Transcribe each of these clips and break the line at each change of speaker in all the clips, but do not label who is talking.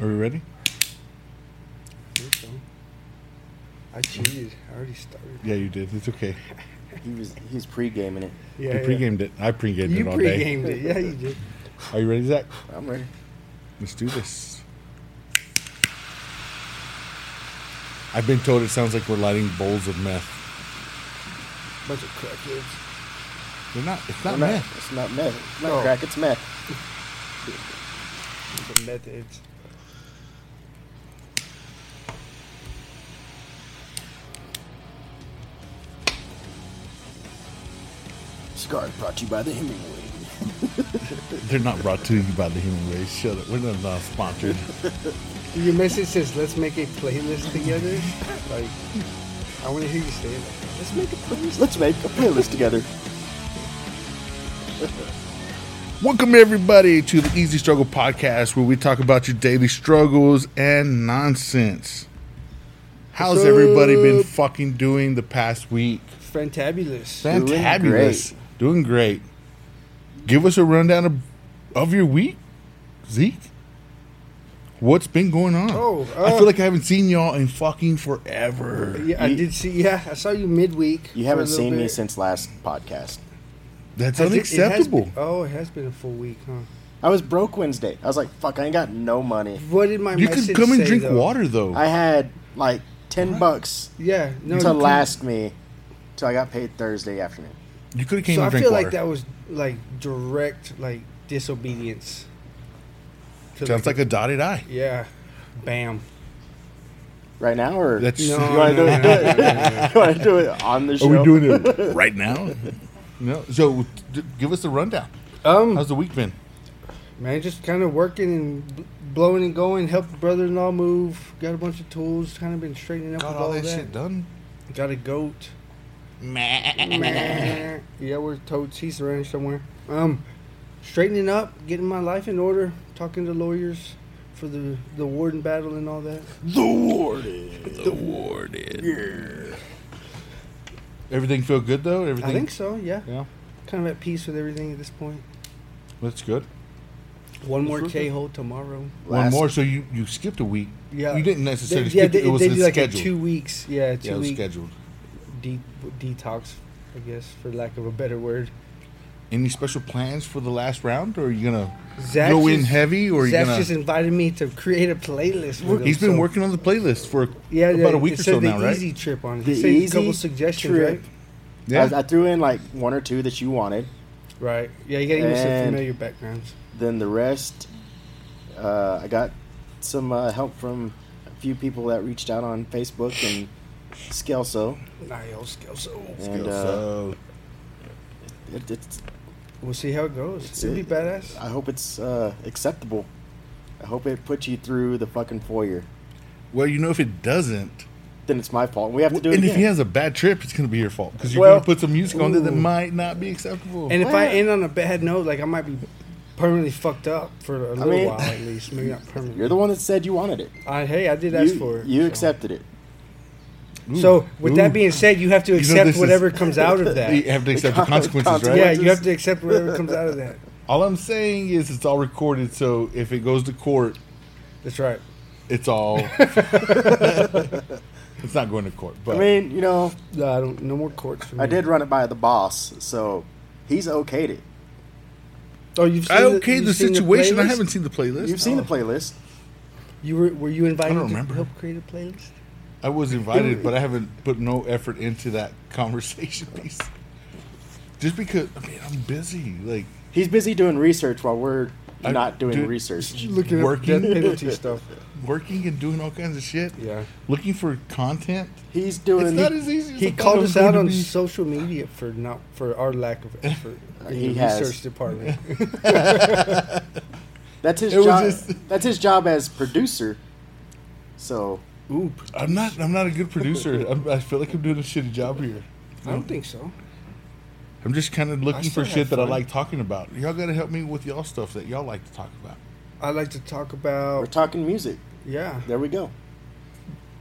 Are we ready?
I think so. I cheated. I already started.
Yeah, you did. It's okay.
He was he's pre-gaming it.
you pre-gamed it. I pre-gamed
You
it all
pre-gamed
day.
it. Yeah, you did.
Are you ready, Zach?
I'm ready.
Let's do this. I've been told it sounds like we're lighting bowls of meth.
Bunch of crackheads.
They're not. It's not
We're
meth.
It's not meth. It's not
No.
crack. It's meth.
Bunch of meth heads.
Cigar brought to you by the Hemingway.
They're not brought to you by the human race. Shut up. We're not not sponsored.
Your message says, "Let's make a playlist together." Like, I want to hear you say it. Like, that. Let's make a playlist.
Let's make a playlist together.
Welcome everybody to the Easy Struggle podcast, where we talk about your daily struggles and nonsense. How's
What's
everybody been
up?
fucking doing the past week?
Fantabulous.
Doing
Fantabulous. Doing great. Give us a rundown of, of your week, Zeke. What's been going on?
Oh,
I
uh,
feel like I haven't seen y'all in fucking forever.
Yeah, I did see. Yeah, I saw you midweek. for
You
a
haven't
little
seen me
bit.
since last podcast.
That's
Has it- it has
unacceptable.
been- oh, it has been a full week, huh?
I was broke Wednesday. I was like, fuck, I ain't got no money.
What did my
you
message
could come and
say,
drink
though?
water though.
I had like ten bucks
Yeah, no. you
to
couldn't-
last me till I got paid Thursday afternoon.
you could have came
so
and
I
drank
feel
water.
like that was like direct like disobedience. To,
Sounds like a dotted eye.
yeah, bam.
Right now or
That's
No,
you wanna
no,
do
no,
it?
no, no, no, no.
you wanna do it on the show?
it right now? No. So, d- give us the rundown.
Um,
How's the week been?
man, just kind of working and bl- blowing and going. Helped brother-in-law move. Got a bunch of tools. Kind of been straightening up.
Got
with
all that,
that.
shit done?
Got a goat. yeah, we're totes. He's around somewhere. Um, straightening up, getting my life in order. Talking to lawyers for the the warden battle and all that.
The warden.
The warden. Everything feel good though. Everything.
I think so. Yeah,
Yeah,
kind of at peace with everything at this point.
that's good.
One more
Sure.
K hole tomorrow.
One
Last-
more. So you you skipped a week.
Yeah.
You didn't necessarily.
They- yeah,
skip it.
they,
it was
they
the
do like a
schedule.
two weeks. Yeah, two
yeah, it was
week
scheduled.
de- detox, I guess, for lack of a better word.
Any special plans for the last round, or are you gonna
Zach
go in
just-
heavy, or are you
Zach
gonna?
just invited me to create a playlist. With
He's
him,
been
so-
working on the playlist for
Yeah,
about
yeah,
a week
it
or
said
so
the
now, right?
Easy trip on it.
The
It said a couple
easy
suggestions,
trip.
Yeah.
I, I threw in like one or two that you wanted.
right? Right. Yeah, you gotta give me some
And-
familiar backgrounds.
Then the rest, uh, I got some uh, help from a few people that reached out on Facebook and Skelso.
Niles Kelso.
And uh,
so,
it, it's,
We'll see how it goes. It'll be
it-
badass.
I hope it's uh, acceptable. I hope it puts you through the fucking foyer.
well, you know, if it doesn't,
Then it's my fault. We have to do it
and if he
again.
has a bad trip, it's going to be your fault because you're
Well-
going to put some music on there that
Ooh.
might not be acceptable.
And if I
Well-
end on a bad note, like I might be permanently fucked up for a little
mean-
while at least. Maybe not permanently.
You're the one that said you wanted it.
I, hey, I did ask
you
for it.
you
so.
accepted it.
So with
Ooh.
that being said, you have to
know,
accept
this is-
whatever comes out of
you
that.
have to accept the consequences, right?
Yeah,
Consequences.
you have to accept whatever comes out of that.
All I'm saying is it's all recorded, so if it goes to court,
That's right.
it's all. it's not going to court, but
I mean, you know,
No, I don't. No more courts for me.
I did run it by the boss, so he's okayed it.
Oh, you've seen
I okay
you've
the
seen
situation. I
playlist?
haven't seen the playlist.
You've seen the playlist.
You were were you invited to
remember.
help create a playlist?
I was invited, but I haven't put no effort into that conversation piece. Just because I mean I'm busy, like
He's busy doing research while we're
I-
not doing
dude,
research.
Looking
at Working. death penalty
stuff.
working and doing all kinds of shit.
Yeah.
looking for content.
He's doing.
It's not as easy. As I
He
thought it
called
was
us out
going
on
to be.
social media for not for our lack of effort in
He
the
has.
research department.
That's his
It was
job.
just-
That's his job as producer. So
Oop.
I'm not. I'm not a good producer. I'm, I feel like I'm doing a shitty job here.
I don't think so.
I'm just kind of looking for
still had
shit that I
fun.
like talking about. Y'all gotta help me with y'all stuff that y'all like to talk about.
I like to talk
Oh.
we're
about
talking music.
yeah,
There we go.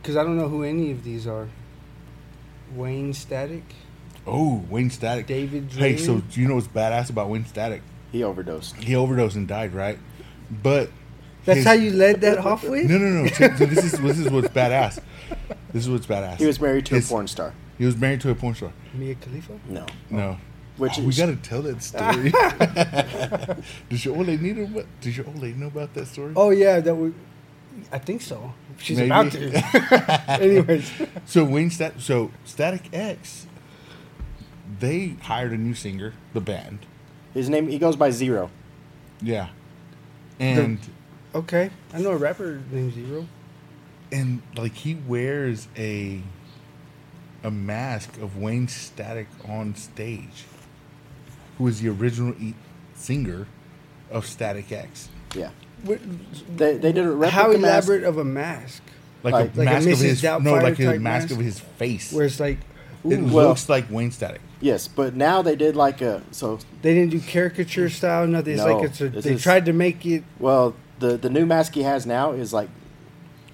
because I don't know who any of these are. Wayne Static,
Oh, Wayne Static.
David.
Hey, so
Drain.
you know what's badass about Wayne Static?
He overdosed.
He overdosed and died, right? But
That's
his-
how you led that off with?
No, no, no. So, so this is this is what's badass. This is what's badass.
He was married to a
His-
porn star.
He was married to a porn star.
Mia Khalifa?
No.
No.
Which
Oh, we
is-
gotta tell that story. does your old lady need about, Does your old lady know about that story?
Oh, yeah, that would. I think so. She's
Maybe.
about to. Anyways.
So Wayne Stat, so Static X, they hired a new singer, the band.
His name, he goes by Zero.
Yeah, and
Okay. I know a rapper named Zero.
and like he wears a a mask of Wayne Static on stage, who is the original e- singer of Static X,
Yeah.
What,
They, they did a replica
how
mask.
elaborate of a mask?
like,
Like-
a
like a
mask of
Mrs.
his no,
Doubtfire
like a
type
mask,
mask?
of his face.
Where it's like, ooh,
it
Well-
looks like Wayne Static.
Yes, but now they did like a so
they didn't do caricature style, nothing. It's
No,
like it's a,
this
they
is-
tried to make it.
well the the new mask he has now is like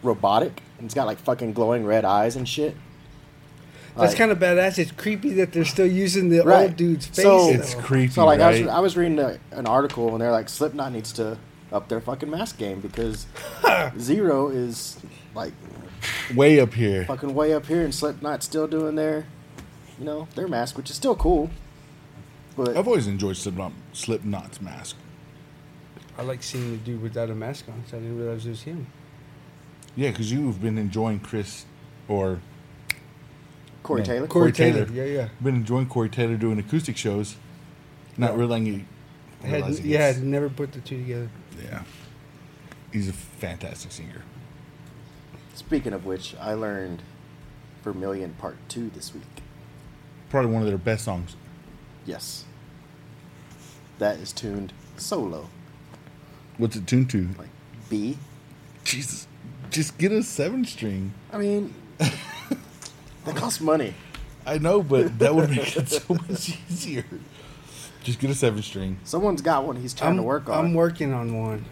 robotic. and It's got like fucking glowing red eyes and shit.
That's
Like-
kind of badass. It's creepy that they're still using the old dude's face.
So-
It's
though.
creepy,
So like I
right?
was I was reading a, an article and they're like Slipknot needs to up their fucking mask game because Zero is like
Way up here.
fucking way up here and Slipknot still doing their you know their mask, which is still cool. But
I've always enjoyed Slipknot, Slipknot's mask.
I like seeing the dude without a mask on, so I didn't realize it was him.
Yeah, because you've been enjoying Chris or
Corey
no,
Taylor,
Corey Taylor. Yeah, yeah.
Been enjoying Corey Taylor doing acoustic shows, not
Yeah.
realizing he.
I had,
realizing
yeah, I'd
he's-
never put the two together.
yeah. He's a fantastic singer.
Speaking of which, I learned Vermilion Part Two this week.
Probably one of their best songs.
Yes, that is tuned solo,
What's it tuned to?
like B.
Jesus, just get a seven string.
I mean, that costs money.
I know, but that would make it so much easier. Just get a seven string.
Someone's got one. He's trying
I'm,
to work on.
I'm working on one.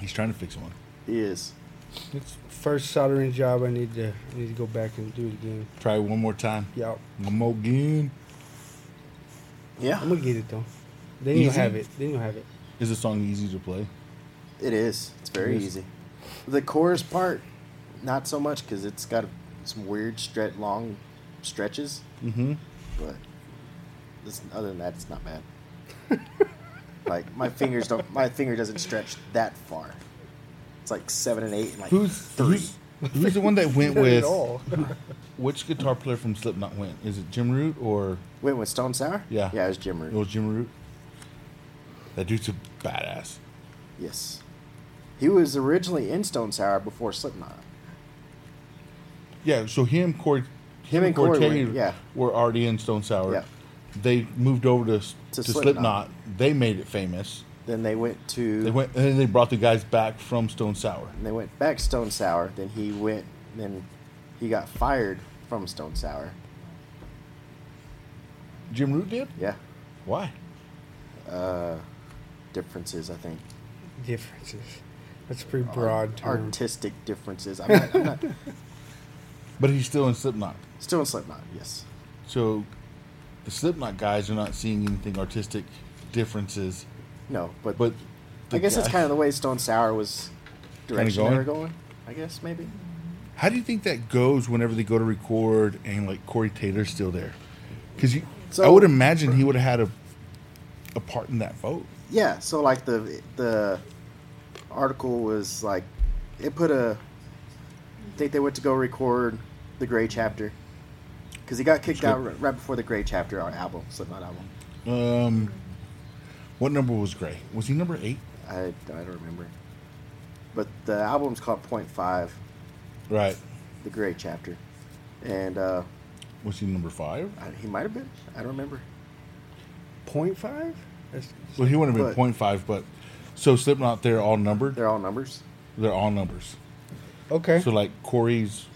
He's trying to fix one.
he is.
It's first soldering job. I need to I need to go back and do it again.
Try it one more time.
Yeah,
One more again.
I'm
Yeah,
gonna get it though. Then you
Easy.
have it. Then you have it.
Is the song easy to play?
it is. It's very
It is.
easy. The chorus part, not so much because it's got some weird stretch, long stretches.
Mm-hmm.
but this, other than that, it's not bad. like my fingers don't, my finger doesn't stretch that far. It's like seven and eight, and like
Who's
three.
who's, who's the one that went
Not at
with?
all.
Which guitar player from Slipknot went? Is it Jim Root or
Wait, with Stone Sour?
Yeah.
yeah, it's Jim Root.
it was Jim Root? That dude's a badass.
Yes, he was originally in Stone Sour before Slipknot.
Yeah, so him, Corey, him,
and Corey went, yeah.
were already in Stone Sour.
Yeah.
They moved over to, to,
Slipknot.
Slipknot. They made it famous.
Then they went to
They went and then they brought the guys back from Stone Sour.
and they went back to Stone Sour. Then he went, then he got fired from Stone Sour.
Jim Root did?
Yeah,
Why?
uh, differences I think.
Differences. That's a pretty broad term.
Artistic differences. I'm not, I'm not
But he's still in Slipknot.
still in Slipknot. Yes.
So the Slipknot guys are not seeing anything artistic differences.
No, but,
But
I guess
it's
it's kind of the way Stone Sour was direction they
going?
were going. I guess maybe.
How do you think that goes whenever they go to record and like Corey Taylor's still there? Because
So-
I would imagine he would have had a a part in that vote.
Yeah. So like the the article was like it put a. I think they went to go record the Gray chapter because he got kicked out right, right before the Gray chapter our album Slipknot album.
Um, what number was Gray? Was he number eight?
I I don't remember, but the album's called Point Five,
Right.
the Gray chapter, and uh,
Was he number five?
I, he might have been. I don't remember.
Point five. That's,
Well, he wouldn't have been
But-
point five, but so Slipknot they're all numbered. They're,
They're all numbers.
all numbers.
okay.
So like Corey's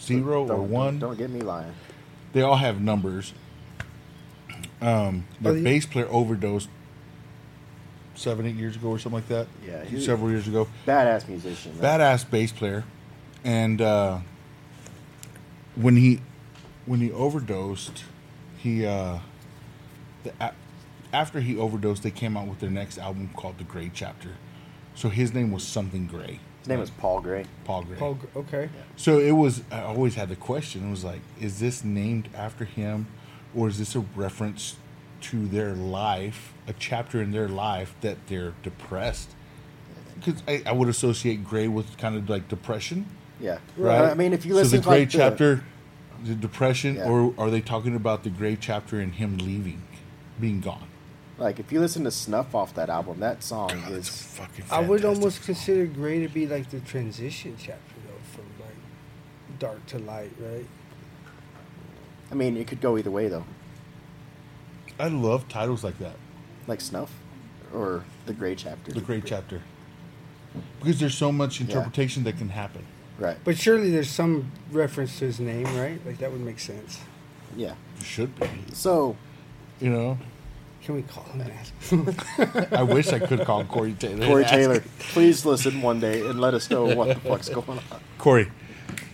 0
Don't-
or
don't-
Oh, one.
Don't get me lying.
They all have numbers. Um, their
Are they-
bass player overdosed seven, eight years ago or something like that.
Yeah, he-
several years ago.
Badass musician. man.
Badass bass player, and uh, when he when he overdosed, he uh, the, a- after he overdosed, they came out with their next album called The Great Chapter, So his name was something Gray,
His name was Paul Gray.
Paul Gray.
Paul, Gr- okay.
So it was. I always had the question. It was like, is this named after him, or is this a reference to their life, a chapter in their life that they're depressed? Because I, I would associate gray with kind of like depression,
Yeah.
right?
I mean, if you
so
listen
the gray
like, the-
chapter, the depression,
Yeah.
or are they talking about the gray chapter and him leaving, being gone?
like if you listen to Snuff off that album, that song
God, Oh, that's
is
fucking.
I would
fantastic
almost
song.
consider Gray to be like the transition chapter though, from like dark to light, right?
I mean, it could go either way though.
I love titles like that.
Like Snuff or The Gray Chapter.
The gray chapter, because there's so much interpretation that can happen.
Right.
But surely there's some reference to his name, right? Like that would make sense.
Yeah.
There should be,
So,
you know.
Can we call him that?
I wish I could call Corey Taylor. and
Corey
ask-
Taylor, please listen one day and let us know what the fuck's going on.
Corey,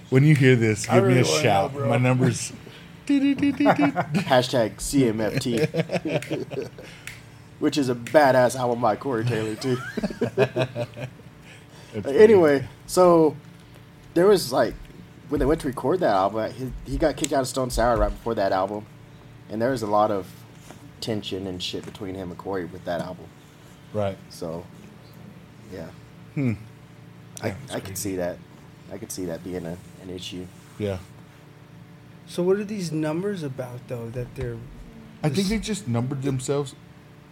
when you hear this,
I
give me a
really wanna
shout.
know, bro.
My number's. Doo-doo-doo-doo-doo.
Hashtag CMFT. Which is a badass album by Corey Taylor, too.
That's funny.
anyway, so there was like, when they went to record that album, he, he got kicked out of Stone Sour right before that album. And there was a lot of tension and shit between him and Corey with that album.
Right.
So, yeah.
Hmm.
I,
Yeah, that's
I
crazy.
could see that. I could see that being a, an issue.
Yeah.
so what are these numbers about though? That they're
I think they just numbered themselves.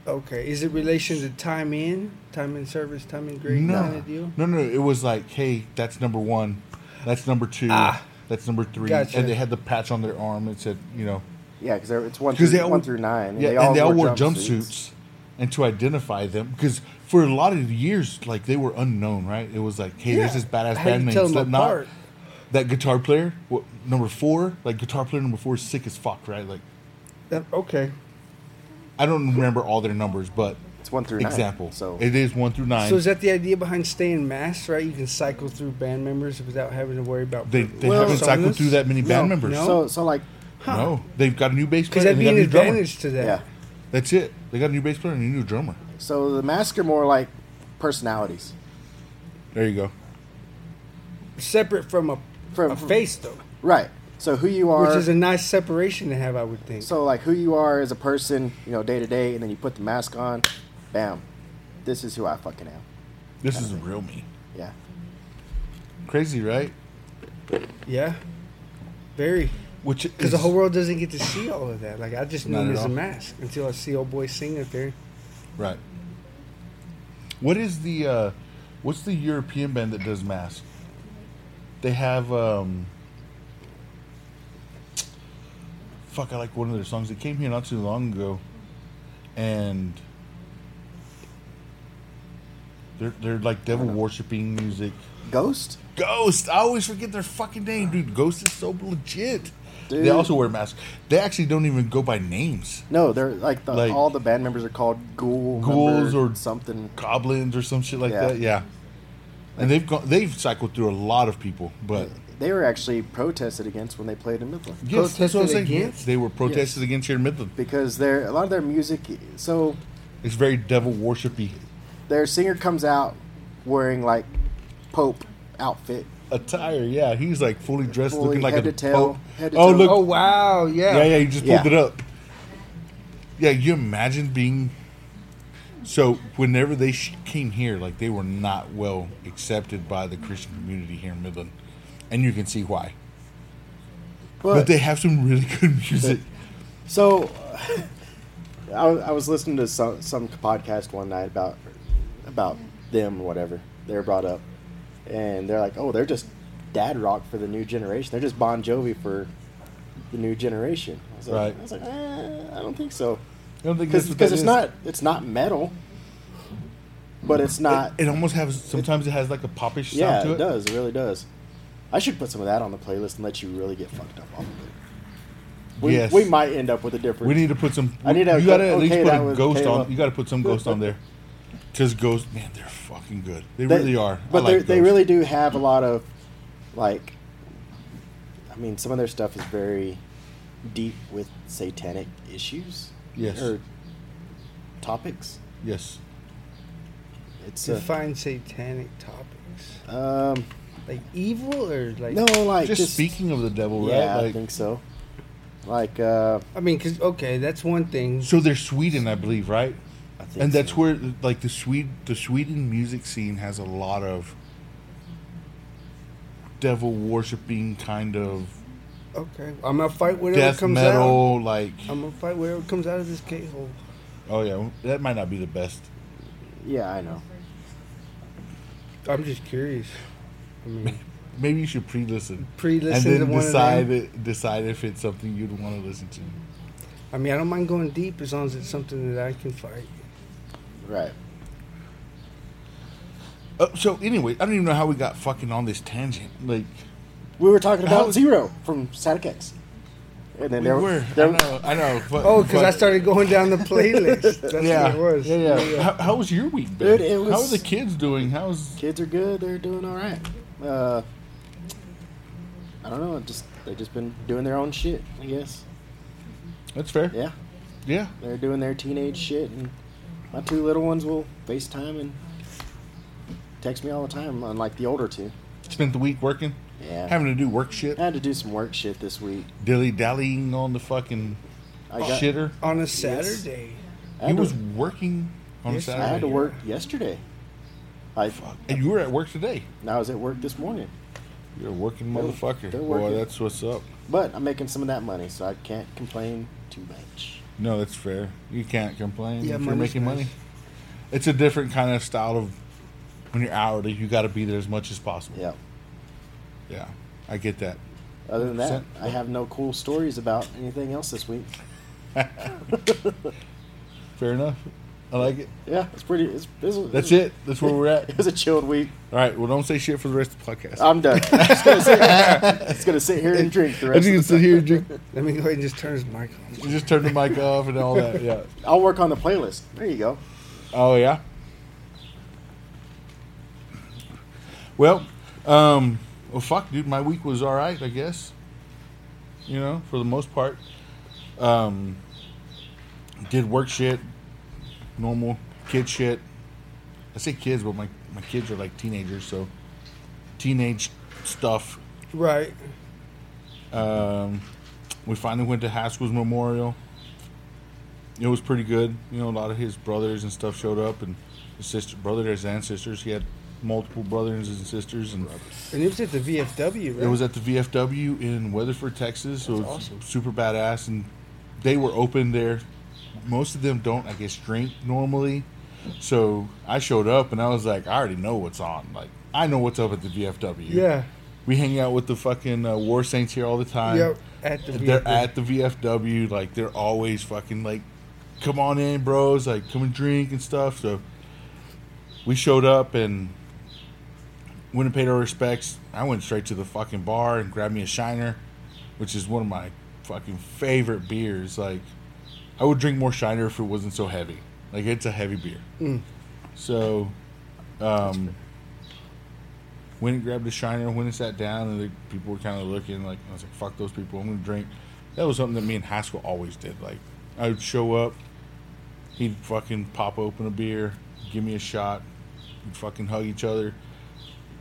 okay. Is it relation to time in, time in service, time in grade
no.
kind of deal?
No, no. It was like, hey, that's number one. That's number two.
Ah.
That's number three.
Gotcha.
And they had the patch on their arm that said, you know.
Yeah, because it's one
Because
through,
they all
one through nine.
Yeah, and they all wore jumpsuits. And to identify them, because for a lot of years, like they were unknown, right? It was like, hey, there's
Yeah.
this badass
How do
band
you
named
tell them
Slipknot.
apart?
That guitar player, what, number four, like guitar player number four is sick as fuck, right? Like,
That- okay.
I don't remember all their numbers, but
It's one through
example.
nine. So
it is one through nine.
So is that the idea behind staying masked, right? You can cycle through band members without having to worry about
they they
Well,
haven't cycled
songs?
through that many band
No,
members.
no.
so so like
No, they've got a new bass
Because
player.
that'd
And they
be
got a
an
new drummer.
advantage to that.
yeah.
That's it. They got a new bass player and a new drummer.
So the masks are more like personalities.
There you go.
Separate from a
From-
a
from-
face though,
Right. So who you are
which is a nice separation to have, I would think.
so like who you are as a person, you know, day to day and then you put the mask on, bam. This is who I fucking am.
This is the real me.
Yeah.
Crazy, right?
yeah, very.
Which
Because
is-
the whole world doesn't get to see all of that. Like I just knew
Not
him
at
as a
all.
mask until I see old boy sing up there.
Right. What is the uh what's the European band that does mask? They have um fuck I like one of their songs. They came here not too long ago and they're they're like devil worshipping music.
Ghost?
Ghost. I always forget their fucking name, dude. Ghost is so legit. They
Dude.
also wear masks. They actually don't even go by names.
No, they're like, the,
Like-
all the band members are called ghoul
Ghouls
member
or-
something.
goblins or some shit like
Yeah.
that. Yeah. And they've gone, they've cycled through a lot of people, but
They were actually protested against when they played in Midland.
yes, that's what I'm
Protested
saying.
against?
They were protested against here in Midland.
because their a lot of their music. So
It's very devil worshipy,
their singer comes out wearing like Pope outfit.
attire. Yeah, he's like fully dressed,
Fully
looking like
head
a
to tail,
pope.
head to
oh
toe.
look,
Oh wow! Yeah.
yeah, yeah. You just pulled
Yeah.
it up. Yeah, you imagine being. So whenever they sh- came here, like they were not well accepted by the Christian community here in Midland, and you can see why. But, they have some really good music.
So, I, was- I was listening to some some podcast one night about about them or whatever they were brought up, and they're like, "Oh, they're just dad rock for the new generation. They're just Bon Jovi for the new generation." I was like,
Right.
I was like, eh, "I don't think so,"
I don't think that's
because
what that
it's
is.
not it's not metal, but it's not.
It almost has sometimes it, has like a popish sound
yeah,
to
it.
it.
does. It really does. I should put some of that on the playlist and let you really get fucked up off of it. We,
Yes.
we might end up with a different.
We need to put some.
I need to
you gotta at
okay
least put
that
a
with
ghost
Kayla.
on. You gotta put some ghost on there. Just ghost, man. They're fucking good. They,
They-
really are. I
But
like
they're- they
Ghost.
really do have a lot of, like, I mean, some of their stuff is very deep with satanic issues.
Yes.
Or topics.
Yes.
It's uh,
Define satanic topics.
um
Like evil or like.
no like
just, speaking of the devil,
Yeah, I
right? Like,
think so. Like uh,
I mean, because, okay, that's one thing.
so they're Sweden, I believe, right?
I think
And that's
so.
where like the Swede the Sweden music scene has a lot of devil worshipping kind of
Okay. I'm going to fight whatever
death
comes out.
metal like
I'm going to fight whatever comes out of this gate hole.
oh yeah that might not be the best
yeah, I know.
I'm just curious. I mean,
maybe you should pre-listen
Pre-listen
and
to
then
one of
decide
them.
it, decide if it's something you'd want to listen to
I mean, I don't mind going deep as long as it's something that I can fight.
Right.
oh, so anyway I don't even know how we got fucking on this tangent like
We were talking
How-
about Zero from Static X. And then
we
there
were I
there-
know I know but,
Oh, because I
but-
started going down the playlist. That's
yeah,
what it was.
yeah yeah How, how was your week Ben?
Dude, it
how are
was-
the kids doing how's
kids are good. They're doing all right. Uh, I don't know. Just they just been doing their own shit. I guess.
that's fair
Yeah,
yeah
they're doing their teenage shit, and my two little ones will FaceTime and text me all the time. Unlike the older two.
spent the week working
Yeah.
having to do work shit
I had to do some work shit this week.
dilly dallying on the fucking
I got.
shitter.
On a Saturday.
I
He
had,
Oh, was
to,
working on
Yes, I
Saturday.
I had to work yesterday. I
And you were at work today.
and I was at work this morning.
You're a working
They're-
motherfucker.
they're
Boy,
working.
that's what's up.
But I'm making some of that money, so I can't complain too much.
No, that's fair. You can't complain
Yeah,
if you're
money's
making
nice.
money. It's a different kind of style of when you're hourly, you got to be there as much as possible.
Yeah.
Yeah, I get that.
Other than that,
Sent-
I have no cool stories about anything else this week.
Fair enough. I like it.
Yeah, it's pretty. It's, it's,
That's it. That's where we're at.
It was a chilled week.
All right. Well, don't say shit for the rest of the podcast.
I'm done. I'm just gonna sit, just gonna sit here and drink the
I
rest. Of
think you
the
can sit here and drink.
Let me go ahead and just turn his mic on.
You just turn the mic off and all that. Yeah.
I'll work on the playlist. There you go.
Oh yeah. Well, um, well, fuck, dude. My week was all right, I guess. You know, for the most part, um, did work shit, normal kid shit. I say kids, but my my kids are like teenagers, so teenage stuff.
Right.
Um, we finally went to Haskell's memorial. It was pretty good. You know, a lot of his brothers and stuff showed up, and his sister, brothers and sisters. He had multiple brothers and sisters, and
And it was at the VFW, right?
it was at the VFW in Weatherford, Texas. So it's
That's awesome.
super badass, and they were open there. Most of them don't, I guess, drink normally. So I showed up, and I was like, I already know what's on. Like, I know what's up at the VFW.
Yeah.
We hang out with the fucking uh, War Saints here all the time.
Yep. At the
They're
VFW.
at the VFW, like they're always fucking like, come on in, bros, like come and drink and stuff. So we showed up and went and paid our respects. I went straight to the fucking bar and grabbed me a Shiner, which is one of my fucking favorite beers. Like I would drink more Shiner if it wasn't so heavy. Like it's a heavy beer. So um, went and grabbed a shiner, went and sat down, and the people were kind of looking like I was like, "Fuck those people! I'm gonna drink." That was something that me and Haskell always did. Like I would show up, he'd fucking pop open a beer, give me a shot, we'd fucking hug each other,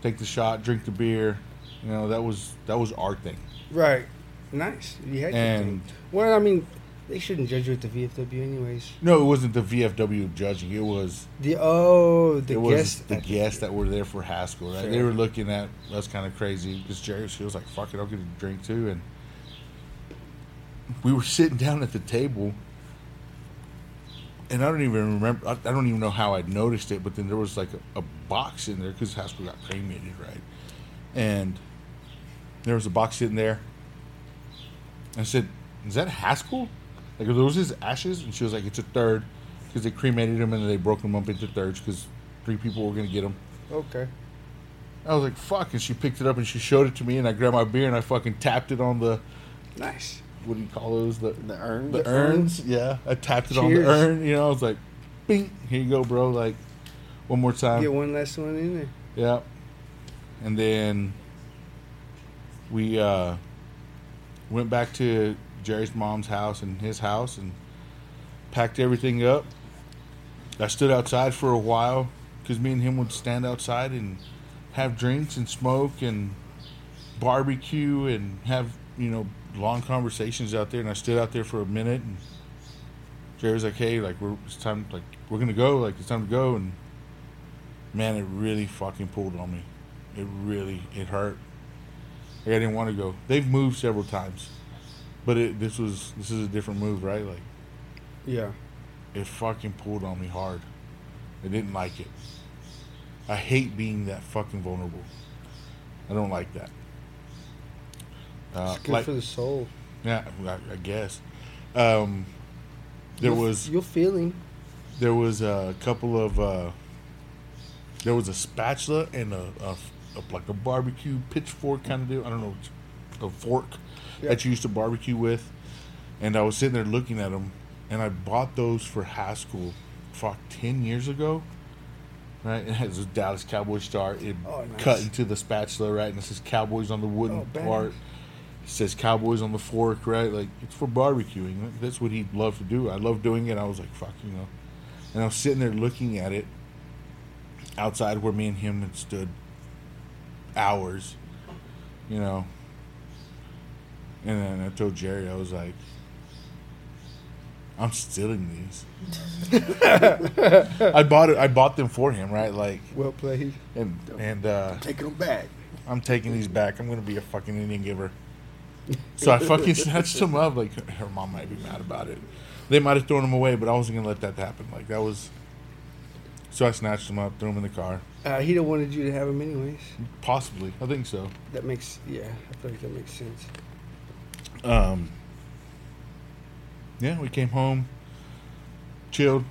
take the shot, drink the beer. You know that was that was our thing.
Right. Nice. You had to
And-
drink. Well, I mean, they shouldn't judge you at the VFW, anyways.
No, it wasn't the VFW judging. It was
The oh, the
it was
guests.
the guests that were there for Haskell, right? They
Fair.
were looking at us kind of crazy because Jerry, she was like, "Fuck it, I'll get a drink too." And we were sitting down at the table, and I don't even remember. I, I don't even know how I noticed it, but then there was like a, a box in there because Haskell got cremated, right? And there was a box sitting there. I said, "Is that Haskell? Like, are those his ashes?" And she was like, "It's a third, because they cremated him and then they broke them up into thirds because three people were gonna get them."
Okay.
I was like, "Fuck!" And she picked it up and she showed it to me, and I grabbed my beer and I fucking tapped it on the
Nice.
what do you call those the
The urn.
the urns? Yeah, I tapped it on the
Cheers.
urn. You know, I was like, "Bing, here you go, bro!" Like, one more time.
Get one last one in there.
Yeah. And then we uh, went back to Jerry's mom's house and his house and packed everything up. I stood outside for a while because me and him would stand outside and have drinks and smoke and barbecue and have you know long conversations out there. And I stood out there for a minute, and Jerry was like, "Hey, like we're it's time, like we're gonna go, like it's time to go." And man, it really fucking pulled on me. It really it hurt. Like I didn't want to go. They've moved several times, but it, this was this is a different move, right? Like
Yeah.
it fucking pulled on me hard. I didn't like it. I hate being that fucking vulnerable. I don't like that. Uh,
It's good
like,
for the soul.
yeah, I, I guess. Um, there
You'll-
was
You'll feel him.
there was a couple of uh, there was a spatula and a, a, a- like a barbecue pitchfork kind of deal. I don't know, a fork
Yeah.
that you used to barbecue with. And I was sitting there looking at them, and I bought those for Haskell, fuck, ten years ago. Right, it has a Dallas Cowboy star. It
Oh, nice.
cut into the spatula, right, and it says Cowboys on the wooden
Oh, bang.
part. It says Cowboys on the fork, right? Like it's for barbecuing. Like, That's what he loved to do. I loved doing it. I was like, fuck, you know. And I was sitting there looking at it outside where me and him had stood hours, you know. And then I told Jerry, I was like, I'm stealing these. I bought it. I bought them for him, right? Like,
Well played.
and and uh,
Taking them back.
I'm taking these back. I'm gonna be a fucking Indian giver. So I fucking snatched them up. Like her mom might be mad about it. They might have thrown them away, but I wasn't gonna let that happen. Like that was. So I snatched them up, threw them in the car.
Uh, he don't wanted you to have him anyways.
Possibly, I think so.
That makes yeah. I feel like that makes sense.
Um, yeah, we came home, chilled.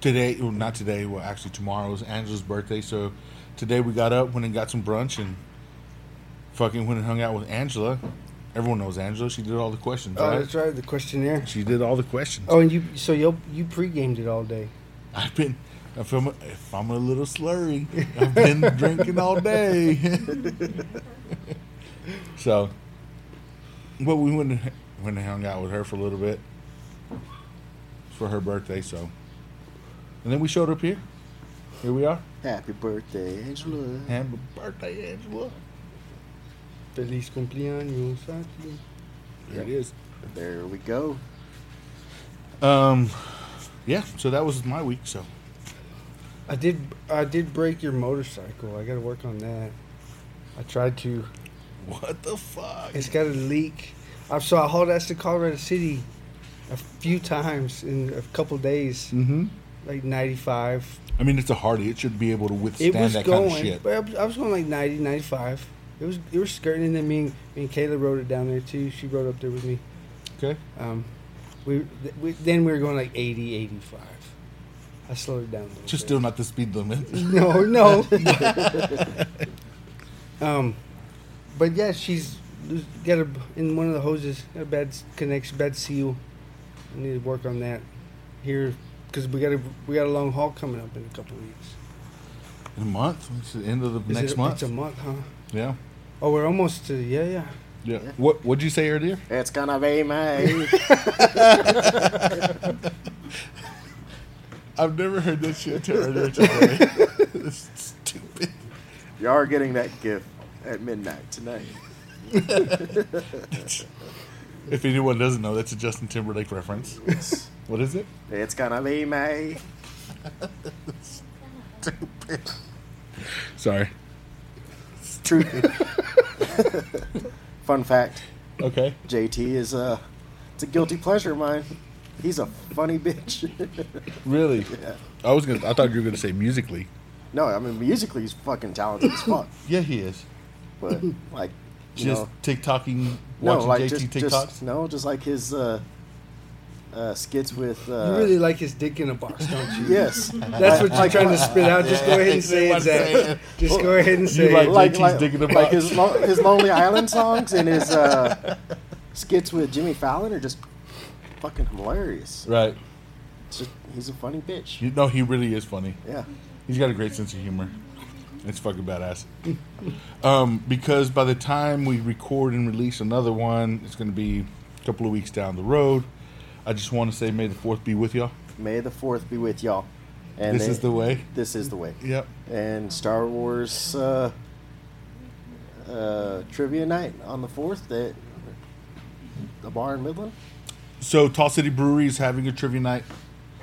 Today, well, not today. Well, actually, tomorrow is Angela's birthday, so today we got up, went and got some brunch, and fucking went and hung out with Angela. Everyone knows Angela. She did all the questions,
Oh,
right?
that's right. The questionnaire.
She did all the questions.
Oh, and you so you you pre-gamed it all day.
I've been. If I'm, if I'm a little slurry, I've been drinking all day. so, but we went and, went and hung out with her for a little bit for her birthday. So, and then we showed up here. Here we are.
Happy birthday, Angela.
Happy birthday, Angela.
Feliz cumpleaños. Santi.
There it is.
There we go.
Um, yeah. So that was my week. So
I did I did break your motorcycle. I got to work on that. I tried to.
what the fuck?
It's got a leak. I so I hauled ass to Colorado City a few times in a couple days,
Mm-hmm.
like 95.
I mean, it's a Harley. It should be able to
It
withstand
was
that
going,
kind of shit.
but I was- I was going like 90, 95. It was it was skirting, and then me and, me and Kayla rode it down there too. She rode up there with me.
Okay.
Um, we, th- we then we were going like 80, 85. I slowed it down. A little
Just
bit.
still not the speed limit.
No, no. um, but yeah, she's got a in one of the hoses got a bad s- connection, bad seal. I need to work on that here because we got a we got a long haul coming up in a couple weeks.
In a month. It's the end of the
Is
next
it-
month.
It's a month, huh?
yeah.
Oh, we're almost to yeah, yeah.
yeah.
Yeah.
What What'd you say earlier?
It's gonna be me.
I've never heard that shit till earlier today. It's stupid.
you are getting that gift at midnight tonight.
If anyone doesn't know, that's a Justin Timberlake reference.
Yes.
What is it?
It's gonna be me.
Sorry.
True. Fun fact:
Okay.
JT is a it's a guilty pleasure of mine. He's a funny bitch.
Really?
Yeah.
I was gonna. I thought you were gonna say musically.
no, I mean musically he's fucking talented as fuck,
Yeah, he is.
but like you
Just
know,
TikToking,
no,
watching
like
JT
just,
TikToks.
just no, just like his uh, uh, skits with uh,
you really like his dick in a box, don't you?
yes,
That's what you're trying to spit out. Just go ahead and say
Yeah,
it, Zach. Just go ahead and say
You like
like,
Like-
it.
JT's
like,
digging the
like
box.
his lo- his Lonely Island songs and his uh, skits with Jimmy Fallon are just fucking hilarious.
Right.
It's just, he's a funny bitch.
You, no, he really is funny.
Yeah.
He's got a great sense of humor. It's fucking badass. um, because by the time we record and release another one, it's going to be a couple of weeks down the road. I just want to say, may the fourth be with y'all.
May the fourth be with y'all.
And
this
they-
is the way.
This is the way.
Yep.
And Star Wars uh, uh, trivia night on the fourth at the bar in Midland.
So Tall City Brewery is having a trivia night.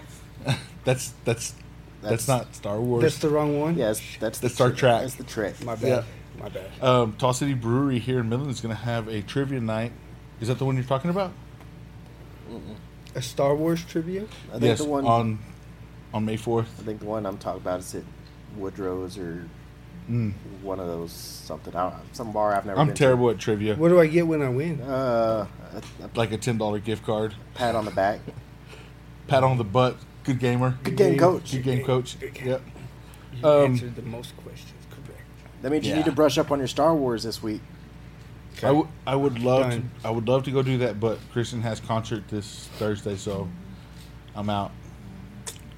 that's, that's that's
That's-
not Star Wars.
That's the wrong one.
Yes, that's
That's our track.
That's the trick.
My bad. My bad.
um, Tall City Brewery here in Midland is going to have a trivia night. Is that the one you're talking about?
A Star Wars trivia.
I think
yes,
the one
on on May fourth.
I think the one I'm talking about is at Woodrow's or one of those something. I don't, some bar I've never.
Mm. I'm
been
terrible at trivia.
What do I get when I win?
To. Uh, a, a
Like a ten dollar gift card,
pat on the back.
pat on the butt. Good gamer.
Good game,
game.
coach.
Good game, coach. Yep.
You
Um,
answered the most questions correct.
That means you
Yeah.
need to brush up on your Star Wars this week.
I, w- I would love to,
Done.
I would love to go do that, but Christian has concert this Thursday, so I'm out.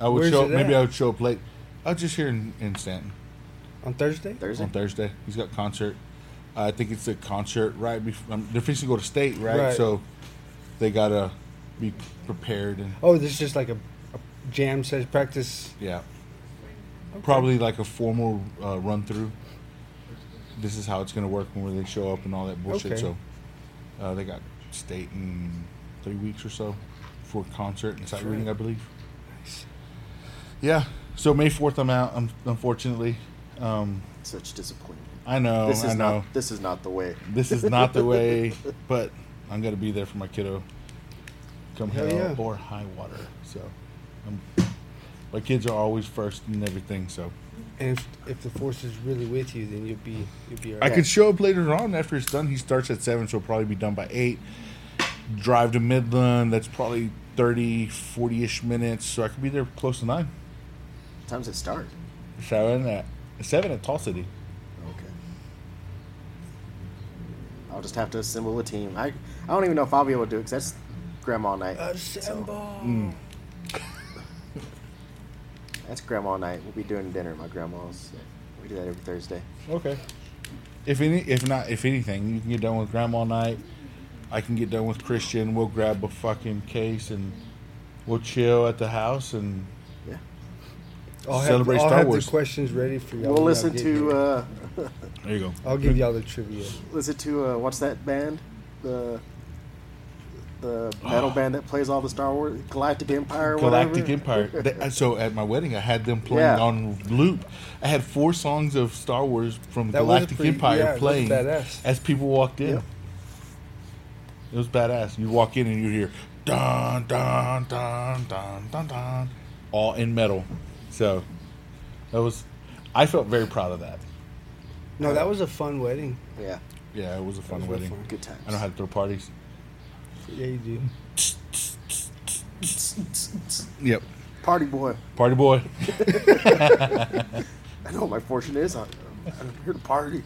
I would
Where's
show
it
maybe
at?
I would show up late. I was just here in, in Stanton
On Thursday.
Thursday.
on Thursday. He's got concert. I think it's a concert right before um, they're fixing to go to state, right?
Right.
So they gotta be prepared and
Oh, this is just like a, a jam says practice.
yeah, probably like a formal uh, run through. This is how it's gonna work when they show up and all that bullshit.
Okay.
So uh, they got state in three weeks or so for concert and sight
right.
reading, I believe.
Nice.
Yeah. So May fourth, I'm out. Um, unfortunately, um,
Such disappointment.
I know.
this is
oh, I know.
not. This is not the way.
This is not the way, but I'm gonna be there for my kiddo. Come hell
Hell yeah.
or high water. So, I'm, my kids are always first and everything. So
And if, if the force is really with you, then you'll be you'll be
I
alright.
could show up later on after it's done. He starts at seven, so he'll probably be done by eight. Drive to Midland. That's probably 30, 40 ish minutes. So I could be there close to nine.
What time's it start?
Seven at seven at Tall City.
Okay. I'll just have to assemble a team. I I don't even know if I'll be able to do it 'cause that's grandma night.
Uh, Assemble.
mm.
That's grandma night. We'll be doing dinner at my grandma's. We do that every Thursday.
Okay. If any, if not, if anything, you can get done with Grandma Night. I can get done with Christian. We'll grab a fucking case and we'll chill at the house. And
Yeah.
I'll have,
Celebrate
I'll
Star
have
Wars.
the questions ready for y'all. when
We'll
I
listen
get
to
here.
uh,
there you go.
I'll give y'all the trivia.
listen to uh, what's that band? The the metal band that plays all the Star Wars Galactic Empire. or
Ah. Galactic
whatever.
Empire. That- so at my wedding, I had them playing
Yeah.
on loop. I had four songs of Star Wars from
That was
Galactic
pretty-
Empire
yeah, it was
playing
badass.
as people walked in.
Yeah.
It was badass. You walk in and you hear dun dun dun dun dun dun, all in metal. So that was. I felt very proud of that.
No, that was a fun wedding.
Yeah.
Yeah, it was a fun
was
wedding.
fun.
Good times.
I know how to throw parties.
Yeah, you do.
Yep.
Party boy.
Party boy.
I know what my fortune is. I'm, I'm here to party.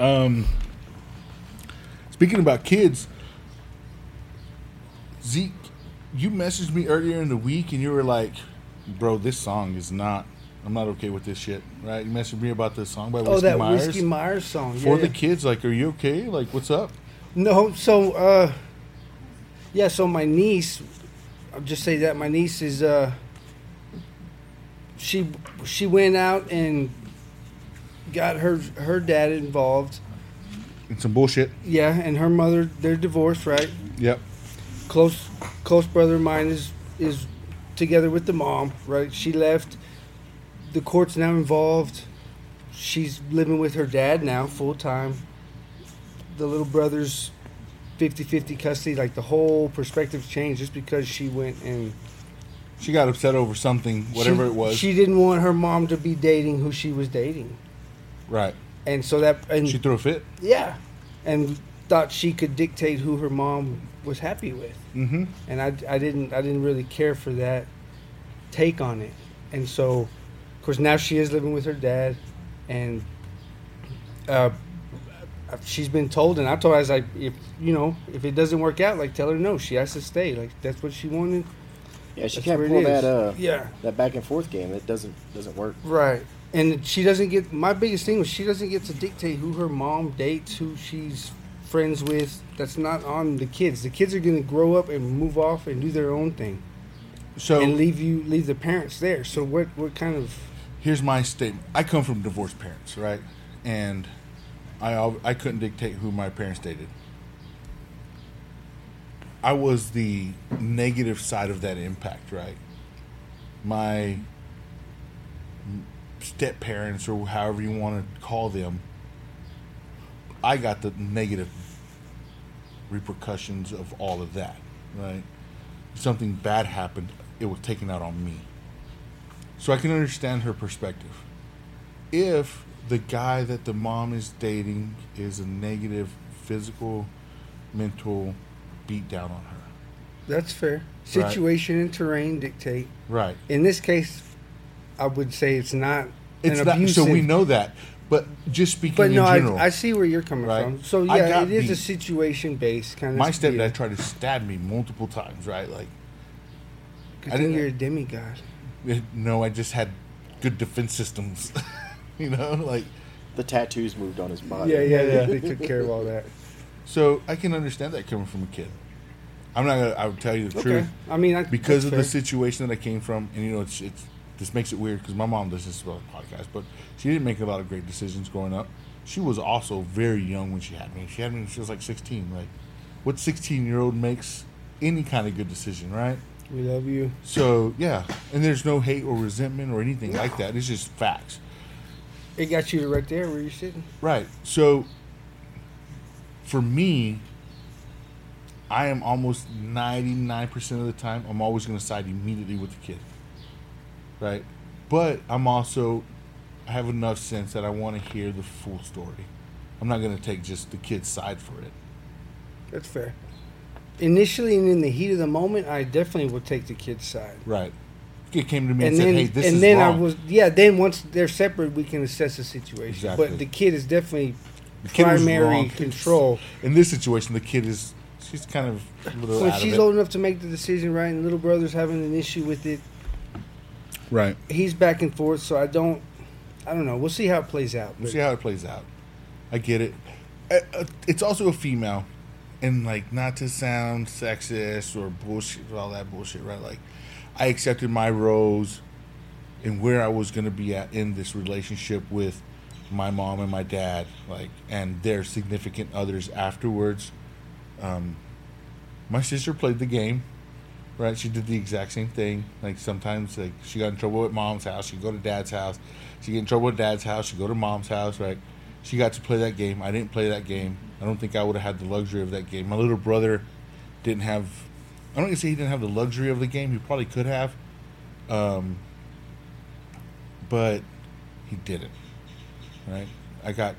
Um, speaking about kids, Zeke, you messaged me earlier in the week and you were like, "Bro, this song is not. I'm not okay with this shit." Right? You messaged me about this song by
Oh,
Whiskey
that
Myers
Whiskey Myers song.
for
yeah.
the kids. Like, are you okay? Like, what's up?
No, so uh yeah, so my niece I'll just say that my niece is uh she she went out and got her her dad involved.
It's some bullshit.
Yeah, and her mother they're divorced, right?
Yep.
Close close brother of mine is is together with the mom, right? She left. The court's now involved. She's living with her dad now full time. The little brother's 50-50 custody, like the whole perspective changed just because she went and
She got upset over something, whatever
she-
it was.
She didn't want her mom to be dating who she was dating.
right.
And so that and
She threw a fit.
yeah, and thought she could dictate who her mom was happy with.
Mm-hmm.
and I, I didn't I didn't really care for that take on it. And so, of course, now she is living with her dad, and uh, she's been told. And I told her, I was like, if you know, if it doesn't work out, like tell her no. She has to stay. Like that's what she wanted.
Yeah, she
That's
can't
where it
pull
is.
that uh
Yeah.
that back and forth game. It doesn't doesn't work.
Right. And she doesn't get my biggest thing was she doesn't get to dictate who her mom dates, who she's friends with. That's not on the kids. The kids are going to grow up and move off and do their own thing.
So
and leave you leave the parents there. So what what kind of
here's my statement. I come from divorced parents, right? And I al- I couldn't dictate who my parents dated. I was the negative side of that impact, right? My step parents, or however you want to call them, I got the negative repercussions of all of that, right? If something bad happened, it was taken out on me. So I can understand her perspective. If the guy that the mom is dating is a negative physical, mental beatdown on her.
that's fair
Right.
situation and terrain dictate.
Right.
In this case, I would say it's not
It's
an
not
abuse.
so we know that. But just speaking
But
in
no,
general.
I, I see where you're coming
right?
from. So
I
yeah,
got
it is
beat.
a situation based kind of.
my stepdad tried to stab me multiple times, right? Like
I
I didn't-
think you're a demigod.
no, I just had good defense systems. you know, like
The tattoos moved on his body.
Yeah, yeah,
yeah.
They, they took care of all that.
so I can understand that coming from a kid. I'm not gonna I would tell you the
Okay.
truth.
I mean, I,
because
that's
of
fair.
the situation that I came from, and you know, it's it's this makes it weird because my mom listens to our podcast, but she didn't make a lot of great decisions growing up. She was also very young when she had me. She had me when she was like sixteen. Like, what sixteen year old makes any kind of good decision, right?
We love you.
So yeah, and there's no hate or resentment or anything like that. It's just facts,
It got you right there where you're sitting.
right? So for me, I am almost ninety nine percent of the time I'm always going to side immediately with the kid, right? But I'm also I have enough sense that I want to hear the full story. I'm not going to take just the kid's side for it.
That's fair. Initially and in the heat of the moment, I definitely would take the kid's side.
Right. Kid came to me and,
and
said,
then,
"Hey, this
and
is
then
wrong."
I was yeah. Then once they're separate, we can assess the situation.
Exactly.
But the kid is definitely
The kid was
primary
wrong.
control.
In this situation, the kid is she's kind of a little
When
out
she's
of it.
old enough to make the decision, right, and little brother's having an issue with it,
Right.
he's back and forth. So I don't, I don't know. We'll see how it plays out.
We'll
but-
see how it plays out. I get it. Uh, uh, It's also a female, and like not to sound sexist or bullshit, all that bullshit, right? Like, I accepted my roles and where I was going to be at in this relationship with my mom and my dad, like, and their significant others afterwards. Um, my sister played the game, right? She did the exact same thing. Like sometimes, like she got in trouble at mom's house, she'd go to dad's house. She get in trouble at dad's house, she'd go to mom's house, right? She got to play that game. I didn't play that game. I don't think I would have had the luxury of that game. My little brother didn't have. I don't even say he didn't have the luxury of the game. He probably could have, um, but he didn't. Right? I got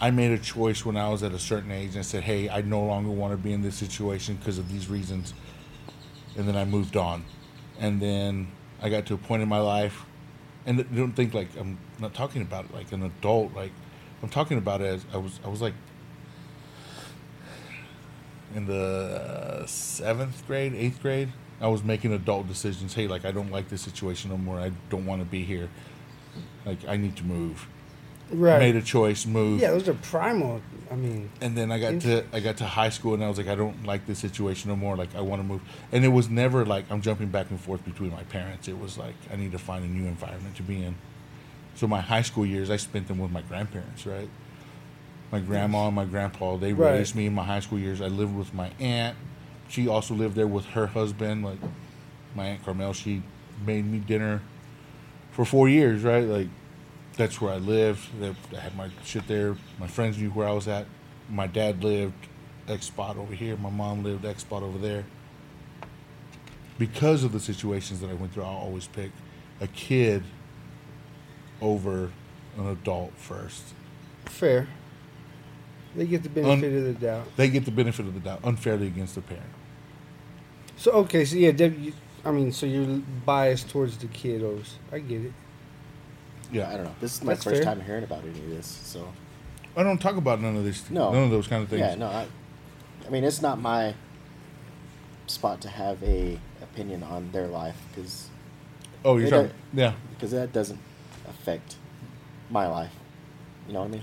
I made a choice when I was at a certain age and I said, hey, I no longer want to be in this situation because of these reasons. And then I moved on. And then I got to a point in my life, and I don't think like I'm not talking about it like an adult, like I'm talking about it as I was, I was like in the uh, seventh grade, eighth grade. I was making adult decisions. Hey, like I don't like this situation no more. I don't want to be here. Like I need to move.
right?
Made a choice, moved
yeah, those are primal. I mean,
and then I got to I got to high school and I was like I don't like this situation no more like I want to move and it was never like I'm jumping back and forth between my parents it was like I need to find a new environment to be in so my high school years I spent them with my grandparents right my grandma and my grandpa they
Right.
raised me in my high school years I lived with my aunt she also lived there with her husband like my aunt Carmel she made me dinner for four years right like that's where I lived. That- I had my shit there. My friends knew where I was at. My dad lived X spot over here. My mom lived X spot over there. Because of the situations that I went through, I always pick a kid over an adult first.
fair. They get the benefit of the doubt.
They get the benefit of the doubt unfairly against the parent.
So okay, so yeah, Deb, you, I mean, so you're biased towards the kiddos. I get it.
Yeah,
I don't know. This is my
That's
first
fair.
time hearing about any of this, so
I don't talk about none of this.
No.
none of those kind of things.
yeah, no. I, I mean, it's not my spot to have a opinion on their life because
Oh, you're
They
talking.
don't-
Yeah,
that doesn't affect my life. You know what I mean?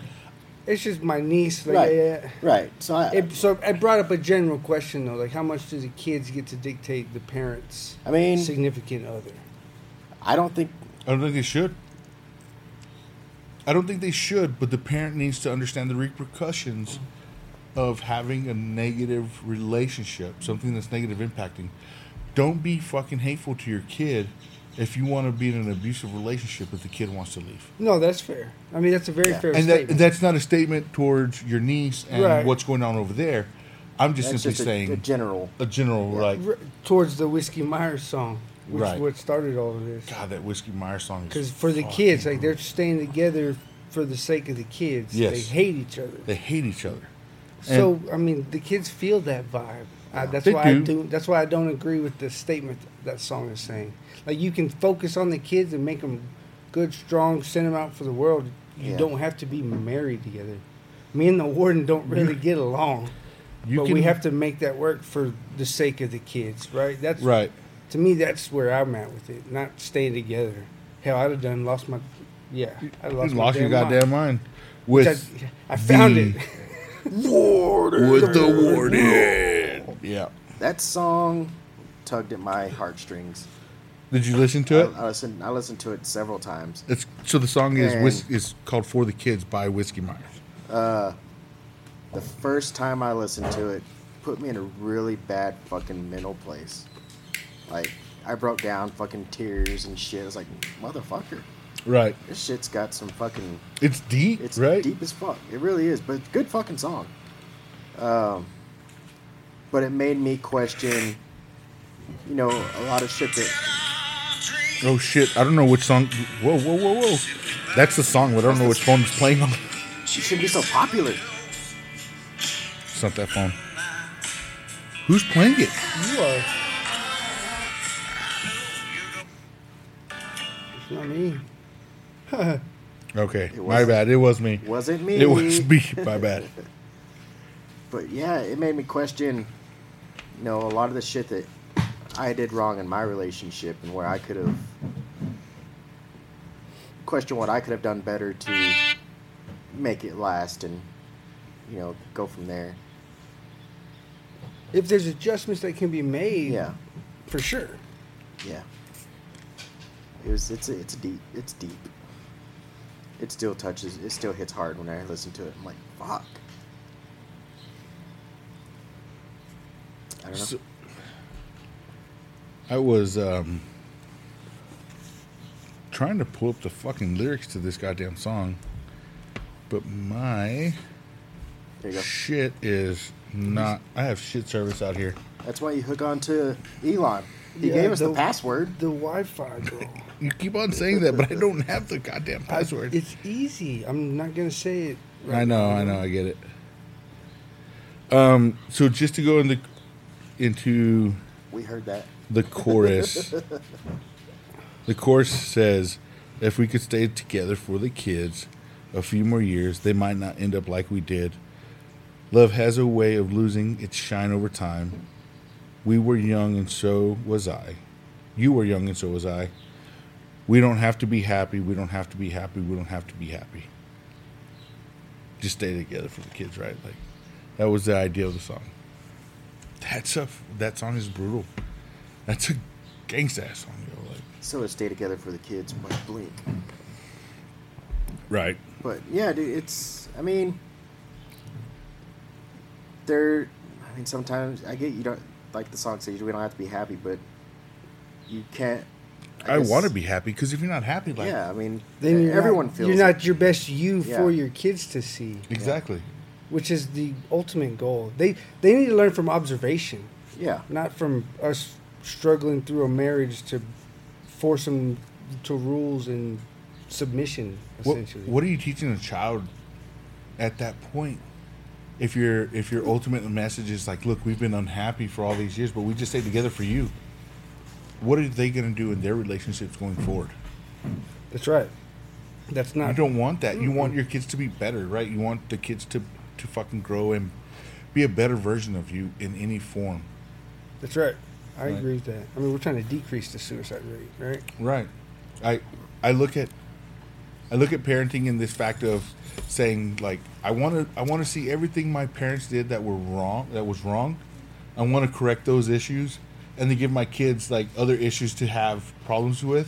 It's just my niece. Like,
Right.
yeah, yeah.
Right. So I,
It, so I brought up a general question though, like how much do the kids get to dictate the parents'
I mean,
significant other?
I don't think.
I don't think they should. I don't think they should, but the parent needs to understand the repercussions of having a negative relationship, something that's negative impacting. Don't be fucking hateful to your kid if you want to be in an abusive relationship if the kid wants to leave.
No, that's fair. I mean, that's a very
Yeah.
fair
And that,
statement.
that's not a statement towards your niece and
Right.
what's going on over there. I'm just
That's
simply
just a,
saying
a general.
a general like
R- towards the Whiskey Myers song, which
Right.
is what started all of this.
God that whiskey Meyer song. is
Because for the
fucking
kids, like
brutal.
they're staying together for the sake of the kids.
Yes.
They hate each other.
they hate each other.
so I mean, the kids feel that vibe. Uh, that's
They
why I
do.
do. That's why I don't agree with the statement that song is saying. Like you can focus on the kids and make them good, strong, send them out for the world. You
Yeah.
don't have to be married together. Me and the warden don't really get along,
You
but
can-
we have to make that work for the sake of the kids, right? That's
Right.
To me, that's where I'm at with it. Not staying together. Hell, I'd have done lost my. Yeah, I
You
lost,
lost,
my
your
damn mind.
goddamn mind. With
Which I, I found
the-
it.
with the warden. Yeah.
That song tugged at my heartstrings.
Did you listen
I,
to it?
I listened. I listened to it several times.
It's so the song is
And-
whis- is called "For the Kids" by Whiskey Myers.
The first time I listened to it, put me in a really bad fucking mental place. Like I broke down, fucking tears and shit. I was like, motherfucker,
Right.
this shit's got some fucking.
It's deep.
It's
right.
deep as fuck. It really is, but good fucking song. Um, but it made me question, you know, a lot of shit that
Oh shit! I don't know which song. Whoa, whoa, whoa, whoa! That's the song, but I don't know which phone it's playing on.
you shouldn't be so popular.
It's not that phone. Who's playing it?
You are. It's not me.
Okay,
It
my
was-
bad. It was me.
Wasn't me.
It was me. My bad.
But yeah, it made me question, you know, a lot of the shit that I did wrong in my relationship and where I could have questioned what I could have done better to make it last and, you know, go from there.
If there's adjustments that can be made,
Yeah.
for sure.
Yeah. It was it's it's deep it's deep. It still touches it still hits hard when I listen to it. I'm like, fuck. I don't know.
So- I was um, trying to pull up the fucking lyrics to this goddamn song, but my
there you go.
shit is not. I have shit service out here.
That's why you hook on to Elon. He
Yeah,
gave us the,
the-
password.
The Wi-Fi, bro.
You keep on saying that, but I don't have the goddamn password.
It's easy. I'm not gonna say it.
I know, I know, I get it. Um, so just to go into into
We heard that.
the chorus. the chorus says, "If we could stay together for the kids, a few more years, they might not end up like we did. Love has a way of losing its shine over time. We were young, and so was I. You were young, and so was I. We don't have to be happy. We don't have to be happy. We don't have to be happy. Just stay together for the kids, right? Like that was the idea of the song. That's a that song is brutal. That's a gangsta ass song, yo. Like,
So it stay together for the kids by Blink.
right.
But yeah, dude, it's I mean there I mean sometimes I get you don't like the song says we don't have to be happy, but you can't
I,
guess-
want to be happy because if you're not happy, like,
yeah, I mean,
Then you're
everyone
not,
feels
you're
it.
not your best you
Yeah.
for your kids to see,
exactly.
which is the ultimate goal. They they need to learn from observation.
Yeah,
not from us struggling through a marriage to force them to rules and submission
What,
essentially
what are you teaching a child at that point? If your if your ultimate message is like, look, we've been unhappy for all these years, but we just stayed together for you. What are they going to do in their relationships going forward?
that's right that's
You
not
don't want that. You want your kids to be better, right? You want the kids to to fucking grow and be a better version of you in any form.
that's right i
Right.
agree with that i mean we're trying to decrease the suicide rate right
Right. I I look at I look at parenting in this fact of saying like I want to I want to see everything my parents did that were wrong that was wrong. I want to correct those issues and then give my kids like other issues to have problems with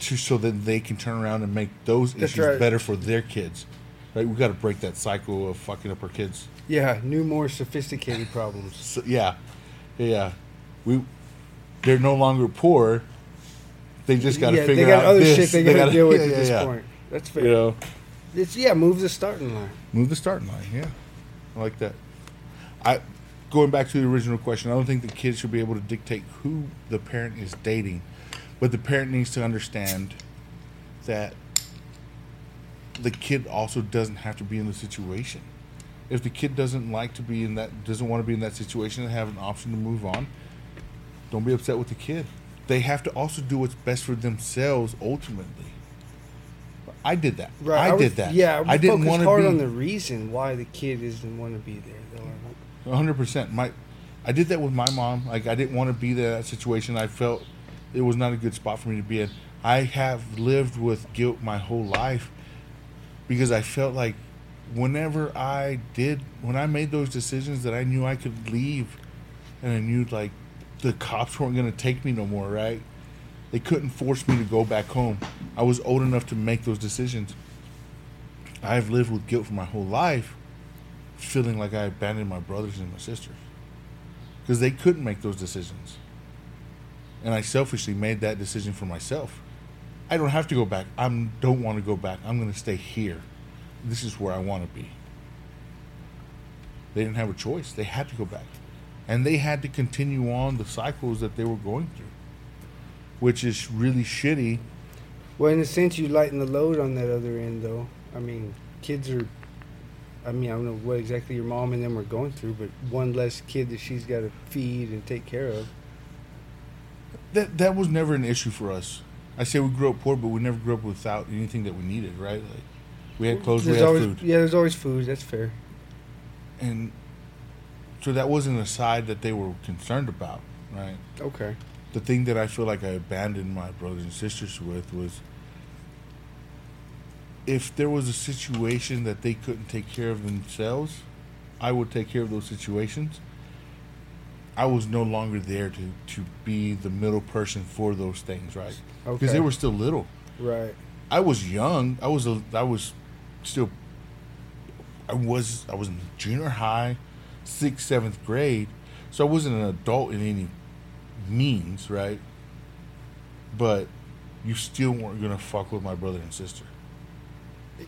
to so that they can turn around and make those
That's
issues
right.
better for their kids. Right? We got to break that cycle of fucking up our kids.
Yeah, new, more sophisticated problems.
So, yeah, yeah. We they're no longer poor. They just got to
yeah,
figure
they got
out
other
this.
shit they, got to
gotta-
deal with
yeah,
at
yeah,
this
yeah.
point. That's fair.
You know,
It's yeah, move the starting line.
move the starting line. Yeah, I like that. I going back to the original question. I don't think the kids should be able to dictate who the parent is dating, but the parent needs to understand that the kid also doesn't have to be in the situation. If the kid doesn't like to be in that, doesn't want to be in that situation, and have an option to move on, don't be upset with the kid. They have to also do what's best for themselves ultimately. I did that. I,
would-
did that.
Yeah,
I didn't want
focus
to
hard
be
on the reason why the kid doesn't want to be there. Though.
100%. My I did that with my mom. Like I didn't want to be in that situation. I felt it was not a good spot for me to be in. I have lived with guilt my whole life because I felt like whenever I did when I made those decisions that I knew I could leave and I knew like the cops weren't going to take me no more, right? They couldn't force me to go back home. I was old enough to make those decisions. I've lived with guilt for my whole life feeling like I abandoned my brothers and my sisters because they couldn't make those decisions. And I selfishly made that decision for myself. I don't have to go back. I don't want to go back. I'm going to stay here. This is where I want to be. They didn't have a choice. They had to go back. And they had to continue on the cycles that they were going through, which is really shitty.
Well, in a sense, you lighten the load on that other end, though. I mean, kids are. I mean, I don't know what exactly your mom and them were going through, but one less kid that she's got to feed and take care of.
that that was never an issue for us. I say we grew up poor, but we never grew up without anything that we needed, right? Like we had clothes, we
There's
had
always
food,
yeah, there's always food. That's fair.
and so that wasn't a side that they were concerned about, right?
Okay.
The thing that I feel like I abandoned my brothers and sisters with was if there was a situation that they couldn't take care of themselves, I would take care of those situations. I was no longer there to, to be the middle person for those things, right? Because
Okay.
they were still little.
Right.
I was young. I was a, I was still I was I was in junior high, sixth, seventh grade. So I wasn't an adult in any means, right? But you still weren't gonna fuck with my brother and sister.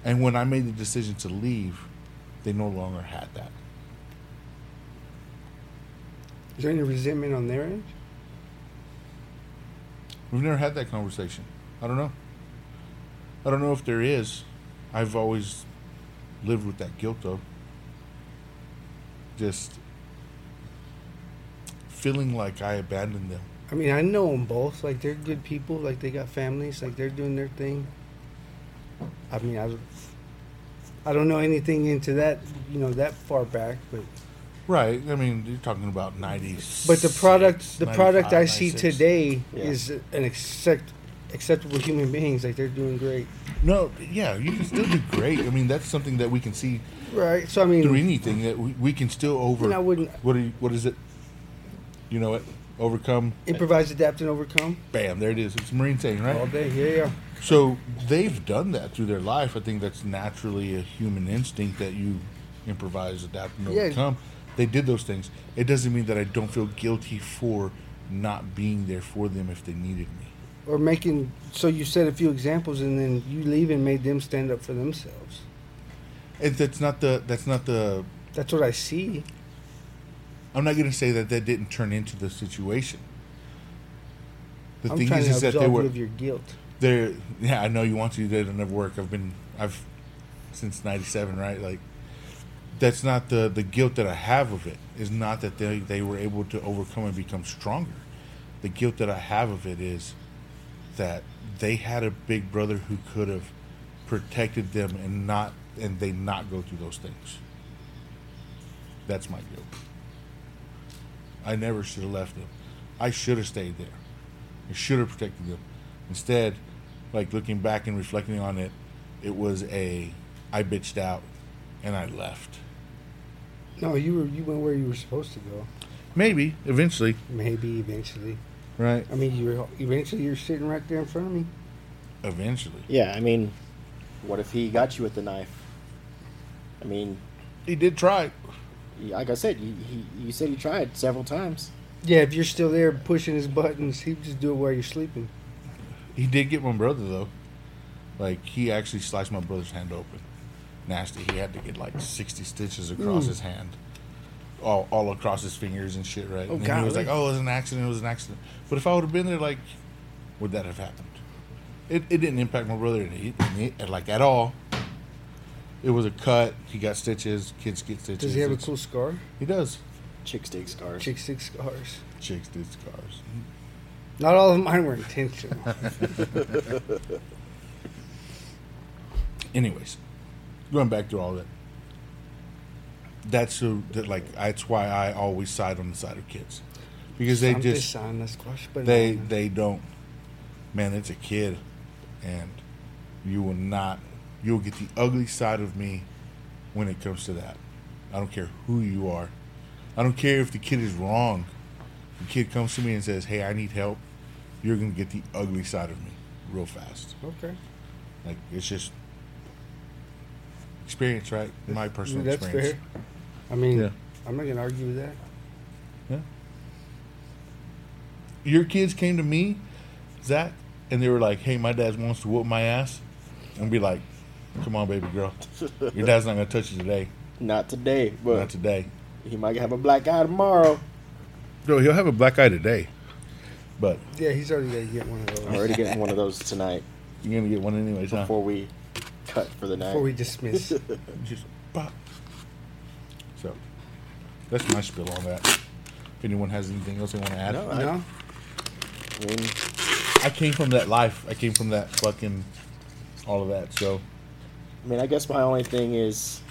And when I made the decision to leave, they no longer had that.
Is there any resentment on their end?
We've never had that conversation. I don't know. I don't know if there is. I've always lived with that guilt though. Just feeling like I abandoned them.
I mean, I know them both. Like they're good people. Like they got families. Like they're doing their thing. I mean, I, I don't know anything into that. You know that far back, but
Right. I mean, you're talking about 90s.
but the product, the product I see today is an accept, acceptable human beings. Like they're doing great.
No, yeah, you can still do great. I mean, that's something that we can see
Right. So I mean,
through anything that we, we can still over.
Mm. And I wouldn't-
What are you, what is it? You know it. Overcome.
improvise, adapt, and overcome
Bam. There it is. It's a Marine saying, right?
all day. Yeah, yeah.
So they've done that through their life. I think that's naturally a human instinct that you improvise, adapt, and
Yeah.
overcome. They did those things. It doesn't mean that I don't feel guilty for not being there for them if they needed me.
Or making. So you said a few examples, and then you leaving made them stand up for themselves.
And that's not the. That's not the.
That's what I see.
I'm not going to say that that didn't turn into the situation. The
I'm
thing
trying
is,
to
is that
absolve
they were
you of your guilt.
there yeah i know you want to that'll never work i've been i've since 97 right like that's not the the guilt that i have of it is not that they they were able to overcome and become stronger the guilt that i have of it is that they had a big brother who could have protected them and not and they not go through those things that's my guilt i never should have left them i should have stayed there I should have protected them. Instead, like looking back and reflecting on it, it was a I bitched out and I left.
No, you were you went where you were supposed to go.
Maybe eventually,
Maybe eventually.
right?
I mean, you were eventually you're sitting right there in front of me.
Eventually,
Yeah, I mean,
What if he got you with the knife? I mean,
he did try.
like I said, you, he, you said he tried several times.
Yeah, if you're still there pushing his buttons, he'd just do it while you're sleeping.
He did get my brother though. Like he actually sliced my brother's hand open. Nasty. He had to get like sixty stitches across
Ooh.
his hand. All, all across his fingers and shit, right?
Oh,
and then he was
golly.
like, Oh, it was an accident, it was an accident. But if I would have been there, like would that have happened? It, it didn't impact my brother in he- in he- like at all. It was a cut. He got stitches. Kids get stitches.
Does he have a
It's-
cool scar?
He does.
Chick stick scars.
Chick six scars.
Chicks did scars.
Not all of mine were intentional.
anyways, going back to all that, that's who, that like that's why I always side on the side of kids because they
I'm
just
on the squash banana.
they they don't. Man, it's a kid, and you will not. You'll get the ugly side of me when it comes to that. I don't care who you are. I don't care if the kid is wrong. The kid comes to me and says, "Hey, I need help." You're gonna get the ugly side of me real fast.
okay.
Like it's just experience, right? My personal
That's
experience.
fair. I mean,
Yeah.
I'm not gonna argue with that.
Your kids came to me, Zach, and they were like, "Hey, my dad wants to whoop my ass," and be like, "Come on, baby girl, your dad's not gonna touch you today,
Not today, but
not today."
he might have a black eye tomorrow.
No, he'll have a black eye today, but
Yeah, he's already gonna get one of those.
I'm already getting one of those tonight
you're gonna get one anyways, huh?
before we cut for the night.
Before we dismiss,
Just pop. So that's my spill on that. If anyone has anything else they want to add,
No,
no,
I mean,
I came from that life. I came from that fucking all of that. So
I mean, I guess my only thing is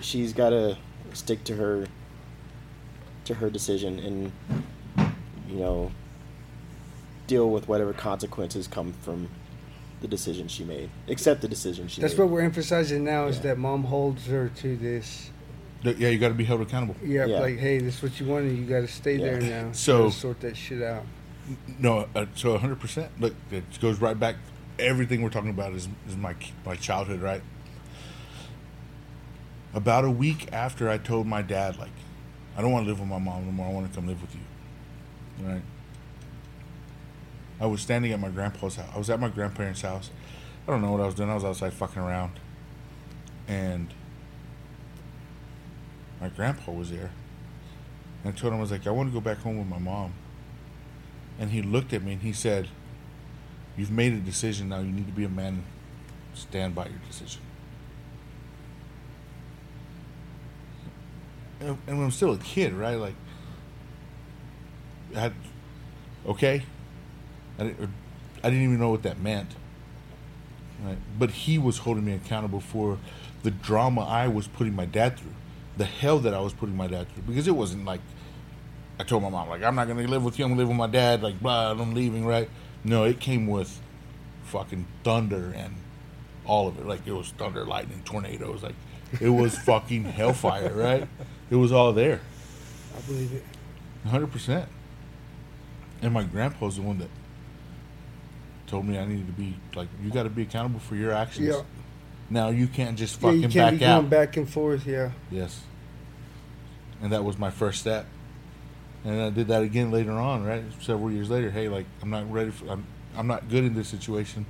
she's got to stick to her to her decision and you know deal with whatever consequences come from the decision she made. Accept the decision she
that's
made.
what we're emphasizing now is
Yeah.
that mom holds her to this.
th- yeah, you got to be held accountable.
Yeah,
Yeah.
like hey, this is what you wanted. You got to stay there
Yeah.
now. You
So-
gotta sort that shit out.
No, uh, so 100. percent Look, it goes right back. Everything we're talking about is, is my my childhood, right? About a week after I told my dad, like, I don't want to live with my mom no more. I want to come live with you, right? I was standing at my grandpa's house. I was at my grandparents' house. I don't know what I was doing. I was outside fucking around, and my grandpa was there. And I told him I was like, I want to go back home with my mom. And he looked at me and he said, You've made a decision now. You need to be a man. Stand by your decision. And, and when I'm still a kid, right? Like, I, okay. I didn't, I didn't even know what that meant. Right? But he was holding me accountable for the drama I was putting my dad through, the hell that I was putting my dad through. Because it wasn't like, I told my mom, like, I'm not gonna live with you. I'm gonna live with my dad. Like, blah, and I'm leaving, right? No, it came with fucking thunder and all of it. Like, it was thunder, lightning, tornadoes. Like, it was fucking hellfire, right? It was all there,
I believe it.
100%. And my grandpa's the one that told me I needed to be, like, you gotta be accountable for your actions.
Yeah.
Now you can't just
Yeah,
fucking
you can't be
back out.
going back and forth. Yeah,
Yes. And that was my first step. And I did that again later on, right? Several years later. Hey, like I'm not ready for I'm I'm not good in this situation.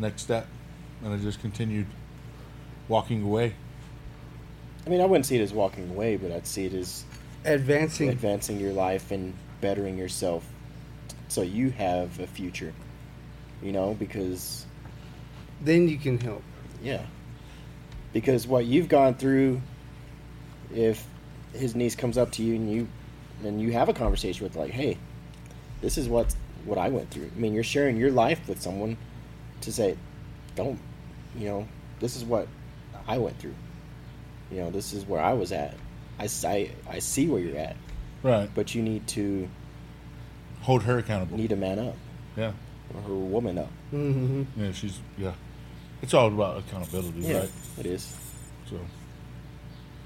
Next step. And I just continued walking away.
I mean, I wouldn't see it as walking away, but I'd see it as
advancing.
advancing your life and bettering yourself so you have a future. You know, because
Then you can help.
Yeah. Because what you've gone through, if his niece comes up to you and you and you have a conversation with like, hey, this is what what I went through. I mean, you're sharing your life with someone to say, don't, you know, this is what I went through. You know, this is where I was at. I, s- I- I see where you're at,
Right.
but you need to
Hold her accountable.
need to man up.
yeah.
her woman up.
Mm-hmm.
Yeah, she's yeah. It's all about accountability,
Yeah,
right?
it is.
So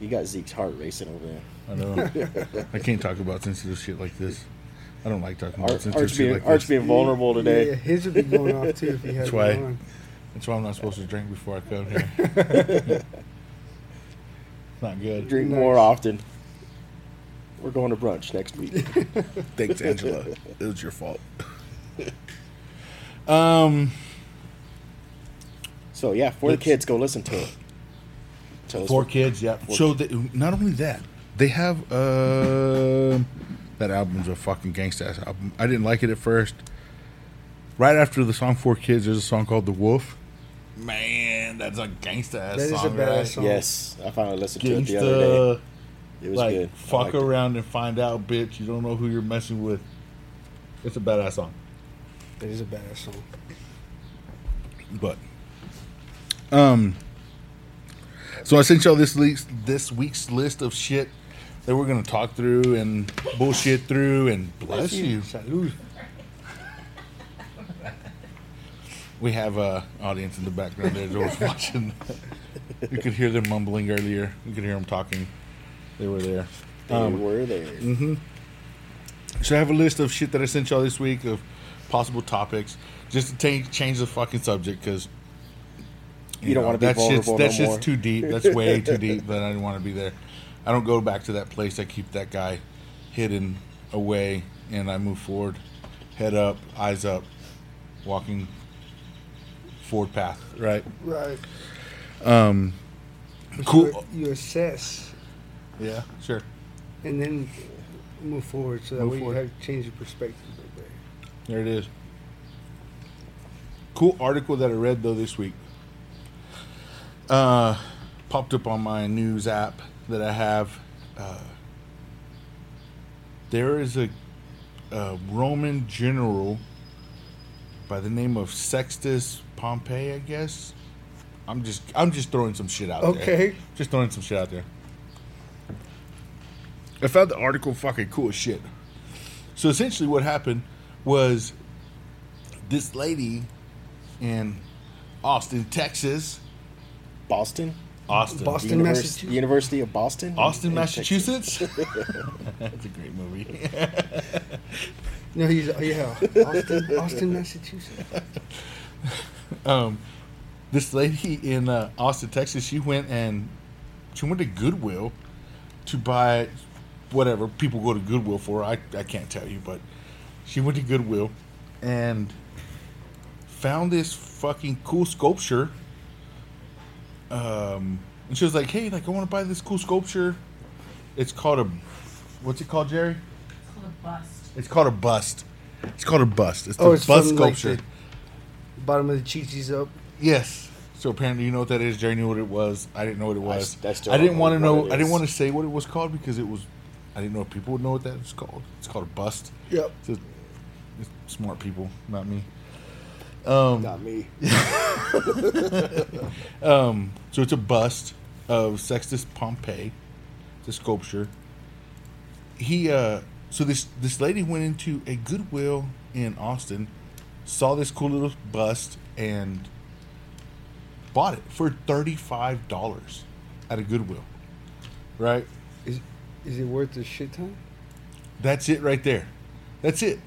You got Zeke's heart racing over there.
I know I can't talk about sensitive shit like this. I don't like talking about
Arch,
sensitive
Arch,
shit
being,
like
Arch
this.
being vulnerable today.
Yeah, his would be going off too if he had
That's
it
why-
on.
That's why I'm not supposed to drink before I come here. not good.
Drink
Nice.
more often. We're going to brunch next week.
Thanks, Angela. it was your fault. um,
so yeah, for
Let's-
the kids, go listen to it. Tell us
four
what-
kids. Yeah.
Four
so they, not only that, they have um that album's a fucking gangsta ass album. I didn't like it at first. Right after the song Four Kids, there's a song called The Wolf. Man, that's a gangsta ass
That is a
song.
badass
right?
song.
Yes, I finally listened to it the other day.
Gangsta.
It was
like
good. I
fuck
liked it.
around and find out, bitch. You don't know who you're messing with. It's a badass song,
That is a badass song.
but um. So I sent y'all this leaks, this week's list of shit that we're gonna talk through and bullshit through and bless you.
Salud.
We have a audience in the background there that was watching. you could hear them mumbling earlier. You could hear them talking. They were there.
They
Um,
were there.
Mm-hmm.
So I have a list of shit that I sent y'all this week of possible topics, just to change change the fucking subject because
You don't wanna be
that shit's,
vulnerable
that
no
shit's
more.
too deep. That's way too deep. That I didn't want to be there. I don't go back to that place. I keep that guy hidden away, and I move forward, head up, eyes up, walking forward path. Right.
Right.
Cool.
You, you assess
Yeah. Sure.
and then move forward. So that
Move
way
forward.
you have to change your perspective. a bit
There it is. Cool article that I read though this week. Uh, popped up on my news app that I have. Uh, there is a, a Roman general by the name of Sextus Pompey, I guess. I'm just I'm just throwing some shit out there.
Okay.
Just throwing some shit out there. I found the article fucking cool as shit. So essentially, what happened was this lady in Austin, Texas,
Boston,
Austin,
Boston.
Univers-
Massachusetts.
University of Boston,
Austin,
in Texas.
Massachusetts. That's a great movie.
No, he's yeah, Austin, Austin, Massachusetts.
um, this lady in uh, Austin, Texas, she went and she went to Goodwill to buy whatever people go to Goodwill for. I, I can't tell you, but she went to Goodwill and found this fucking cool sculpture. Um, and she was like, "Hey, like I want to buy this cool sculpture. It's called a what's it called, Jerry?
It's called a bust.
It's called a bust. It's called a bust. It's the
Oh, it's
bust
from, like,
sculpture."
the- Bottom of the Chi-Chi's up.
Yes. So apparently you know what that is. Jerry knew what it was. I didn't know what it
I
was.
s-
I,
I still
didn't
don't
want to
know what
know.
it
I didn't
is.
want to say what it was called because it was. I didn't know if people would know what that was called. It's called a bust.
Yep.
It's, a- it's smart people, not me.
Not me.
Um, so it's a bust of Sextus Pompey, the sculpture. He uh, so this this lady went into a Goodwill in Austin, saw this cool little bust and bought it for thirty five dollars at a Goodwill, right?
Is is it worth the shit ton?
That's it right there. That's it.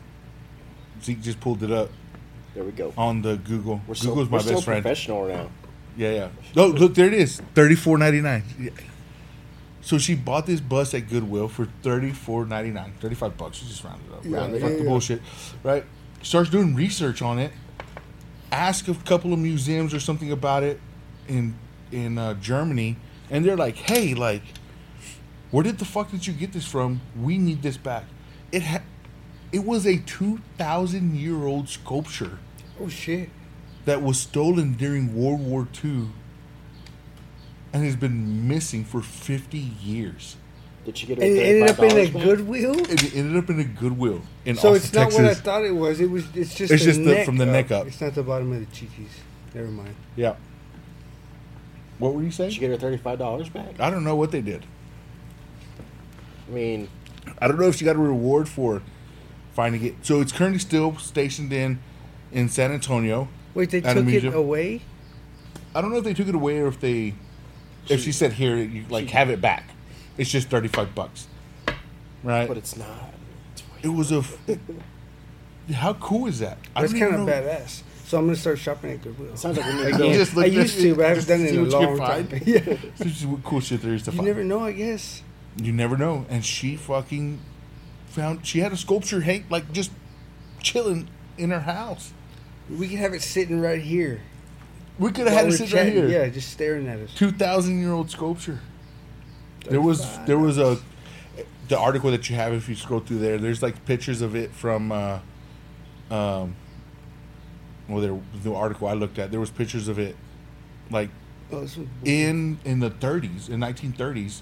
Zeke just pulled it up
There we go.
on the Google.
We're so,
Um, Google's
we're
my
so
best friend.
professional now.
Yeah, yeah. Oh, look, there it is. Thirty four ninety nine. So she bought this bus at Goodwill for thirty four ninety nine. Thirty five bucks. She just rounded up.
Yeah,
Round
yeah,
fuck the
yeah.
bullshit. Right? Starts doing research on it. Ask a couple of museums or something about it in in uh, Germany, and they're like, "Hey, like, where did the fuck did you get this from? We need this back." It ha- it was a two thousand year old sculpture
Oh shit!
that was stolen during World War II and has been missing for 50 years.
Did she get her
And it ended up in a
$35 back?
Goodwill.
And it ended up in a Goodwill in
So
Austin,
it's not
Texas.
what I thought it was. It was. It's just.
It's just the-
neck
from the neck up.
It's not the bottom of the Chi-Chi's. Never mind.
Yeah. What were you saying?
Did she get her thirty-five dollars back?
I don't know what they did.
I mean,
I don't know if she got a reward for finding it. So it's currently still stationed in in San Antonio.
Wait, they
Adam
took it
Egypt.
away?
I don't know if they took it away or if they, if she said here, you like have it back. It's just thirty five bucks, right?
But it's not. It's
it
way-
was a. f- how cool is that? I
That's
don't even
kind of
know-
badass. So I'm gonna start shopping at Goodwill.
It sounds like we need to
You
go.
Again.
just look
I
at
used to, but I haven't
just
done it in
see
a
what you
long
find.
time. Yeah.
This is what cool shit there is to
You
find.
never know, I guess.
You never know. And she fucking found she had a sculpture hang like just chilling in her house.
We could have it sitting right here.
We could have had
While
it
we're
sitting right
chatting.
here.
Yeah, just staring at us.
Two thousand year old sculpture. There was there was a the article that you have if you scroll through there. There's like pictures of it from, uh, um, well, there the article I looked at. There was pictures of it, like
Oh, this one's bull-
in in the 30s in 1930s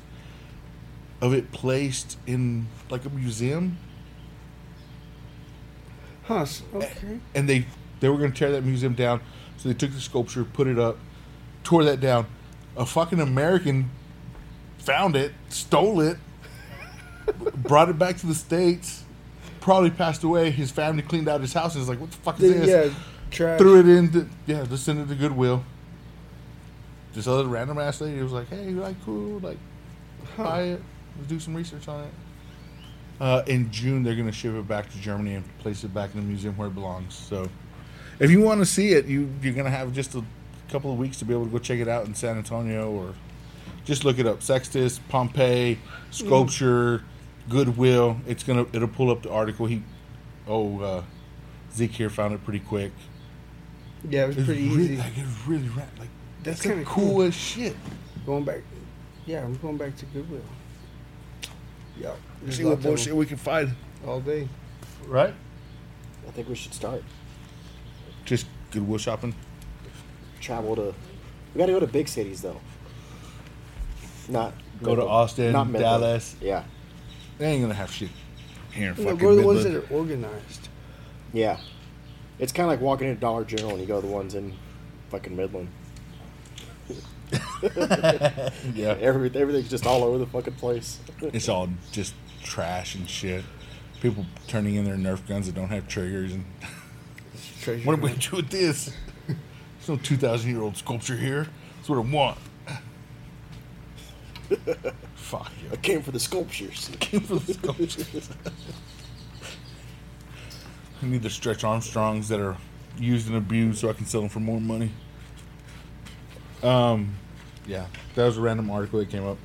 of it placed in like a museum
Huh? s- Okay.
and they they were going to tear that museum down so they took the sculpture put it up tore that down a fucking american found it stole it brought it back to the states probably passed away his family cleaned out his house and was like what the fuck is
Yeah.
this
Trash.
threw it in the, yeah just sent it to goodwill this other random ass lady was like hey like cool like buy it. Let's do some research on it. Uh, in June, they're going to ship it back to Germany and place it back in the museum where it belongs. So, if you want to see it, you you're going to have just a couple of weeks to be able to go check it out in San Antonio or just look it up. Sextus, Pompeii, sculpture, Goodwill. It's gonna it'll pull up the article. He, oh, uh, Zeke here found it pretty quick.
Yeah, it was
It's
pretty
really,
easy.
Like, it's really ra- like
That's
that's kind
kinda
of
cool.
cool as shit.
Going back. Yeah, I'm going back to Goodwill. Yeah. there's
See
lots
what
of them
bullshit we can find,
All day.
right?
I think we should start.
Just Goodwill shopping.
Travel to. We got to go to big cities though. Not
Go to Austin,
Midland.
Dallas.
Yeah,
They ain't gonna have shit here in
No,
fucking
we're the ones that
Midland.
are organized.
yeah. It's kind of like walking into Dollar General and you go to the ones in fucking Midland.
yeah,
Every, everything's just all over the fucking place.
it's all just trash and shit. People turning in their Nerf guns that don't have triggers. And
Treasure.
what am I gonna do with this? There's no two thousand year old sculpture here. That's what I want. Fuck
I
you.
came for the sculptures.
For the sculptures. I need the Stretch Armstrongs that are used and abused so I can sell them for more money. Um, yeah, that was a random article that came up.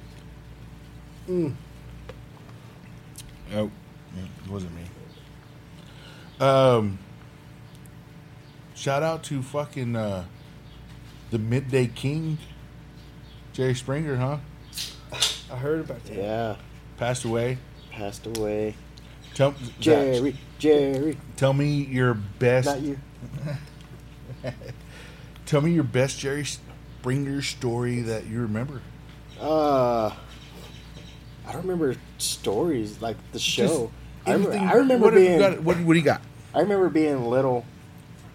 Oh, it wasn't me. Um, shout out to fucking uh, the Midday King, Jerry Springer, huh?
I heard about that.
yeah,
Passed away.
passed away.
Tell Zach,
Jerry, Jerry,
Tell me your best.
not you.
Tell me your best Jerry Springer story that you remember.
Uh, I don't remember stories like the show. I, rem-
Anything-
I remember
what, have you
being.
got- what, what do you got?
I remember being little.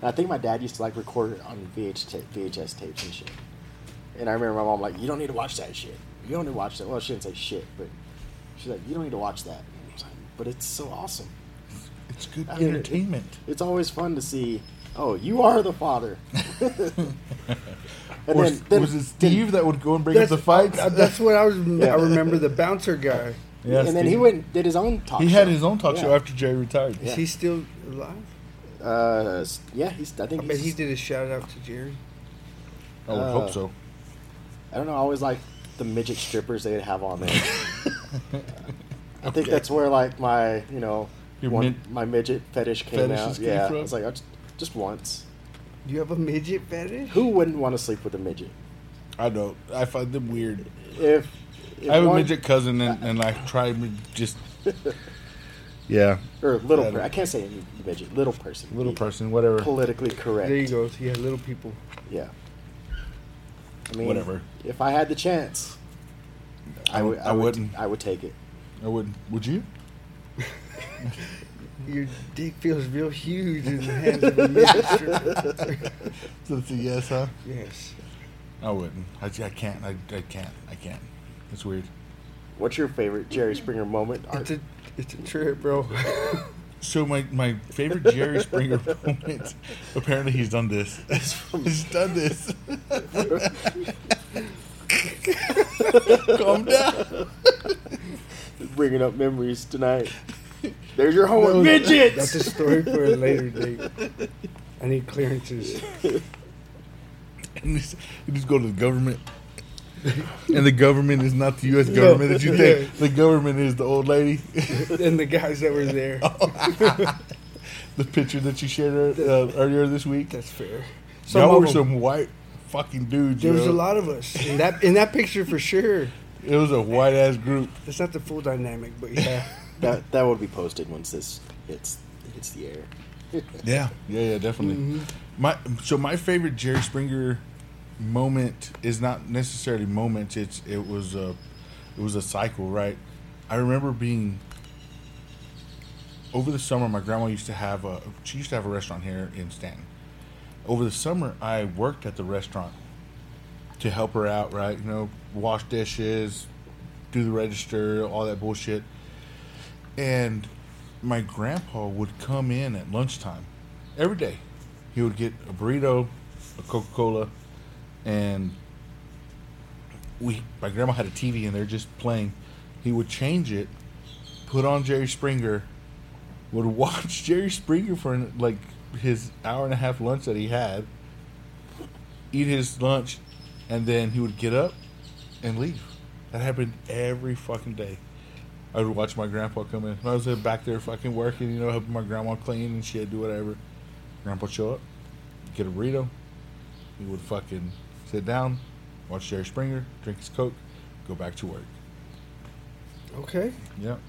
and I think my dad used to like record it on VH ta- VHS tapes and shit. And I remember my mom like, "You don't need to watch that shit. You don't need to watch that." Well, she didn't say shit, but she's like, "You don't need to watch that." And I was like, but it's so awesome.
It's good
I mean, it-
entertainment.
It's always fun to see. Oh, you are the father. and
Or, was it Steve that would go and bring up the fights?
I- that's what I was. I remember the bouncer guy.
Yeah,
and then he
Steve.
went and did his own talk.
He
show.
had his own talk
Yeah.
show after Jerry retired.
Is
Yeah.
he still alive?
Uh, s- yeah, he's. I think.
I bet
he's-
he did a shout out to Jerry.
I would
Uh,
hope so.
I don't know. I always like the midget strippers they'd have on there. I think that's where like my you know
Your
one,
mid-
my midget fetish came
Fetishes
out.
came
yeah,
from?
I was like, I just, just once.
Do you have a midget fetish?
Who wouldn't want to sleep with a midget?
I know. I find them weird.
If, if
I have
one-
a midget cousin, and, and I try to just yeah,
or little.
Yeah.
Per- I can't say midget. Little person.
little
Be
person, whatever.
Politically correct.
There you go. So you had little people.
Yeah. I mean,
Whatever.
If I had the chance, I, would.
I
I, would.
wouldn't.
I would take it.
I would. Would you?
Your dick feels real huge in the hands of a midget stripper.
So it's a yes, huh?
Yes.
I wouldn't. I, I can't. I, I can't. I can't. It's weird.
What's your favorite Jerry Springer moment? Art?
It's a, it's a trip, bro.
So my, my favorite Jerry Springer moment. Apparently he's done this. he's done this. Calm down.
Bringing up memories tonight. There's your homework,
No,
midgets.
That's a story for a later date. I need clearances.
And just, you just go to the government. And the government is not the U.S. government that you think. The government is the old lady.
and the guys that were there.
the picture that you shared ear- uh, earlier this week.
That's fair. Some
Y'all
of
were
them.
some white fucking dudes.
There was
yo.
a lot of us in that in that picture for sure.
It was a white ass group.
That's not the full dynamic, but yeah.
that that will be posted once this hits hits the air.
Yeah, yeah, yeah, definitely. My so my favorite Jerry Springer moment is not necessarily moments. It's it was a it was a cycle, right? I remember being over the summer. My grandma used to have a she used to have a restaurant here in Stanton. Over the summer, I worked at the restaurant to help her out, right? You know, wash dishes, do the register, all that bullshit. And my grandpa would come in at lunchtime every day. He would get a burrito, a Coca Cola, and we. My grandma had a TV in there just playing. He would change it, put on Jerry Springer, would watch Jerry Springer for an- like his hour and a half lunch that he had, eat his lunch, and then he would get up and leave. That happened every fucking day. I would watch my grandpa come in. And I was uh, back there fucking working, you know, helping my grandma clean and shit, do whatever. Grandpa would show up, get a burrito. He would fucking sit down, watch Jerry Springer, drink his coke, go back to work.
Okay.
Yep.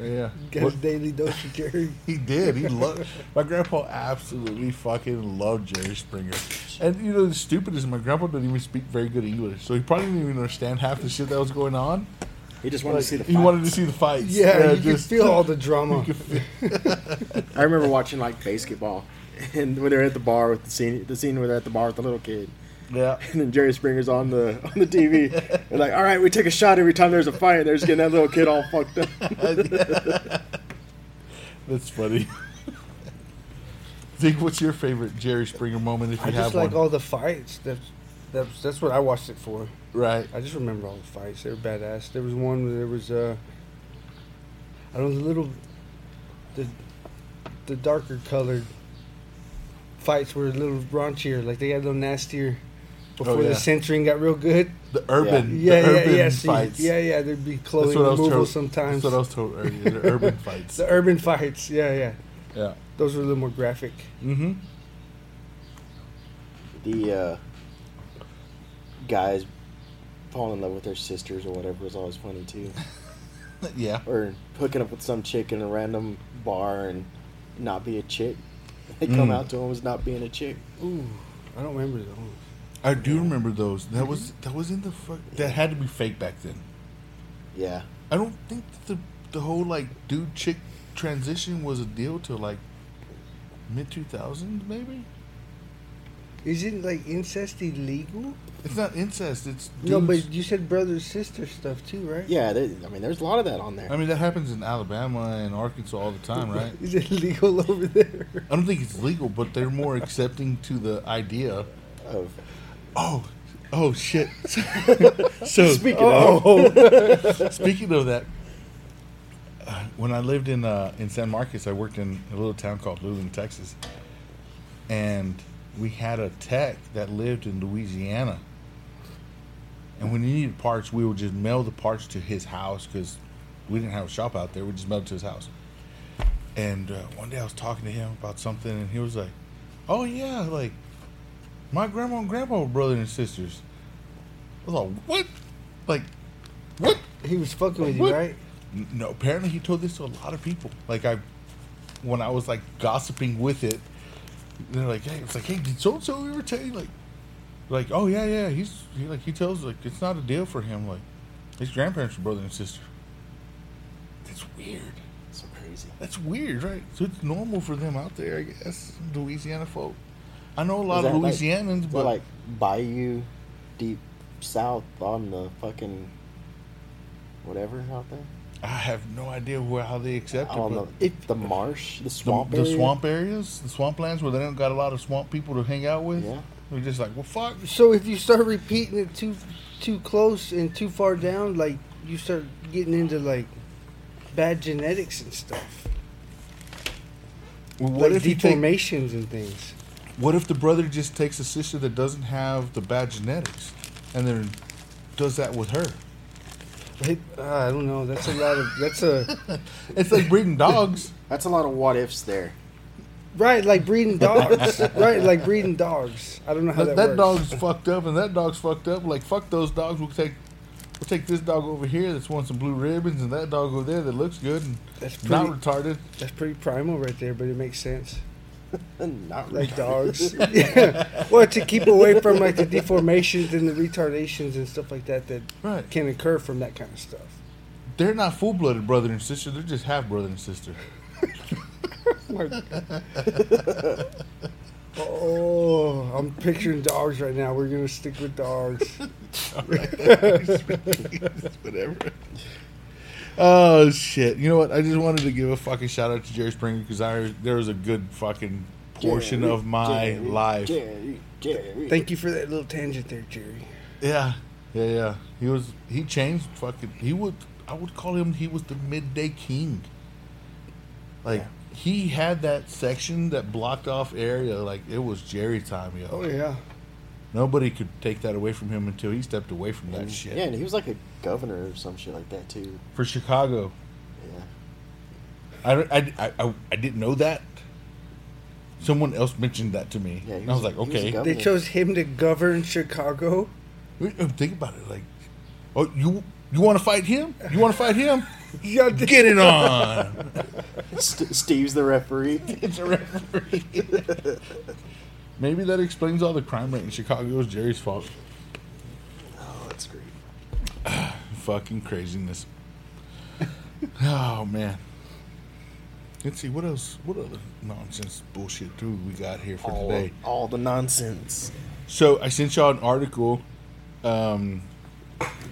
Yeah. yeah.
Got
What-
his daily dose of Jerry.
he did. He loved my grandpa. Absolutely fucking loved Jerry Springer. And you know the stupid is my grandpa didn't even speak very good English, so he probably didn't even understand half the shit that was going on.
He just wanted to see the.
He wanted to
fights.
see the fights.
Yeah, you
just-
can feel all the drama.
I remember watching like basketball, and when they're at the bar with the scene, the scene where they're at the bar with the little kid,
Yeah.
and then Jerry Springer's on the on the TV. They're like, "All right, we take a shot every time there's a fight." They're just getting that little kid all fucked up.
That's funny. Zeke, what's your favorite Jerry Springer moment if you
I
have
just like
one?
all the fights. That's, that's that's what I watched it for.
right.
I just remember all the fights. They were badass. There was one where there was uh, I don't know, the little, the, the darker colored fights were a little raunchier. Like they got a little nastier before
yeah.
the censoring got real good.
The urban,
Yeah,
the
yeah,
urban
yeah. see,
fights.
yeah, yeah. There'd be
That's what
Chloe
I was
removal
told.
sometimes.
That's what I was told earlier. The urban fights.
the urban fights. Yeah, yeah.
Yeah.
Those were a little more graphic.
Mm-hmm.
The uh, guys fall in love with their sisters or whatever is always funny too.
Yeah.
or hooking up with some chick in a random bar and not be a chick. They come
Mm.
out to him as not being a chick.
Ooh, I don't remember those.
I do remember those. That was that was in the fuck. That had to be fake back then.
Yeah.
I don't think the the whole like dude chick transition was a deal till like mid 2000s maybe.
Isn't like incest illegal?
It's not incest. It's dudes.
No, but you said brother sister stuff too, right?
Yeah, they, I mean, there's a lot of that on there.
I mean that happens in Alabama and Arkansas all the time, right?
Is it legal over there?
I don't think it's legal, but they're more accepting to the idea.
of,
Oh, oh shit! so
Speaking
of speaking of that, uh, when I lived in uh, in San Marcos, I worked in a little town called Luling, Texas, and we had a tech that lived in Louisiana. And when he needed parts, we would just mail the parts to his house because we didn't have a shop out there. We just mailed it to his house. And uh, one day I was talking to him about something, and he was like, "Oh yeah, like my grandma and grandpa were brothers and sisters." I was like, "What? Like, what?"
He was fucking with you,
What?
right?
N- No, apparently he told this to a lot of people. Like I, when I was like gossiping with it, they're like, "Hey, it's like, hey, did so and so ever tell you like, like, oh yeah, yeah, he's he, like he tells like it's not a deal for him. Like, his grandparents were brother and sister. That's weird.
so crazy.
That's weird, right? So it's normal for them out there, I guess. Louisiana folk. I know a
Is
lot of
that like-
Louisianans,
is that
but
like Bayou, deep south on the fucking whatever out there.
I have no idea where how they accept it.
on the
but
if the marsh, the
the,
swamp,
the
area,
swamp areas, the swamplands where they don't got a lot of swamp people to hang out with.
Yeah.
They're just like, well, fuck.
So if you start repeating it too too close and too far down, like you start getting into like bad genetics and stuff.
Well, what
like
if you take,
deformations and things.
What if the brother just takes a sister that doesn't have the bad genetics, and then does that with her?
Like, uh, I don't know. That's a lot of that's a
It's like breeding dogs.
That's a lot of what ifs there.
right like breeding dogs. right like breeding dogs. I don't know how
that,
that,
that
works.
dog's fucked up, and that dog's fucked up. Like fuck those dogs. We'll take we'll take this dog over here that's won some blue ribbons, and that dog over there that looks good and
That's
not
pretty.
retarded.
That's pretty primal right there, but it makes sense.
Not
Like
really.
dogs. yeah. Well, to keep away from like the deformations and the retardations and stuff like that that
Right.
can occur from that kind of stuff.
They're not full blooded brother and sister. They're just half brother and sister.
Oh, I'm picturing dogs right now. We're gonna stick with dogs.
Whatever. Oh shit! You know what? I just wanted to give a fucking shout out to Jerry Springer because I there was a good fucking portion
Jerry,
of my
Jerry,
life.
Jerry, Jerry.
Thank you for that little tangent there, Jerry.
Yeah, yeah, yeah. He was he changed fucking. He would I would call him he was the midday king. Like he had that section that blocked off area like it was Jerry time, yo.
Oh yeah,
Nobody could take that away from him until he stepped away from that
And-
shit.
Yeah, and he was like a governor or some shit like that too.
For Chicago,
Yeah.
I, I, I, I, I didn't know that. Someone else mentioned that to me.
Yeah, he
and I was
was
like,
a- he was a
okay.
governor.
they chose him to govern Chicago.
Think about it. Like, oh, you you want to fight him? You want to fight him?
Yeah,
Get it on.
St- Steve's the referee.
it's a referee. Maybe that explains all the crime rate in Chicago. Is Jerry's fault.
oh, that's great.
Fucking craziness. oh man. Let's see what else. What other nonsense bullshit do we got here for
All,
today?
all the nonsense.
So I sent y'all an article. Um,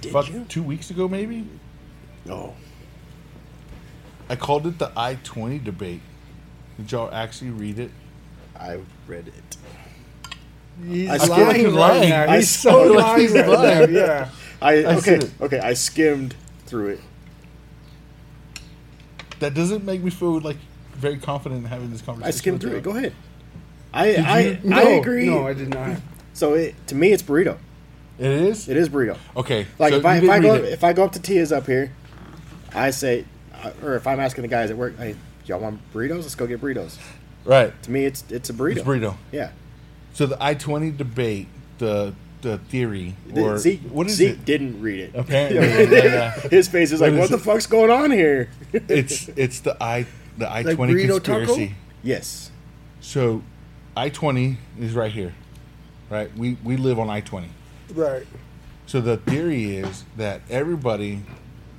Did
about
you?
two weeks ago, maybe.
Oh,
I called it the I twenty debate. Did y'all actually read it?
I read it.
He's
I skipped-
lying
He's
right
lying.
now.
I
He's so
skipped-
lying
he's
right now.
lying.
Yeah.
I,
I
okay,
said it.
okay. I skimmed through it.
That doesn't make me feel like very confident in having this conversation.
I skimmed
with
through it. Go
y'all.
ahead. I
Did
I,
you?
No,
I agree.
No, I did not.
So it to me, it's burrito.
It is.
It is burrito.
Okay.
Like
so
if I,
you
if I
didn't
go
read it.
if I go up to Tia's up here, I say, uh, or if I'm asking the guys at work, hey, y'all want burritos? Let's go get burritos.
right.
To me, it's it's a burrito.
It's burrito.
Yeah.
So the I twenty debate, the the theory or
Zeke,
what is
Zeke
it?
didn't read it.
Apparently, yeah, yeah.
His face is like,
What
what,
is
the
it?"
fuck's going on here?
it's it's the I the I twenty
burrito
conspiracy.
taco?
yes.
So I twenty is right here, right? We we live on I twenty.
Right.
So the theory is that everybody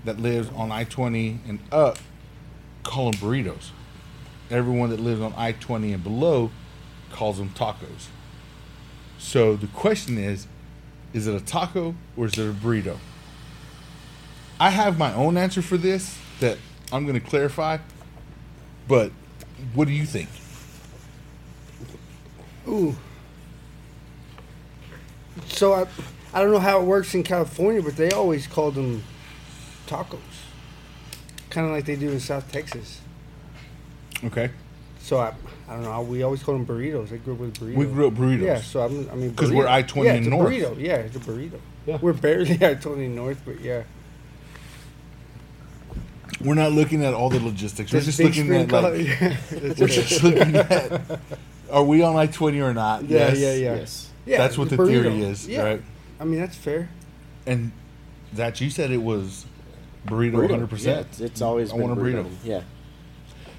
that lives on I twenty and up call them burritos. Everyone that lives on I twenty and below calls them tacos. So the question is, is it a taco or is it a burrito? I have my own answer for this that I'm going to clarify, but what do you think?
Ooh. So I, I don't know how it works in California, but they always call them tacos, kind of like they do in South Texas.
Okay,
So I, I don't know. We always call them burritos. I grew up with burritos.
we grew up burritos.
Yeah, so I'm, I mean,
'Cause we're
burrito.
I-20
yeah,
and
it's a
north.
Burrito, yeah, it's a burrito.
Yeah.
We're barely I-20 north, but yeah,
We're not looking at all the logistics. We're
This
just
big
looking
screen
at
color-
like,
yeah, that's
we're
it.
just looking at are we on I twenty or not?
Yeah, yeah, yeah.
Yes.
Yeah,
That's what
it's a
the theory
burrito.
is,
Yeah.
right?
I mean, that's fair.
And that you said it was burrito one
Burrito.
hundred
Yeah,
percent.
it's, it's always
I
been
want a burrito.
Yeah.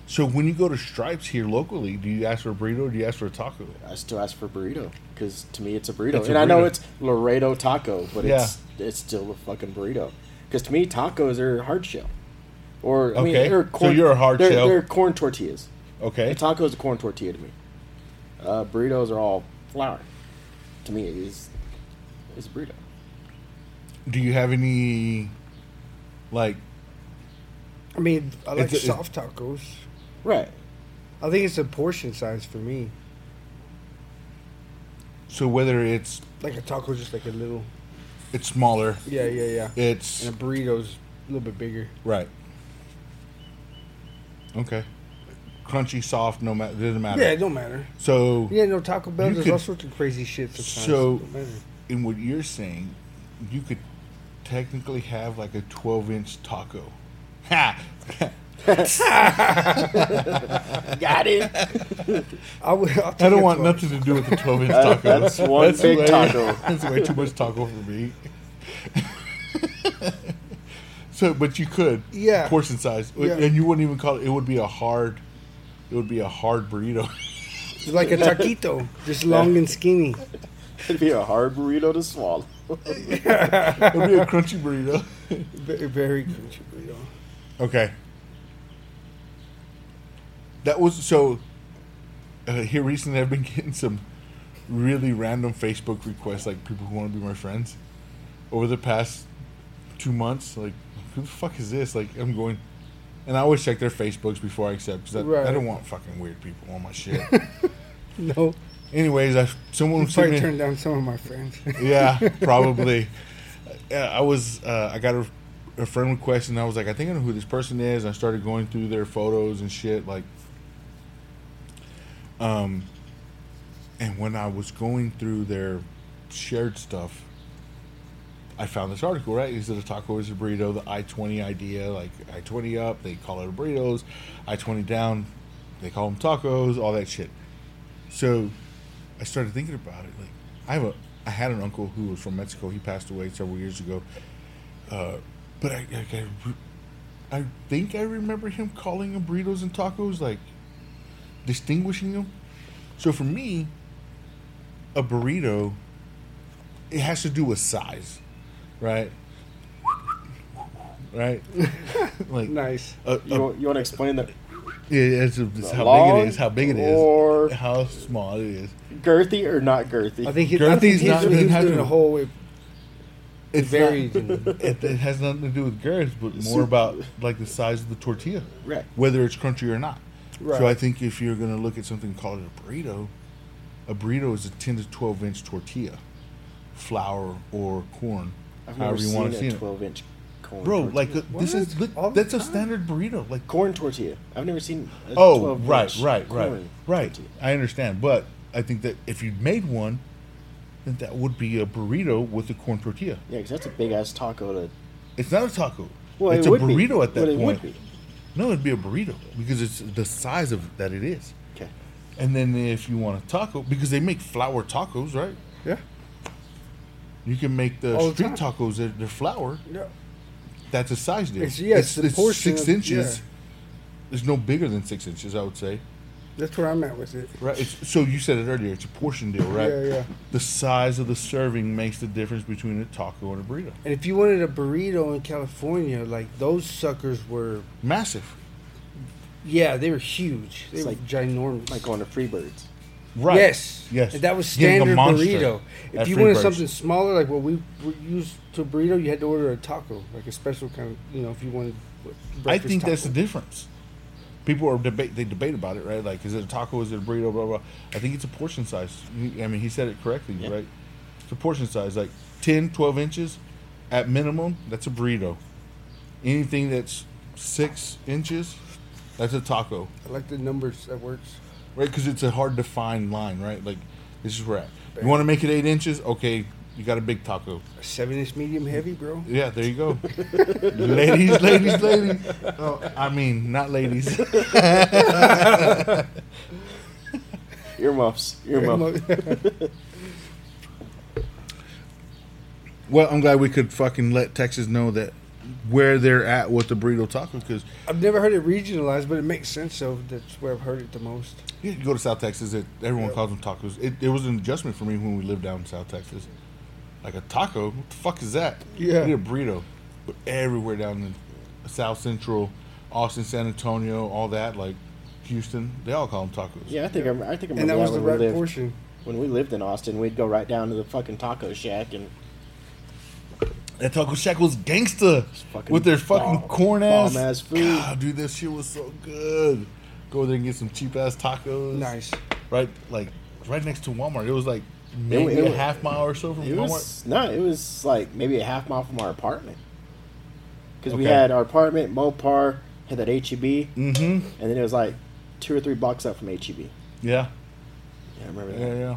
So when you go to Stripes here locally, do you ask for a burrito or do you ask for a taco?
I still ask for burrito because to me it's a burrito,
It's a
and I know
burrito.
it's Laredo taco, but it's it's still a fucking burrito because to me tacos are hard shell, or I mean,
Okay,
they're
so
corn,
you're a hard
they're,
shell.
They're corn tortillas.
Okay.
A taco is a corn tortilla to me. Uh, burritos are all flour. To me, it is is a burrito.
Do you have any like
I mean, I like
It's- it's-
soft tacos.
Right.
I think it's a portion size for me.
So whether it's
Like a taco, just like a little.
it's smaller,
Yeah, yeah, yeah.
it's
And a burrito's a little bit bigger.
right. Okay, crunchy, soft, no matter doesn't matter.
Yeah, it don't matter.
So
Yeah, no Taco Bell.
You
There's
could-
all sorts of crazy shit sometimes.
So-
it don't matter.
in what you're saying, you could technically have like a 12 inch taco. Ha!
Got it.
I would. I'll
I
take
don't
a
want
12.
nothing to do with the 12 inch taco.
That's one big
way,
taco.
That's way too much taco for me. so, but you could,
Yeah.
portion size,
Yeah.
and you wouldn't even call it. It would be a hard, it would be a hard burrito.
Like a taquito, just long and skinny.
It'd be a hard burrito to swallow.
it would be a crunchy burrito.
Very, very crunchy burrito.
Okay. That was so. Uh, here recently, I've been getting some really random Facebook requests, like people who want to be my friends, over the past two months. Like, who the fuck is this? Like, I'm going, and I always check their Facebooks before I accept because I, I
Right.
don't want fucking weird people on my shit.
No,
Anyways, I someone
you
sent
probably
me,
turned down some of my friends.
yeah, probably. Uh, I was uh, I got a, a friend request and I was like, I think I know who this person is. I started going through their photos and shit like, um, and when I was going through their shared stuff, I found this article. Right, is it a taco? Is it a burrito? The I twenty idea, like I twenty up, they call it a burritos. I twenty down, they call them tacos. All that shit. So I started thinking about it. Like I have a, I had an uncle who was from Mexico. He passed away several years ago. Uh, but I, I, I, re- I think I remember him calling them burritos and tacos, like distinguishing them. So for me, a burrito, it has to do with size, right? Right, like
nice.
a,
You,
a,
you want to explain the
yeah, it's, it's how
long
big it is, how big it is,
or
how small it is.
girthy or not girthy?
I think he, I
Girthy's
think he's,
not-
he was
not
doing
doing-
a whole. It
It's not-
varied. and-
it, it has nothing to do with girth, but more
Soup.
about like the size of the tortilla,
Right.
whether it's crunchy or not.
Right.
So I think if you're going to look at something called a burrito, a burrito is a 10 to 12 inch tortilla, flour or corn,
I've never
however you
seen
want to see
a
it.
12 inch corn.
Bro,
tortilla.
like uh, this is
What?
li-
All the
that's a standard burrito. Like
corn tortilla. I've never seen. A
oh
12
right
inch
right right
corn
right.
tortilla.
I understand, but I think that if you made one, then that would be a burrito with a corn tortilla.
Yeah, because that's a big ass taco to.
It's not a taco.
Well,
it's
it
a
would be,
burrito at that
but
point.
It would be.
No, it'd be a burrito because it's the size of that it is.
Okay.
And then if you want a taco, because they make flour tacos, right?
yeah.
You can make the
All the
street
time.
tacos that they're flour.
Yeah.
That's a size deal.
It's- yeah, it's the portion
six
of-
inches.
yeah.
It's no bigger than six inches, I would say.
That's where I'm at with it.
Right. It's, so you said it earlier. It's a portion deal, right?
Yeah, yeah.
The size of the serving makes the difference between a taco and a burrito.
And if you wanted a burrito in California, like those suckers were,
Massive.
yeah, they were huge. They
It's
were
like-
ginormous.
Like going to Freebirds.
Right.
Yes.
Yes.
And that was
Getting a
standard
monster
burrito.
at
If you
Free
wanted
Birds.
something smaller, like what we were used to a burrito, you had to order a taco, like a special kind of, you know, if you wanted. what,
I
breakfast
think that's the
taco.
difference. People are debate. They debate about it, right? Like, is it a taco? Is it a burrito? Blah blah. I think it's a portion size. You- I mean, he said it correctly,
Yeah.
right? It's a portion size, like 10, 12 inches at minimum. That's a burrito. Anything that's six inches, that's a taco,
I like the numbers that works.
right? Because it's a hard to find line, right? Like, this is where. at. You want to make it eight inches? Okay, you got a big taco.
A seven inch medium heavy, bro.
Yeah, there you go. ladies, ladies, ladies. Oh, I mean, not ladies.
Earmuffs. Earmuffs.
Well, I'm glad we could fucking let Texas know that where they're at with the burrito taco because
I've never heard it regionalized, but it makes sense, so that's where I've heard it the most.
you go to South Texas, it, everyone calls them tacos. It, it was an adjustment for me when we lived down in South Texas. Like a taco, what the fuck is that?
Yeah.
I need a burrito. But everywhere down in South Central, Austin, San Antonio, all that, like Houston, they all call them tacos.
Yeah, I think I'm, I think I remember
And that was the
when
right
we lived.
portion.
When we lived in Austin, we'd go right down to the fucking taco shack and
That Taco Shack was gangsta
fucking
with their fucking
bomb-
corn ass.
bomb-ass food.
God, dude, that shit was so good. Go there and get some cheap ass tacos.
Nice.
Right, like right next to Walmart. It was like
wa-
maybe
it
a
wa-
half mile or so from
It
Walmart.
was no, it was like maybe a half mile from our apartment because we
Okay.
had our apartment, Mopar had that HEB, and
mm-hmm.
then it was like two or three blocks up from HEB. Yeah,
Yeah.
I remember that.
Yeah, yeah.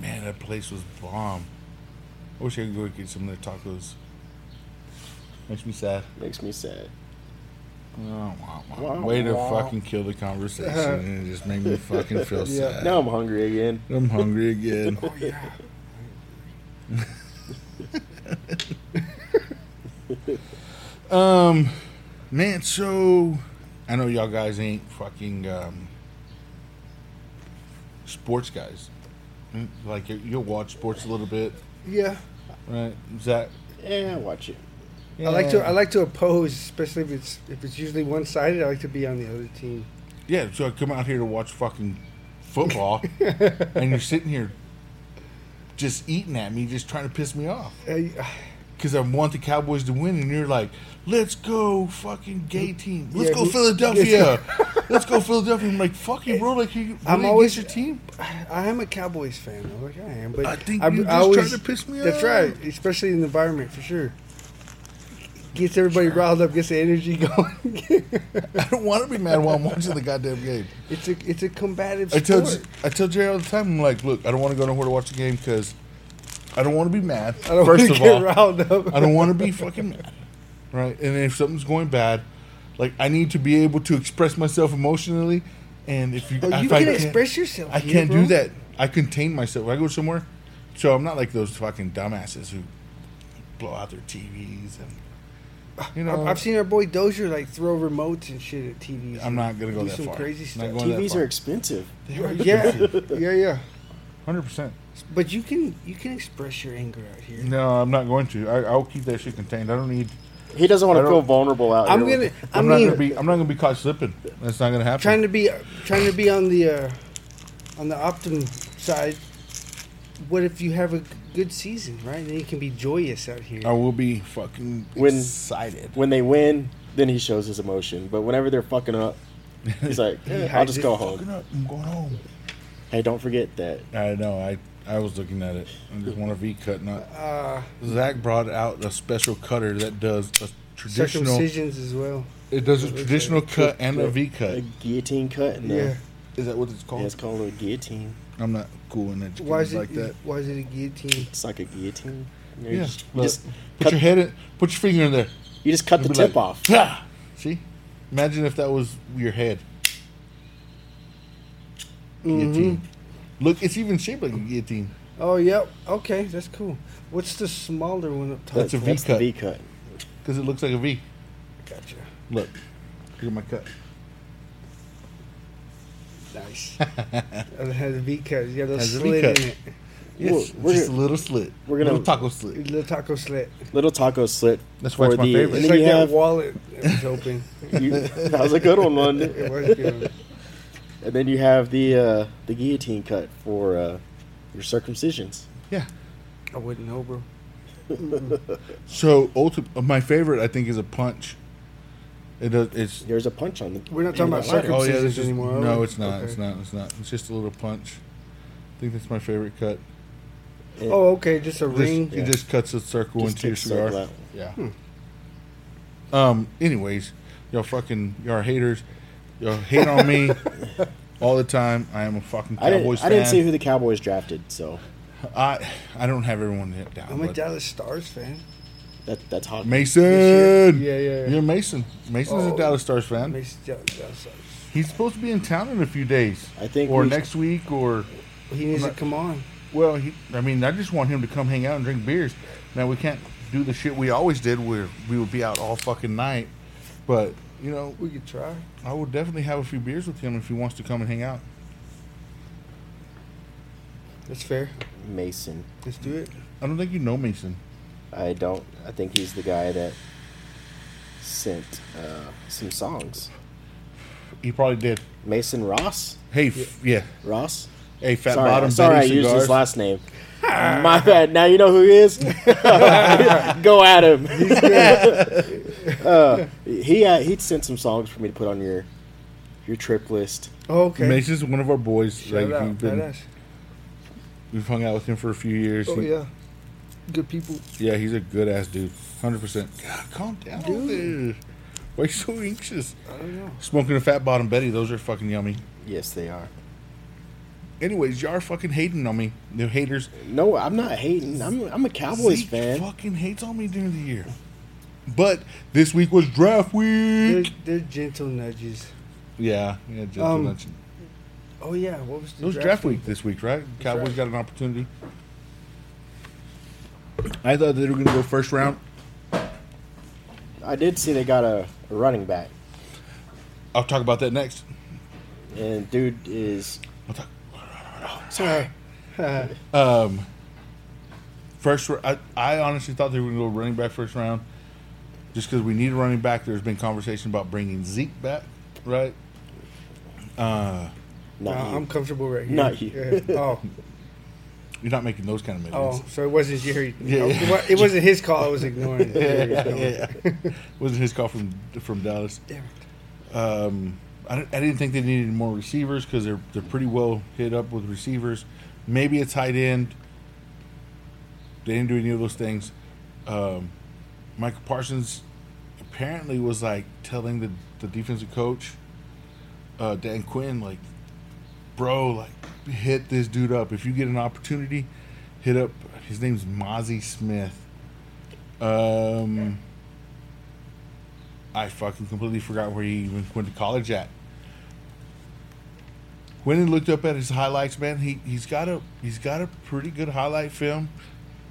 Man, that place was bomb. I wish I could go get some of their tacos. Makes me sad.
Makes me sad.
Wah, wah, wah.
Wah,
Way to
wah.
fucking kill the conversation. it just made me fucking feel
Yeah.
sad.
Now I'm hungry again.
I'm hungry again.
Oh yeah.
Um, man, so I know y'all guys ain't fucking um, sports guys. Mm, Like you- you'll watch sports a little bit,
Yeah.
right? Zach.
Yeah, watch it.
I like to I like to oppose, especially if it's if it's usually one sided. I like to be on the other team.
Yeah, so I come out here to watch fucking football, and you're sitting here just eating at me, just trying to piss me off
I,
because I want the Cowboys to win, and you're like, "Let's go, fucking gay team! Let's
Yeah,
go
me-
Philadelphia! Let's go Philadelphia!" I'm like, "Fuck you, bro! Like, you
I'm
really
always-
against your team."
I am a Cowboys fan. though, like I am, but
I think
I'm-
you just trying to piss me
That's
off.
right, especially in the environment for sure. Gets everybody riled up, gets the energy going.
I don't want to be mad while I'm watching the goddamn game.
it's a it's a combative
I tell
sport.
I tell Jerry all the time. I'm like, look, I don't want to go nowhere to watch the game because I don't want to be mad.
I don't
first
wanna
of
get
all,
riled up.
I don't want to be fucking mad, right? And if something's going bad, like I need to be able to express myself emotionally. And if you,
Oh,
if
you
I
can
can't-
express yourself
I
here,
can't
bro.
do that. I contain myself. When I go somewhere, so I'm not like those fucking dumbasses who blow out their TVs and you know.
I've, I've seen our boy Dozier like throw remotes and shit at TVs.
I'm not gonna go
do
that
some
far.
crazy
Not
stuff.
going that
TVs
far.
are expensive.
yeah, yeah, yeah.
Hundred percent.
But you can you can express your anger out here.
No, I'm not going to. I, I'll keep that shit contained. I don't need.
He doesn't want
I
to
don't-
feel vulnerable out
I'm
here.
gonna. I
I'm
mean,
not gonna be. I'm not gonna be caught slipping. That's not gonna happen.
trying to be trying to be on the uh, on the optim side. What if you have a good season, right? Then you can be joyous out here.
I will be fucking
When-
excited.
when they win, then he shows his emotion. But whenever they're fucking up, he's like, "Eh, I'll
hides
just
it.
go
Fucking
home.
up, I'm going home.
Hey, don't forget that.
I know. I I was looking at it. I just want a V cut. Not
Uh,
Zach brought out a special cutter that does a traditional.
circumcisions as well.
It does a traditional cut and a V
A
cut.
guillotine cut. and a-
Yeah.
Is that what it's called?
yeah, it's called a guillotine.
I'm not cool in that.
Why is it
like that?
Why is it a guillotine?
It's like a guillotine. You, know, you
Yeah.
just, you
look.
just
put
cut-
your head in. Put your finger in there.
you just cut the
It'd be
tip
like,
off.
"Pah!" See? Imagine if that was your head. Guillotine.
Mm-hmm.
Look, it's even shaped like a guillotine.
Oh, yep. Okay, that's cool. What's the smaller one up top?
That's a V
That's the
cut.
V cut.
Because it looks like a V.
Gotcha.
Look. Look at my cut.
Nice. it has a V cut. You got a
Has a V
slit
cut.
in it.
Yes,
we're
just a
gonna-
little slit.
we're gonna-
little taco
A
slit.
little taco slit.
Little taco slit.
That's why it's
for
my
the-
favorite.
And
It's
then
like
you
that
have,
wallet that was open.
you, that was a good one, wasn't
it
it?
was good.
And then you have the uh, the guillotine cut for uh, your circumcisions.
Yeah.
I wouldn't know, bro.
So, ulti- my favorite, I think, is a punch. It does, it's.
There's a punch on the.
We're not talking about
Right.
circum-
Oh, yeah,
Circumcisions
this is.
anymore, are
No,
we?
it's not.
Okay.
It's not. It's not. It's just a little punch. I think that's my favorite cut.
Yeah.
Oh, okay, just a
Just-
ring.
It
Yeah.
just cuts a circle
Just
into your
takes a circle Hmm.
cigar.
out.
Yeah. Um. Anyways, y'all fucking y'all haters. Y'all hate on me all the time. I am a fucking
I didn't.
Cowboys
I didn't
fan.
see who the Cowboys drafted, so
I I don't have everyone hit
Oh
down.
I'm a
but-
Dallas Stars fan.
that that's hot.
Mason.
This year- yeah, yeah, yeah.
You're Mason. Mason's
Oh.
a Dallas Stars fan.
Makes Dallas, Dallas Stars.
He's supposed to be in town in a few days.
I think
or
we-
next week or
He needs
not-
to come on.
well, he, I mean, I just want him to come hang out and drink beers. Now we can't do the shit we always did where we would be out all fucking night, but you know,
We could try.
I would definitely have a few beers with him if he wants to come and hang out.
That's fair.
Mason.
Let's do it.
I don't think you know Mason.
I don't. I think he's the guy that sent uh, some songs.
He probably did.
Mason Ross.
Hey, f- yeah.
Ross.
Hey, fat
Sorry,
bottom.
sorry I
Betty
used
cigars.
his last name. My bad. Now you know who he is. Go at him. Uh, he uh, he sent some songs for me to put on your your trip list.
Oh, okay.
Mason's one of our boys.
Shout
like,
out.
we've, been,
Badass.
we've hung out with him for a few years.
Oh
He-
yeah. Good people.
Yeah, he's a good ass dude. Hundred percent. God, calm down, dude. Why you so anxious?
I don't know.
Smoking a fat bottom Betty. Those are fucking yummy.
Yes, they are.
Anyways, y'all are fucking hating on me. The haters.
No, I'm not hating. I'm I'm a Cowboys
Zeke
fan.
Fucking hates on me during the year. But this week was draft
They're,
week.
they're gentle nudges.
Yeah, yeah. Just
Um,
to mention.
Oh yeah. What was
It
the
was draft week this week, right? Cowboys
right.
got an opportunity. I thought they were going to go first round.
I did see they got a, a running back,
I'll talk about that next.
and dude is
I'll talk.
Sorry.
Um, first, ra- I, I honestly thought they were going to go running back first round, just because we need a running back. There's been conversation about bringing Zeke back, right?
not you.
Uh, I'm comfortable right here.
Not you.
Yeah. Oh.
You're not making those kind of moves.
Oh. So it wasn't Jerry.
Yeah, yeah.
It wa- It wasn't his call. I was ignoring.
Yeah,
Jerry's
yeah,
call.
yeah. Wasn't his call from from Dallas.
Damn it.
Um, I, don't- I didn't think they needed more receivers because they're they're pretty well hit up with receivers. Maybe a tight end. They didn't do any of those things. Um, Michael Parsons apparently was like telling the, the defensive coach, uh, Dan Quinn, like, bro, like, hit this dude up. If you get an opportunity, hit up. His name's Mozzie Smith. Um, I fucking completely forgot where he even went to college at. Went and looked up at his highlights, man. He he's got a he's got a pretty good highlight film.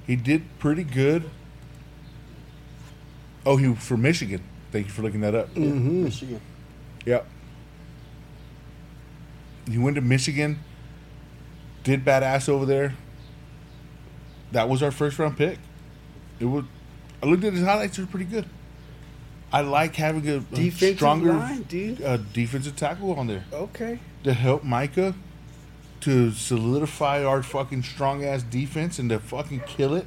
He did pretty good. Oh, he was from Michigan. Thank you for looking that up.
Michigan.
Yep. He went to Michigan, did badass over there. That was our first round pick. It was. I looked at his highlights; they were pretty good. I like having a, a
Defensive
stronger
line, dude.
uh, defensive tackle on there
Okay.
to help Micah to solidify our fucking strong ass defense and to fucking kill it.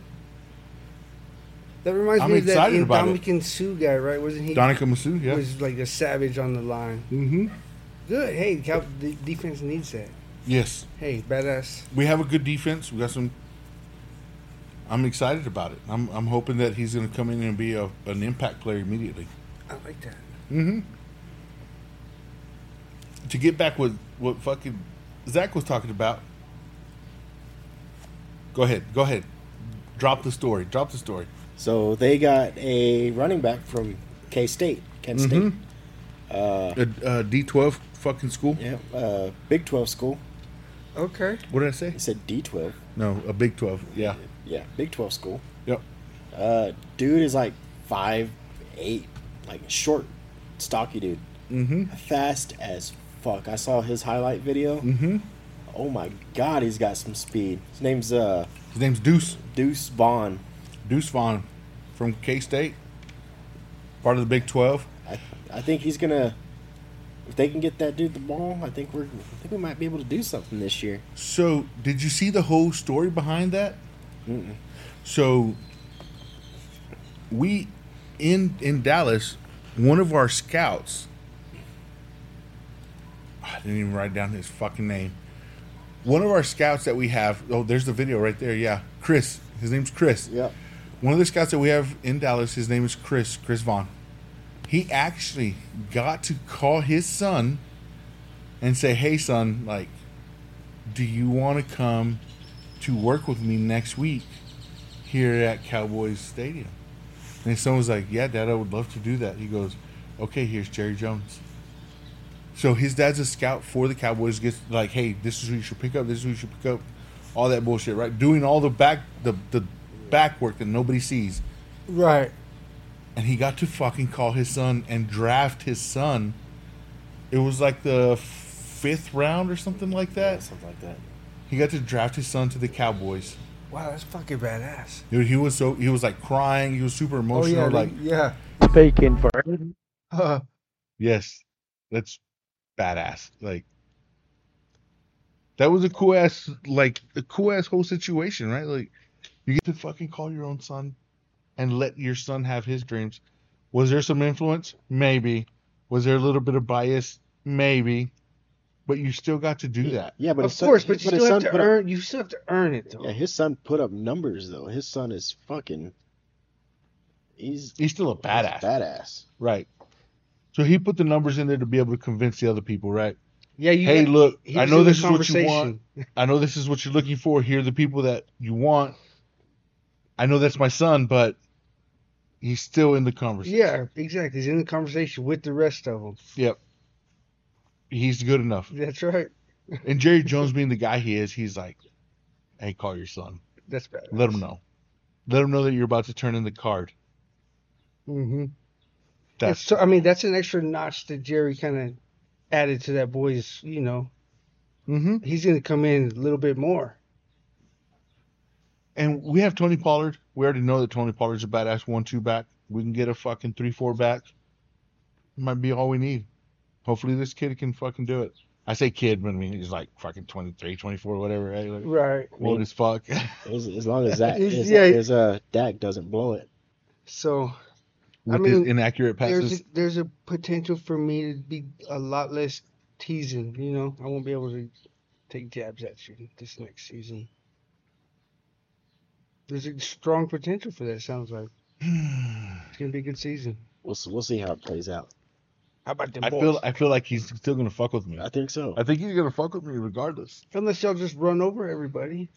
That reminds
I'm
me of that
excited about it.
Indomitian Sue guy, right? Wasn't he?
Donica Masu, yeah.
Was like a savage on the line.
Mm-hmm.
Good. Hey, Cal- the defense needs that.
Yes.
Hey, badass.
we have a good defense. We got some. I'm excited about it. I'm I'm hoping that he's going to come in and be a, an impact player immediately.
I like that.
To get back with what fucking Zach was talking about. Go ahead. Go ahead. Drop the story. Drop the story.
So they got a running back from K State, Kent State.
Uh, uh, D12 fucking school.
Yeah, uh, Big Twelve school.
Okay.
What did I say?
It said D twelve.
No, a Big 12. Yeah.
Yeah, Big Twelve school.
Yep.
Uh, dude is like five eight, like short, stocky dude. Mm-hmm. Fast as fuck. I saw his highlight video. Mm-hmm. Oh my god, he's got some speed. His name's uh
His name's Deuce.
Deuce Vaughn.
Deuce Vaughn from K State. Part of the Big 12.
I, I think he's gonna. If they can get that dude the ball, I think we're. I think we might be able to do something this year.
So, did you see the whole story behind that? So, we in in Dallas, one of our scouts. I didn't even write down his fucking name. One of our scouts that we have. Oh, there's the video right there. Yeah, Chris. His name's Chris.
Yeah.
One of the scouts that we have in Dallas. His name is Chris. Chris Vaughn. He actually got to call his son and say, "Hey, son, like, do you want to come to work with me next week here at Cowboys Stadium?" And someone's like, "Yeah, Dad, I would love to do that." He goes, "Okay, here's Jerry Jones." So his dad's a scout for the Cowboys. Gets like, "Hey, this is who you should pick up. This is who you should pick up." All that bullshit, right? Doing all the back the the back work that nobody sees,
Right.
and he got to fucking call his son and draft his son. It was like the fifth round or something like that.
something like that.
He got to draft his son to the Cowboys.
Wow, that's fucking badass.
Dude, he was so he was like crying. He was super
Oh
emotional.
yeah.
like,
Like, yeah.
Bacon for
Uh,
yes, that's badass. Like, That was a cool ass, like a cool ass whole situation, right? Like, you get to fucking call your own son, and let your son have his dreams. Was there some influence? Maybe. Was there a little bit of bias? Maybe. But you still got to do that.
Yeah, but
of
his son-
course, but
his-
you
his
still have
son
to
put up-
earn. You still have to earn it, though.
yeah, his son put up numbers though. His son is fucking. He's
He's still a badass,
Badass.
right? So he put the numbers in there to be able to convince the other people, right?
Yeah, you.
hey,
got-
look,
he
I
was
know
in the
this is what you want.
conversation.
I know this is what you're looking for. Here are the people that you want. I know that's my son, but he's still in the conversation.
Yeah, exactly. He's in the conversation with the rest of them.
Yep. He's good enough.
That's right.
And Jerry Jones being the guy he is, he's like, hey, call your son.
That's bad.
Let him know. Let him know that you're about to turn in the card.
Mm-hmm.
That's
so. I mean, that's an extra notch that Jerry kind of added to that boy's. You know,
mm-hmm.
he's going to come in a little bit more.
And we have Tony Pollard. We already know that Tony Pollard's a badass one-two back. We can get a fucking three-four back. Might be all we need. Hopefully this kid can fucking do it. I say kid, but I mean he's like fucking 23, 24, whatever. Right? Like,
Right.
old as fuck.
As, as long as that,
He's-
as,
yeah.
as uh, Dak doesn't blow it.
So
With his
mean,
inaccurate
there's
passes.
a, there's a potential for me to be a lot less teasing. You know, I won't be able to take jabs at you this next season. There's a strong potential for that. it Sounds like it's gonna be a good season.
We'll see, we'll see how it plays out.
How about them
I
boys?
feel I feel like he's still gonna fuck with me.
I think so.
I think he's gonna fuck with me regardless.
Unless y'all just run over everybody.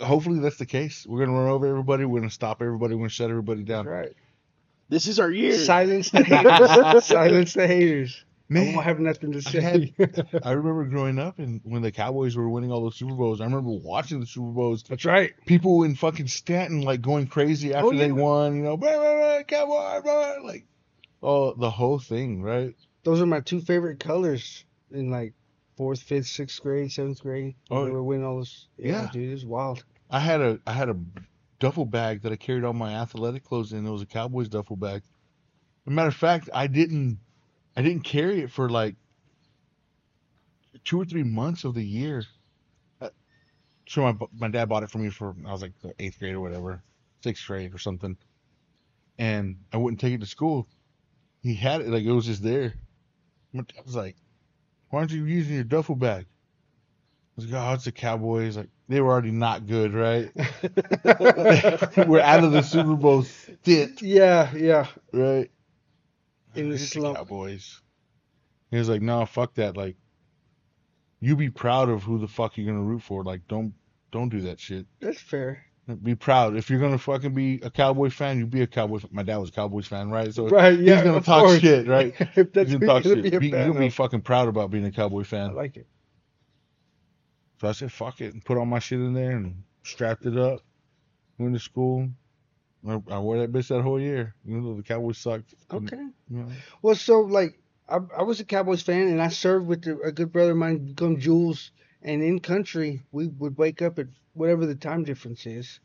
Hopefully that's the case. We're gonna run over everybody. We're gonna stop everybody. We're gonna shut everybody down.
That's right.
This is our year.
Silence the haters. Silence the haters. I
Man,
won't have nothing to say.
I remember growing up and when the Cowboys were winning all those Super Bowls. I remember watching the Super Bowls.
That's right.
People in fucking Stanton like going crazy after
Oh, yeah.
they won. You know, blah, blah, blah, Cowboy, blah, blah, like oh the whole thing, right?
Those are my two favorite colors in like fourth, fifth, sixth grade, seventh grade.
Oh,
Oh, we were winning all this. Yeah,
yeah.
dude, it was wild.
I had a I had a duffel bag that I carried all my athletic clothes in. It was a Cowboys duffel bag. As a matter of fact, I didn't I didn't carry it for like two or three months of the year. Uh, So my my dad bought it for me for I was like the eighth grade or whatever, sixth grade or something, and I wouldn't take it to school. He had it like it was just there. My dad was like, "Why aren't you using your duffel bag?" I was like, "Oh, it's the Cowboys. Like they were already not good, right? we're out of the Super Bowl stint,
Yeah, yeah.
right?
In the
It's
slump.
Cowboys. He was like, "No, fuck that. Like, you be proud of who the fuck you're gonna root for. Like, don't don't do that shit.
That's fair.
Be proud. If you're gonna fucking be a Cowboy fan, you be a Cowboy. Fan. My dad was a Cowboys fan, right? So
Right, yeah.
he's gonna
of
talk
course.
shit, right?
if that's
he's
what
gonna talk
you're
shit.
gonna be a
Be- you're
fan
gonna be
of.
fucking proud about being a Cowboy
I
fan.
like it.
So I said, fuck it, and put all my shit in there and strapped it up. Went to school. I, I wore that bitch that whole year. You know, the Cowboys sucked.
Okay.
You know,
Well, so like I, I was a Cowboys fan, and I served with a, a good brother of mine, become Jules, and in country we would wake up at whatever the time difference is,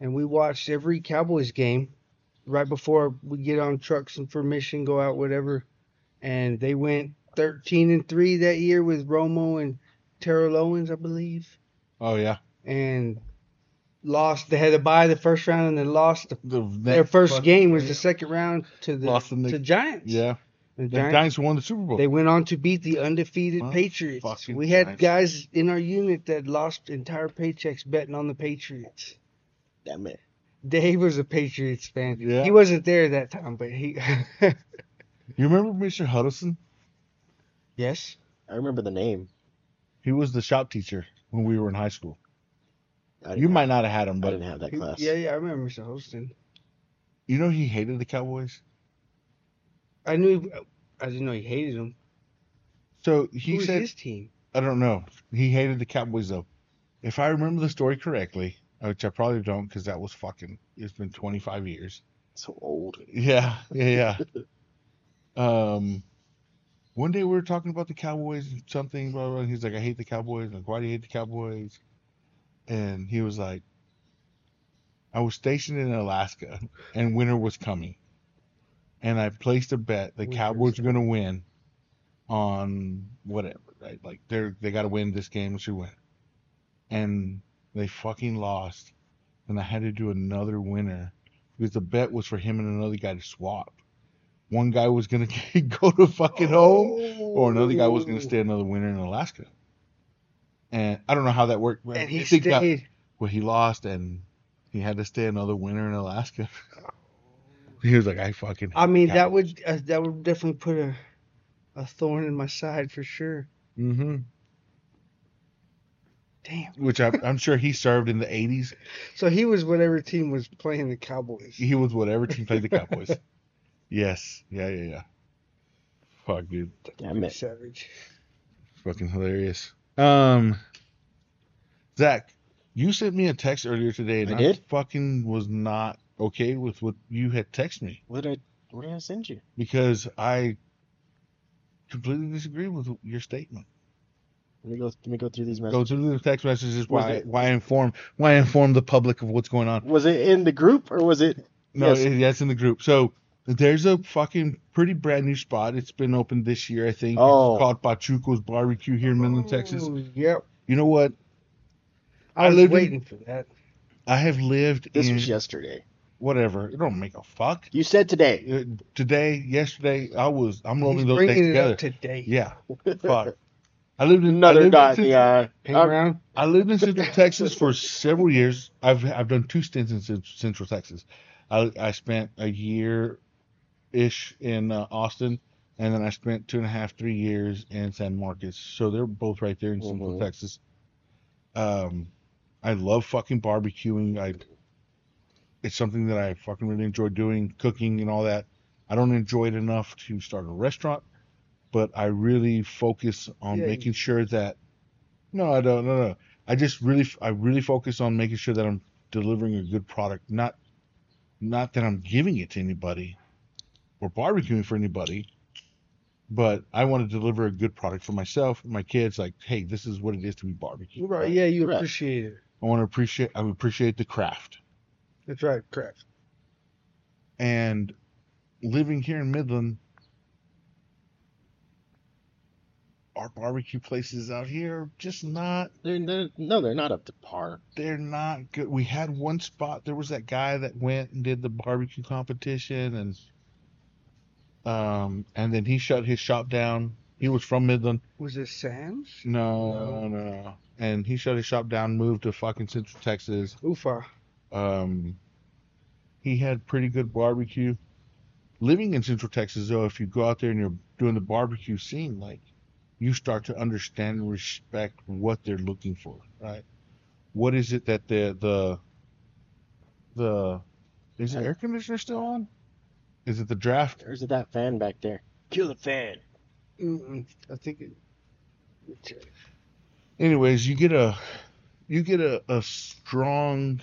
and we watched every Cowboys game right before we get on trucks and permission go out whatever, and they went thirteen and three that year with Romo and Terrell Owens, I believe,
oh, yeah.
and lost. They had to buy the first round, and they lost. The,
The,
their
that
first
fuck-
game was the second round to the
Lost to the-
to Giants.
Yeah.
The
The Giants won the Super Bowl.
they went on to beat the undefeated
Well,
Patriots.
fucking
We had
Giants.
guys in our unit that lost entire paychecks betting on the Patriots.
Damn it.
Dave was a Patriots fan.
Yeah.
He wasn't there that time, but he.
you remember Mr. Huddleston?
yes.
I remember the name.
He was the shop teacher when we were in high school.
I didn't
You
have-
might not have had him,
I
but
didn't have that
He-
class.
yeah, yeah, I remember Mr. Holston.
you know he hated the Cowboys.
I knew. I didn't know he hated him.
So
Who
he
was
said,
his team?
I don't know. He hated the Cowboys though. If I remember the story correctly, which I probably don't, because that was fucking. It's been 25 years.
So old.
Yeah, yeah, yeah. um, one day we were talking about the Cowboys and something, blah, blah, and he's like, I hate the Cowboys. like, why do you hate the Cowboys? And he was like, I was stationed in Alaska and winter was coming. And I placed a bet the
Winter's
Cowboys were going to win on whatever. right? Like they're they got to win this game, which we win, and they fucking lost, and I had to do another winner because the bet was for him and another guy to swap. One guy was gonna go to fucking home, or
Oh.
another guy was gonna stay another winter in Alaska. And I don't know how that worked. but
And he
think that-
stayed.
well, he lost, and he had to stay another winter in Alaska. he was like, "I fucking."
I mean, that would uh, that would definitely put a a thorn in my side for sure. Mm-hmm.
hmm
Damn.
Which I, I'm sure he served in the '80s.
So he was whatever team was playing the Cowboys.
He was whatever team played the Cowboys. yes. Yeah. Yeah. Yeah. Fuck, dude.
Damn it.
Savage.
Fucking hilarious. Um, Zach, you sent me a text earlier today, and
I
I,
did?
fucking was not okay with what you had texted me
What did I, what did I send you?
because I completely disagree with your statement.
Let me go. Let me go through these
Go
messages.
through the text messages.
Was
Why?
it-
Why inform? Why inform the public of what's going on?
Was it in the group or was it?
No,
Yes.
it- that's in the group. So there's a fucking pretty brand new spot. It's been opened this year, I think.
Oh.
It's called Pachuco's Barbecue here in Midland, Texas.
Oh, Yep.
You know what?
I
I
was
lived in-
waiting for that.
I have lived
This
in
was yesterday.
whatever. It don't make a fuck.
You said today.
Uh, Today, yesterday, I was I'm
He's
rolling those
bringing
things
it
together.
up today.
Yeah, fuck. I lived in I
Another
lived in
dot in the
Central-
eye.
Hang
Um,
around.
I lived in Central Texas for several years. I've I've done two stints in Cent- Central Texas. I I spent a year ish in uh, Austin, and then I spent two and a half, three years in San Marcos. So they're both right there in Central
Mhm.
Texas. Um, I love fucking barbecuing. I it's something that I fucking really enjoy doing, cooking and all that. I don't enjoy it enough to start a restaurant, but I really focus on
Yeah, you-
making sure that. No, I don't. No, no. I just really, I really focus on making sure that I'm delivering a good product, not, not that I'm giving it to anybody, or barbecuing for anybody, but I want to deliver a good product for myself and my kids. Like, hey, this is what it is to be barbecued.
Right. Yeah, you
Right.
appreciate it.
I want to appreciate. I appreciate the craft.
That's right. Correct.
and living here in Midland, our barbecue places out here are just not.
They're, they're, no, they're not up to par.
They're not good. We had one spot. There was that guy that went and did the barbecue competition, and um, and then he shut his shop down. He was from Midland.
Was it Sam's?
No, no, no. And he shut his shop down, moved to fucking Central Texas.
Ufa.
Um, he had pretty good barbecue. Living in Central Texas, though, if you go out there and you're doing the barbecue scene, like you start to understand and respect what they're looking for, right? What is it that the the the is the air conditioner still on? Is it the draft?
There's that fan back there. Kill the fan.
Mm-mm. I think it. it's-
Anyways, you get a you get a, a strong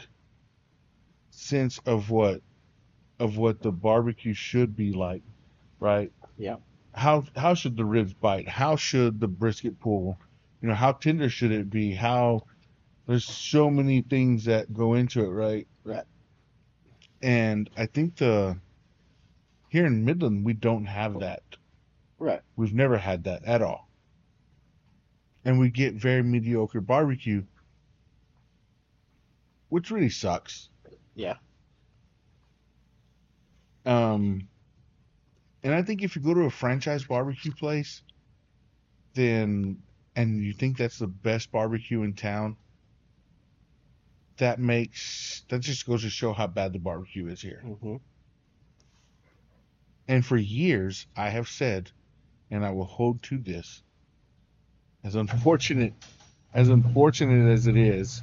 sense of what of what the barbecue should be like, right?
Yeah.
How how should the ribs bite? How should the brisket pull? You know, how tender should it be? How there's so many things that go into it, right?
Right.
And I think the here in Midland we don't have that.
Oh. Right.
We've never had that at all. And we get very mediocre barbecue, which really sucks.
Yeah.
Um, and I think if you go to a franchise barbecue place, then and you think that's the best barbecue in town, that makes that just goes to show how bad the barbecue is here.
Mm-hmm.
And for years, I have said, and I will hold to this, as unfortunate, as unfortunate as it is,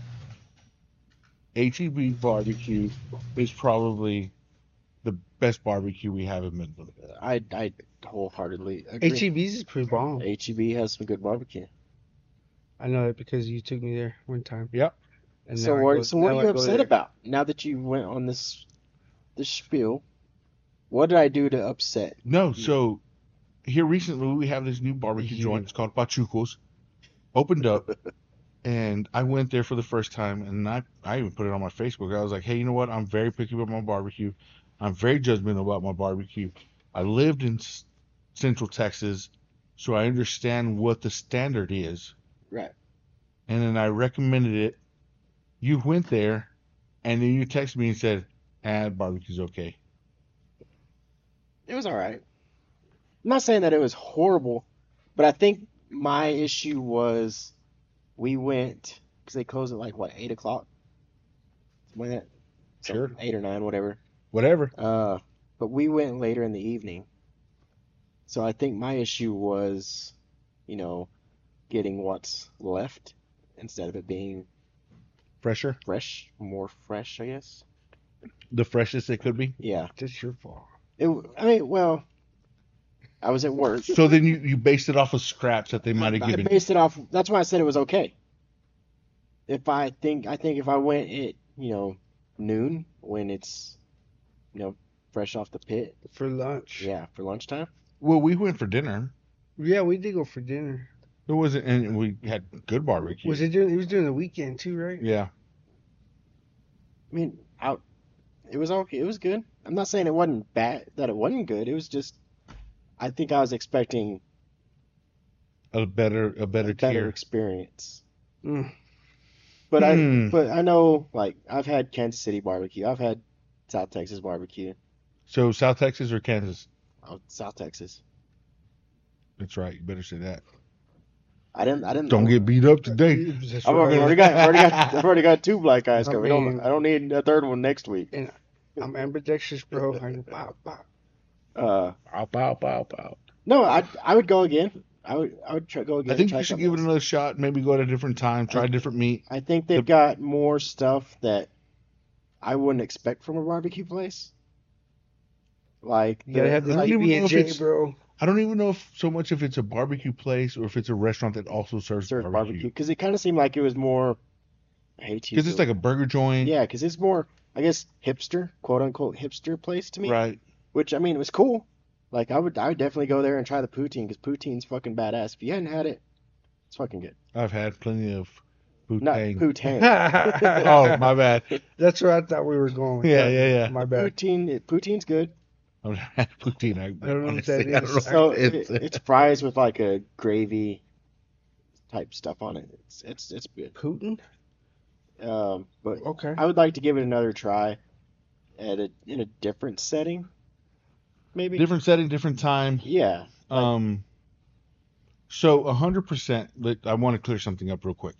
HEB barbecue is probably the best barbecue we have in Midland.
I, I wholeheartedly agree.
HEB's E is pretty bomb.
HEB E has some good barbecue.
I know that because you took me there one time.
Yep.
And
So
now I
what?
go-
so what
now
are
I
you
go
upset
there.
about now that you went on this this spiel? What did I do to upset?
No, so here recently we have this new barbecue joint. It's called Pachucos. Opened up, and I went there for the first time, and I I even put it on my Facebook. I was like, hey, you know what? I'm very picky about my barbecue. I'm very judgmental about my barbecue. I lived in s- Central Texas. so I understand what the standard is.
Right.
And then I recommended it. You went there, and then you texted me and said, "Ah, barbecue's okay."
It was all right. I'm not saying that it was horrible, but I think my issue was we went because they closed at like what eight o'clock. When it, so
Sure.
eight or nine, whatever.
Whatever.
Uh, but we went later in the evening. So I think my issue was, you know, getting what's left instead of it being
Fresher.
fresh, more fresh, I guess.
The freshest it could be.
Yeah.
That's your fault.
It, I mean, well, I was at work.
So then you, you based it off of scraps that they might have
I
given. you.
based it off. That's why I said it was okay. If I think, I think if I went at you know noon when it's you know fresh off the pit,
for lunch.
yeah, for lunchtime.
Well, we went for dinner.
Yeah, we did go for dinner.
It wasn't, and we had good barbecue.
Was it during? It was during the weekend too, right?
Yeah.
I mean, out. It was okay. It was good. I'm not saying it wasn't bad. That it wasn't good. It was just, I think I was expecting
A better a better,
a better
tier.
experience.
Mm.
But I,
Hmm.
but I know like I've had Kansas City barbecue. I've had South Texas barbecue.
So South Texas or Kansas?
Oh, South Texas.
That's right. You better say that.
I didn't. I didn't.
Don't get beat up today.
That's
I've
right.
already, got, I've already got, I've already got two black eyes
I
coming. I don't,
mean-
I don't need a third one next week.
I'm ambidextrous, bro. I wow, wow.
Uh,
Ow, pow, pow, pow.
no, I, I would go again. I would, I would try, go again.
I
and
think
try
you should
something
give it
else.
another shot. Maybe go at a different time. Try
I-
a different meat.
I think they've
the-
got more stuff that I wouldn't expect from a barbecue place. Like
You gotta
the-
have the
I
like,
don't even know if
PB&J,
it's-
bro.
I don't even know if so much if it's a barbecue place or if it's a restaurant that also serves
served barbecue
barbecue.
because it kind of seemed like it was more. I hate to
Because
use
it's
the-
like a burger joint.
yeah, because it's more I guess hipster, quote unquote hipster place to me.
Right.
Which I mean, it was cool. Like I would, I would definitely go there and try the poutine because poutine's fucking badass. If you hadn't had it, it's fucking good.
I've had plenty of food.
Not
tang.
poutine.
oh,
oh
my bad.
That's where I thought we were going. with
Yeah,
that.
yeah, yeah.
My bad.
poutine, it, poutine's good.
I don't have poutine. I,
don't know what
honestly,
that
I don't
is.
know
So
what
it,
it's-
it's fries with like a gravy type stuff on it. It's it's it's good.
Putin.
Um, but
Okay.
I would like to give it another try at a in a different setting, maybe.
different setting, different time.
Yeah, Like-
Um, so hundred percent. I want to clear something up real quick.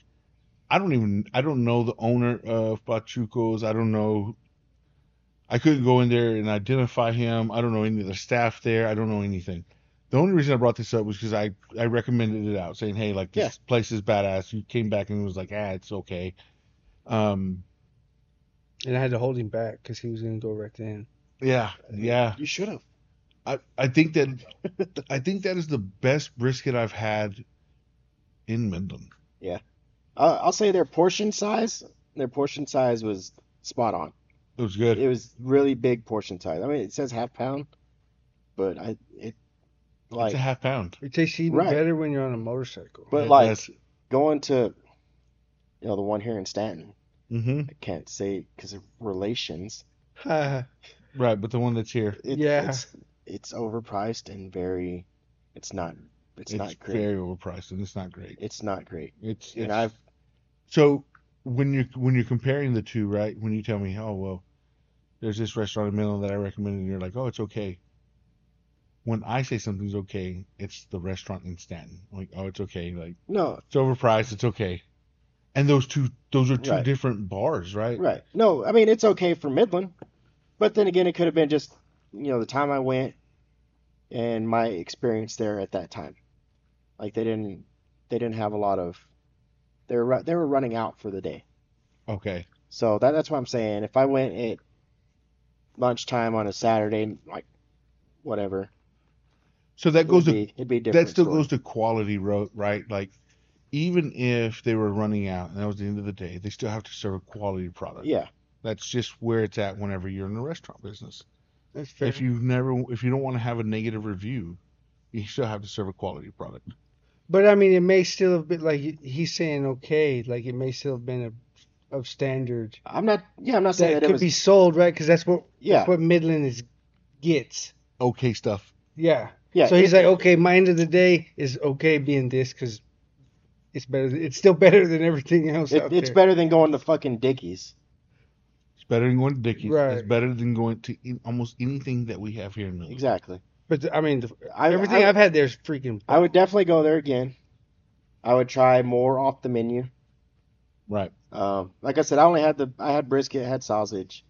I don't even. I don't know the owner of Pachucos. I don't know. I couldn't go in there and identify him. I don't know any of the staff there. I don't know anything. The only reason I brought this up was because I I recommended it out, saying, "Hey, like this
Yeah.
place is badass." You came back and was like, "Ah, it's okay." Um.
And I had to hold him back because he was gonna go right then.
Yeah. Yeah.
you should have.
I, I think that I think that is the best brisket I've had in Midland.
Uh, I'll say their portion size. Their portion size was spot on.
It was good.
It was really big portion size. I mean, it says half pound, but I it like
it's a half pound.
It tastes even
Right.
better when you're on a motorcycle.
But
It-
like
that's-
going to you know the one here in Stanton.
mhm.
I can't say because of relations.
right, but the one that's here,
It,
Yeah.
it's it's overpriced and very. It's not. It's,
it's,
not great.
very overpriced and it's not great.
It's not great.
It's,
And
it's
I've
so when you when you're comparing the two, right? When you tell me, oh well, there's this restaurant in Midland that I recommend, and you're like, oh, it's okay. When I say something's okay, it's the restaurant in Stanton. Like, oh, it's okay. Like.
no
It's overpriced. It's okay. And those two, those are two
Right.
different bars, right?
right. No, I mean it's okay for Midland, but then again, it could have been just you know the time I went and my experience there at that time. Like they didn't they didn't have a lot of they were ru- they were running out for the day.
Okay.
So that that's what I'm saying. If I went at lunchtime on a Saturday, like whatever,
So that
it
goes
would
to
be, it'd be a different.
that still
story.
goes to quality, ro- right? Like, even if they were running out, and that was the end of the day, they still have to serve a quality product.
yeah,
That's just where it's at. Whenever you're in the restaurant business,
That's fair.
if you've never, if you don't want to have a negative review, you still have to serve a quality product.
But I mean, it may still have been like he- he's saying okay, like it may still have been a, of standard
I'm not. Yeah, I'm not saying
that
that,
could
it was.
be sold right because that's what
yeah,
that's what Midland is gets.
Okay, stuff.
Yeah,
Yeah.
So he's like, okay, my end of the day is okay being this because it's better. th- It's still better than everything else.
it,
out
it's
there.
better than going to fucking Dickies.
It's better than going to Dickies.
Right.
It's better than going to in, almost anything that we have here in Miller.
Exactly.
But th- I mean, the,
I,
everything
I,
I've had there's freaking.
I would definitely go there again. I would try more off the menu.
Right.
Um, like I said, I only had the I had brisket, I had sausage.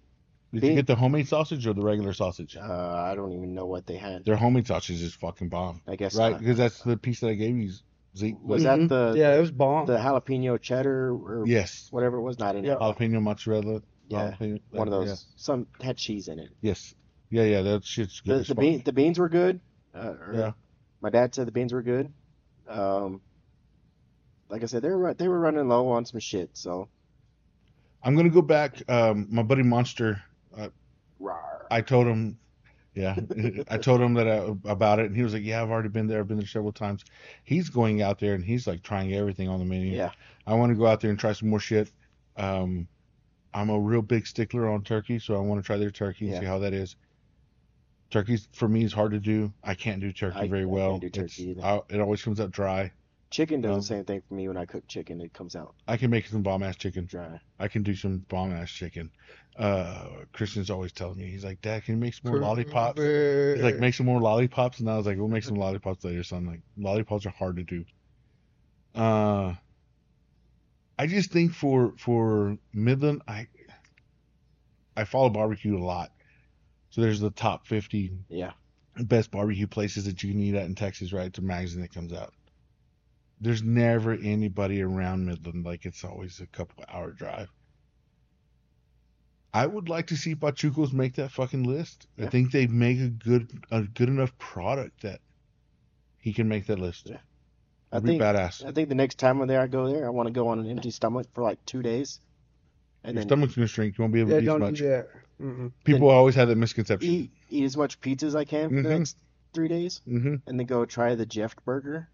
Did
Big-
you get the homemade sausage or the regular sausage?
Uh, I don't even know what they had.
Their homemade sausage is fucking bomb.
I guess
right,
not.
because that's the piece that I gave you, Zeke.
Was
Like,
Mhm.
that the
yeah, it was bomb.
the jalapeno cheddar or
yes,
whatever it was? Not in
Yeah. Um,
it.
jalapeno mozzarella.
Yeah,
jalapeno-
one of those.
yeah.
Some had cheese in it.
Yes, yeah, yeah, that shit's good.
The,
as
the,
fuck.
bean, the beans were good. Uh, or
Yeah.
My dad said the beans were good. Um, like I said, they were run- they were running low on some shit. So
I'm gonna go back. Um, my buddy Monster,
rawr.
I told him, yeah, I told him that I, about it, and he was like, "Yeah, I've already been there. I've been there several times." He's going out there and he's like trying everything on the menu.
Yeah.
I want to go out there and try some more shit. Um, I'm a real big stickler on turkey, so I want to try their turkey and
Yeah.
see how that is. Turkey's for me is hard to do. I can't do turkey
I- I
very
can't
well.
do
It's-
turkey either.
I- it always comes out dry.
Chicken does
Um,
the same thing for me when I cook chicken. It comes out
I can make some bomb ass chicken.
dry.
I can do some bomb ass chicken. Uh, Christian's always telling me he's like, Dad, can you make some more lollipops? He's like, make some more lollipops, and I was like, we'll make some lollipops later, son. Like, lollipops are hard to do. Uh, I just think for for Midland, I I follow barbecue a lot, so there's the top 50
Yeah.
best barbecue places that you can eat at in Texas, right? It's a magazine that comes out. There's never anybody around Midland. Like it's always a couple hour drive. I would like to see Pachucos make that fucking list. I
Yeah.
think they make a good a good enough product that he can make that list.
Yeah. I
That'd be
think
badass.
I think the next time I'm there, I go there. I want to go on an empty stomach for like two days, and
Your
then
stomach's gonna shrink. You won't be able
yeah,
to eat as
don't
much.
do that. Mm-mm.
People always have that misconception.
eat eat as much pizza as I can for the
Mhm.
next three days,
Mm-hmm.
and then go try the Jeff burger.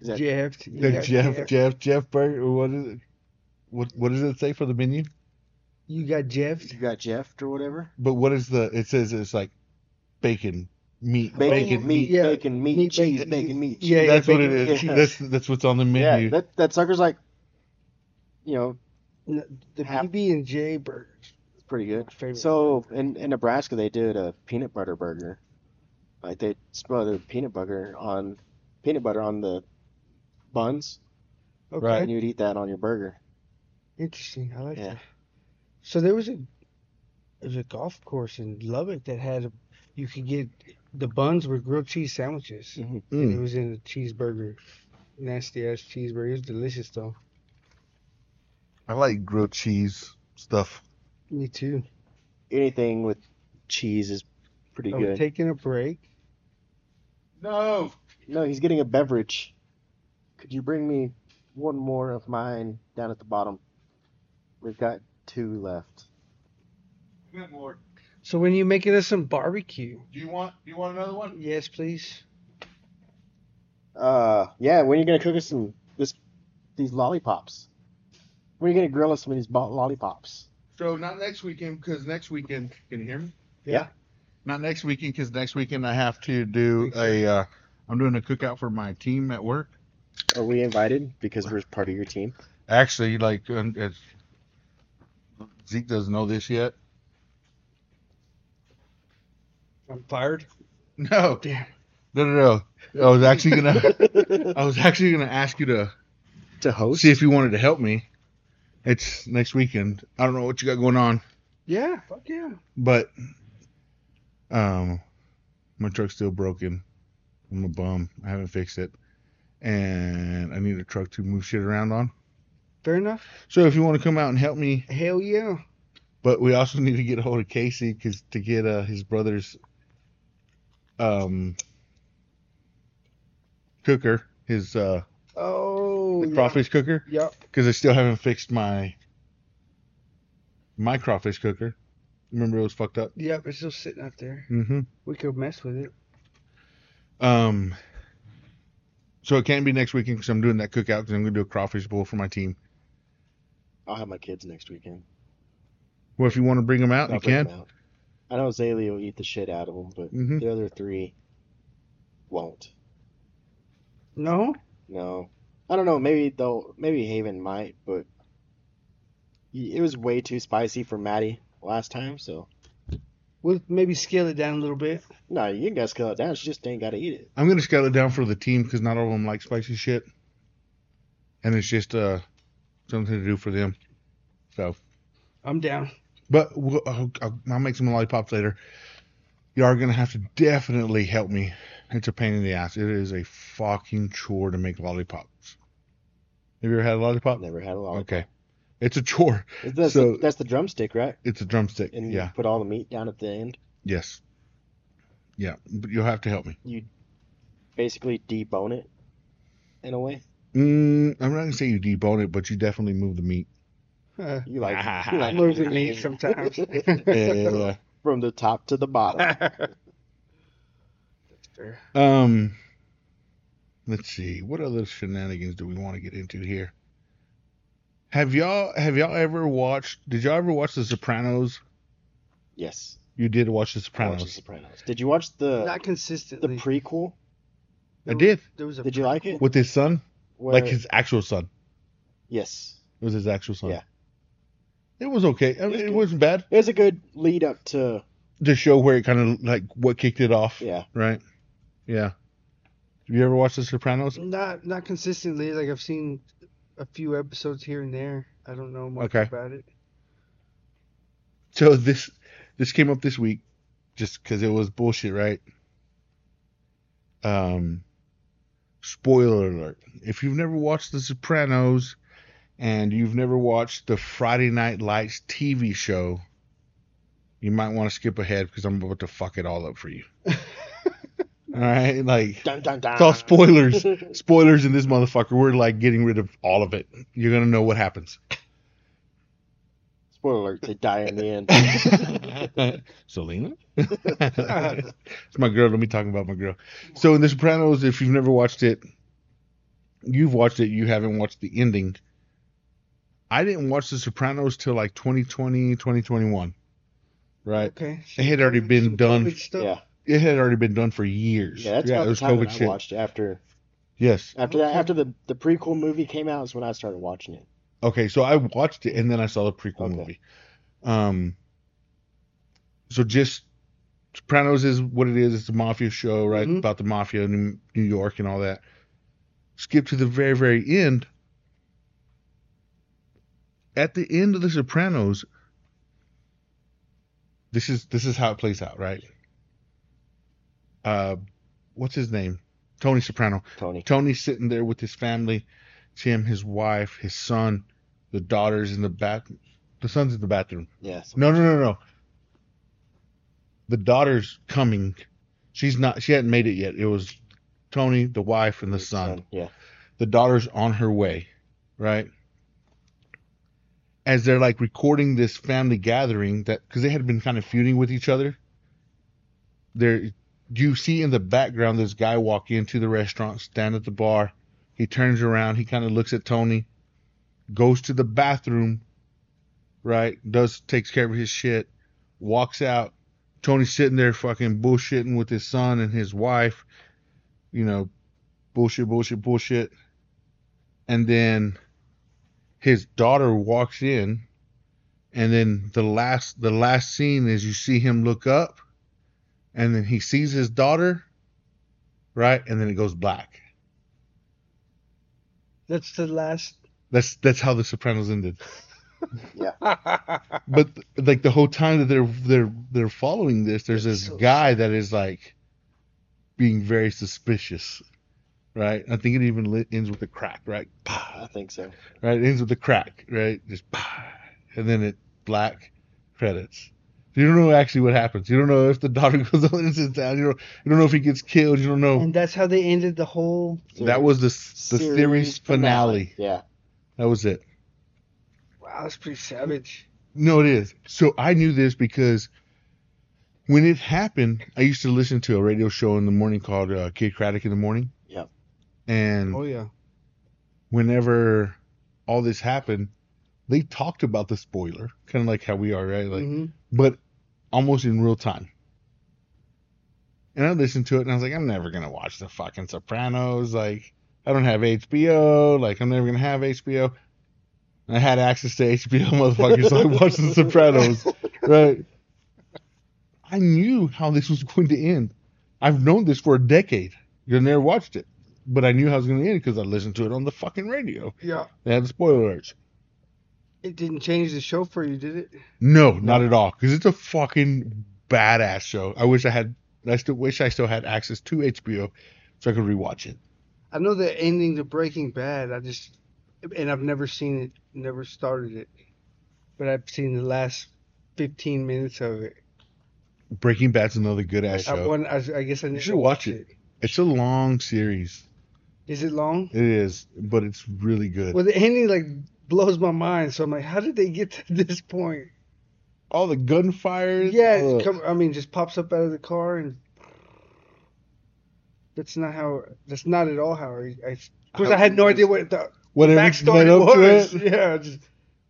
Is that
Jeff,
The
yeah,
Jeff, Jeff, Jeff Burger. What is it? What What does it say for the menu?
You got Jeff.
you got Jeff or whatever?
But what is the? It says it's like bacon, meat,
Bacon,
bacon,
meat,
yeah.
bacon, meat,
Meat,
cheese,
bacon,
bacon, meat. Cheese.
Yeah, yeah,
that's what
bacon.
it is.
Yeah.
That's that's what's on the
Yeah,
menu.
that that sucker's like, you know,
The
Half-
PB and J burgers.
it's pretty good.
Favorite.
So in, in Nebraska, they did a peanut butter burger. Like they smothered peanut butter on peanut butter on the buns,
Okay.
Right.
and you'd eat that on your burger.
Interesting. I like
Yeah.
that. So there was a there was a golf course in Lubbock that had a, you could get the buns were grilled cheese sandwiches. It
Mm.
was in a cheeseburger, nasty ass cheeseburger. It was delicious though.
I like grilled cheese stuff.
Me too.
Anything with cheese is pretty
Are we
good.
taking a break?
No.
no, he's getting a beverage. Could you bring me one more of mine down at the bottom? We've got two left.
Good lord.
So when you making us some barbecue?
Do you want? Do you want another one?
Yes, please.
Uh, yeah. When are you gonna cook us some this these lollipops? When are you gonna grill us some of these bo- lollipops?
So not next weekend because next weekend. Can you hear me?
Yeah.
Not next weekend because next weekend I have to do
Thanks,
a. Uh, I'm doing a cookout for my team at work.
Are we invited because we're part of your team?
Actually, like um, it's, Zeke doesn't know this yet.
I'm fired.
No,
Damn.
no, no, no. I was actually gonna. I was actually gonna ask you to
to host?
see if you wanted to help me. It's next weekend. I don't know what you got going on,
Yeah. Fuck yeah.
but um, my truck's still broken. I'm a bum. I haven't fixed it, and I need a truck to move shit around on.
Fair enough.
So if you want to come out and help me,
Hell yeah.
but we also need to get a hold of Casey because to get uh, his brother's um cooker, his uh
Oh.
the
yeah.
crawfish cooker,
Yep.
because I still haven't fixed my my crawfish cooker. Remember it was fucked up.
Yep. It's still sitting out there.
Mm-hmm.
We could mess with it.
Um. So it can't be next weekend because I'm doing that cookout because I'm gonna do a crawfish bowl for my team.
I'll have my kids next weekend.
Well, if you want to bring them out,
I'll
you
bring
can.
'em out. I know Zaylee will eat the shit out of them, but
Mhm.
the other three, won't.
No?
No, I don't know. Maybe they'll. Maybe Haven might, but y- it was way too spicy for Maddie last time. So
We'll maybe scale it down a little bit.
no, you guys scale it down. She just ain't gotta eat it.
I'm gonna scale it down for the team because not all of them like spicy shit, and it's just uh something to do for them. So,
I'm down.
but we'll, I'll, I'll, I'll make some lollipops later. You are gonna have to definitely help me. It's a pain in the ass. It is a fucking chore to make lollipops. Have you ever had a lollipop?
Never had a lollipop.
Okay, it's a chore.
Is that-
So-
that's the drumstick, right?
It's a drumstick.
And
yeah.
you put all the meat down at the end.
Yes. Yeah, but you'll have to help me.
Basically debone it in a way.
Mm, I'm not gonna say you debone it, but you definitely move the meat.
Uh,
You like, you like
Move the meat sometimes.
Yeah.
from the top to the bottom.
Um, let's see. What other shenanigans do we want to get into here? Have y'all have y'all ever watched? Did y'all ever watch The Sopranos?
yes.
You did watch The
I watched The
Sopranos.
Sopranos. Did you watch the
Not
Uh, the
consistently.
prequel?
I did
There was a
Did you like it?
with his son,
Where-
like his actual son.
yes.
It was his actual son.
Yeah.
It was okay. I mean,
was
it
good.
wasn't bad
It was a good lead up to
to show where it kind of like what kicked it off.
yeah.
Right. Yeah. Have you ever watched The Sopranos?
Not not consistently. Like I've seen a few episodes here and there. I don't know much
Okay.
about it.
So this this came up this week, just because it was bullshit, right? Um, spoiler alert: If you've never watched The Sopranos, and you've never watched the Friday Night Lights TV show, you might want to skip ahead because I'm about to fuck it all up for you. all right, like
Dun dun dun.
It's all spoilers. spoilers in this motherfucker. We're like getting rid of all of it. You're gonna know what happens.
Spoiler alert, they die in the end.
Selena? it's my girl. Let me talk about my girl. So in The Sopranos, if you've never watched it, you've watched it. You haven't watched the ending. I didn't watch The Sopranos till like 2020, 2021. Right?
Okay.
It had already been
Some
done.
COVID stuff.
yeah.
It had already been done for years.
Yeah, that's about
it was
the time
COVID
that I
shit.
watched after
Yes.
after that after the, the prequel movie came out is when I started watching it.
Okay, so I watched it and then I saw the prequel
Okay.
movie. Um, so just Sopranos is what it is. It's a mafia show, right?
Mhm.
About the mafia, New, New York, and all that. Skip to the very, very end. At the end of the Sopranos, this is this is how it plays out, right? Uh, what's his name? Tony Soprano.
Tony.
Tony's sitting there with his family, Tim, his wife, his son, the daughter's in the bath. The son's in the bathroom.
Yes.
No, no, no, no. The daughter's coming. She's not. She hadn't made it yet. It was Tony, the wife, and the son
Yeah.
the daughter's on her way, right? As they're like recording this family gathering that because they had been kind of feuding with each other. There, you see in the background this guy walk into the restaurant, stand at the bar. He turns around, he kind of looks at Tony, goes to the bathroom, right? Does takes care of his shit, walks out. Tony's sitting there fucking bullshitting with his son and his wife, you know, bullshit, bullshit, bullshit. And then his daughter walks in, and then the last the last scene is you see him look up, and then he sees his daughter, right? And then it goes black.
That's the last.
That's that's how the Sopranos ended.
That's
But like the whole time that they're they're they're following this, there's this
So-
guy that is like being very suspicious, right? I think it even li- ends with a crack, right? Pah.
I think so.
right? It ends with a crack, right? Just bah, and then it black credits. You don't know actually what happens. You don't know if the daughter goes on and sits down. You don't, you don't know if he gets killed. You don't know.
and that's how they ended the whole.
That was the s- the series, finale.
Yeah.
That was it.
Wow, that's pretty savage.
No, it is. So I knew this because when it happened, I used to listen to a radio show in the morning called uh, Kid Craddock in the morning.
Yep.
And
Oh yeah.
whenever all this happened, they talked about the spoiler,
Mm-hmm.
kind of like how we are, right? Like
hmm
but almost in real time. And I listened to it and I was like, I'm never gonna watch the fucking Sopranos. Like, I don't have HBO. Like, I'm never gonna have HBO. And I had access to HBO, motherfuckers. so I watched the Sopranos. Right. I knew how this was going to end. I've known this for a decade. You never watched it, but I knew how it was going to end because I listened to it on the fucking radio.
Yeah.
They had the spoiler alerts.
It didn't change the show for you, did it?
No, not at all. Because it's a fucking badass show. I wish I had. I still wish I still had access to HBO so I could rewatch it.
I know the ending to Breaking Bad. I just and I've never seen it, never started it, but I've seen the last fifteen minutes of it.
Breaking Bad's another good ass
I,
show.
want, I, I guess I need
should watch it. It's a long series.
Is it long?
It is, but it's really good.
Well, the ending like blows my mind. So I'm like, how did they get to this point?
all the gunfire.
Yeah,
ugh.
it's come, I mean, just pops up out of the car and that's not how. That's not at all how. I, I, of course, I had no idea what the
whatever
backstory
led up
was.
to it.
Yeah, just,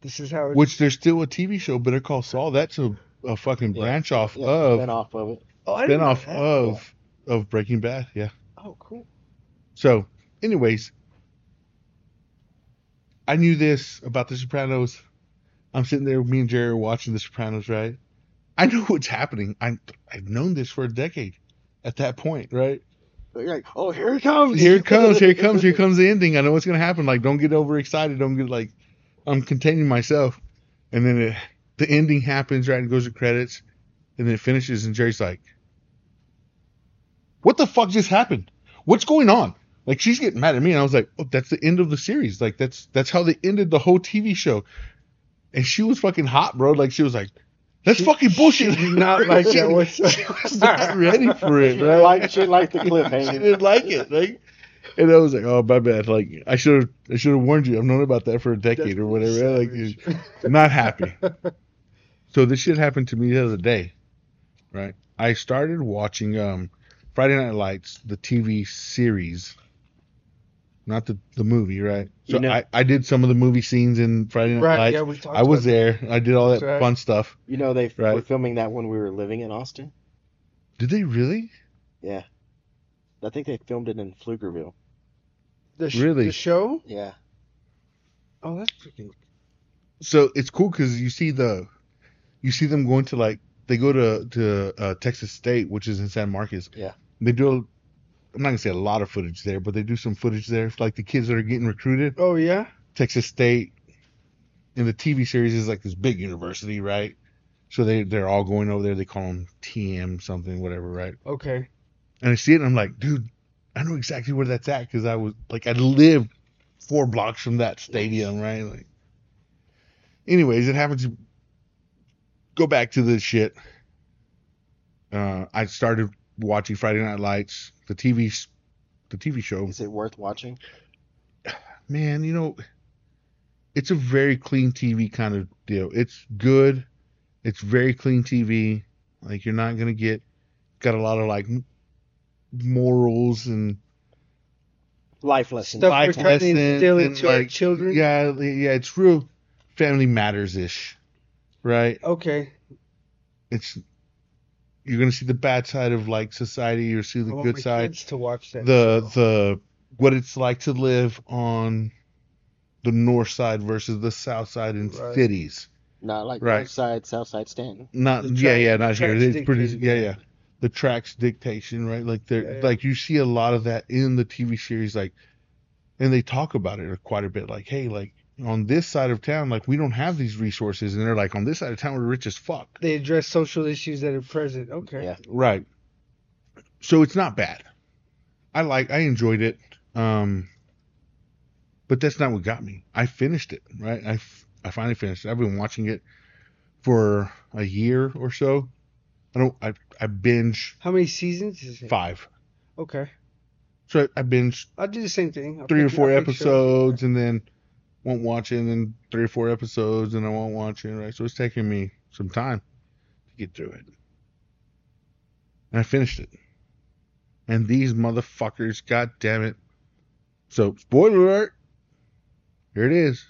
this is how. It,
Which there's still a TV show, Better Call Saul. That's a, a fucking
Yeah.
branch off
Yeah,
of
been off of it.
oh, I didn't know
spinoff
that.
of of Breaking Bad. Yeah.
Oh, cool.
So, anyways, I knew this about The Sopranos. I'm sitting there, me and Jerry are watching The Sopranos, right? I know what's happening. I I've known this for a decade. At that point, right?
But You're like, oh, here it comes.
Here it comes. Here it comes. Here comes the ending. I know what's gonna happen. Like, don't get overexcited. Don't get like, I'm containing myself. And then it, the ending happens, right? And goes to credits, and then it finishes. And Jerry's like, "What the fuck just happened? What's going on?" Like she's getting mad at me, and I was like, "Oh, that's the end of the series. Like that's that's how they ended the whole TV show." And she was fucking hot, bro. Like she was like, "That's fucking bullshit."
did not like that
She, she was not ready for it,
She
right?
liked, she liked the
she
cliffhanger.
didn't like it. Like, and I was like, "Oh, my bad. Like, I should have, I should have warned you. I've known about that for a decade or whatever. Like,
savage.
you're not happy." so this shit happened to me the other day, right? I started watching um, Friday Night Lights, the TV series, not the the movie, right? So
You know-
I I did some of the movie scenes in Friday Night
Right?
Lights.
Yeah, we talked.
I was
about
there. I did all that
That's right.
fun stuff.
You know, they
Right.
were filming that when we were living in Austin.
Did they really?
Yeah. I think they filmed it in Pflugerville.
the sh-
Really?
the show.
Yeah.
Oh, that's freaking.
so it's cool because you see the you see them going to like they go to to uh, Texas State, which is in San Marcos.
Yeah.
they do. I'm not gonna say a lot of footage there, but they do some footage there. It's Like the kids that are getting recruited,
Oh yeah.
Texas State, in the TV series is like this big university, right? So they they're all going over there. They call them TM something, whatever, right?
Okay.
And I see it, and I'm like, dude, I know exactly where that's at because I was like, I lived four blocks from that stadium, right? Like, anyways, it happened to go back to this shit. Uh, I started watching Friday Night Lights, the TV, s- the TV show.
Is it worth watching?
Man, you know, it's a very clean TV kind of deal. It's good. It's very clean TV. Like you're not gonna get got a lot of like m- morals and
Life lesson.
Stuff
Life
we're trying to
lesson
instill
and,
into our
like,
children.
Yeah, yeah, it's real family matters ish, right?
Okay.
It's you're gonna see the bad side of like society. You see
I
the
want
good
Oh my
side,
kids to watch that.
the the what it's like to live on the north side versus the south side in
Right.
cities.
Not like
Right.
North Side, South Side Stanton.
Not
The
yeah,
track-
yeah, not here.
tracks
It's pretty
dictated
yeah,
that.
yeah. The tracks dictation, right? Like they're
Yeah, yeah.
like you see a lot of that in the TV series, like and they talk about it quite a bit, like, hey, like on this side of town, like we don't have these resources, and they're like, on this side of town, we're rich as fuck.
They address social issues that are present. Okay.
Yeah.
Right. So it's not bad. I like I enjoyed it. Um but that's not what got me. I finished it, right? I f- I finally finished it. I've been watching it for a year or so. I don't I I binge
How many seasons is it?
5.
Okay.
So I, I binge
I'll do the same thing. I'll
3 or
pick-
4
I'll make sure.
episodes and then won't watch it and then 3 or 4 episodes and I won't watch it, right? So it's taking me some time to get through it. And I finished it. And these motherfuckers, god damn it. So, spoiler alert. Here it is.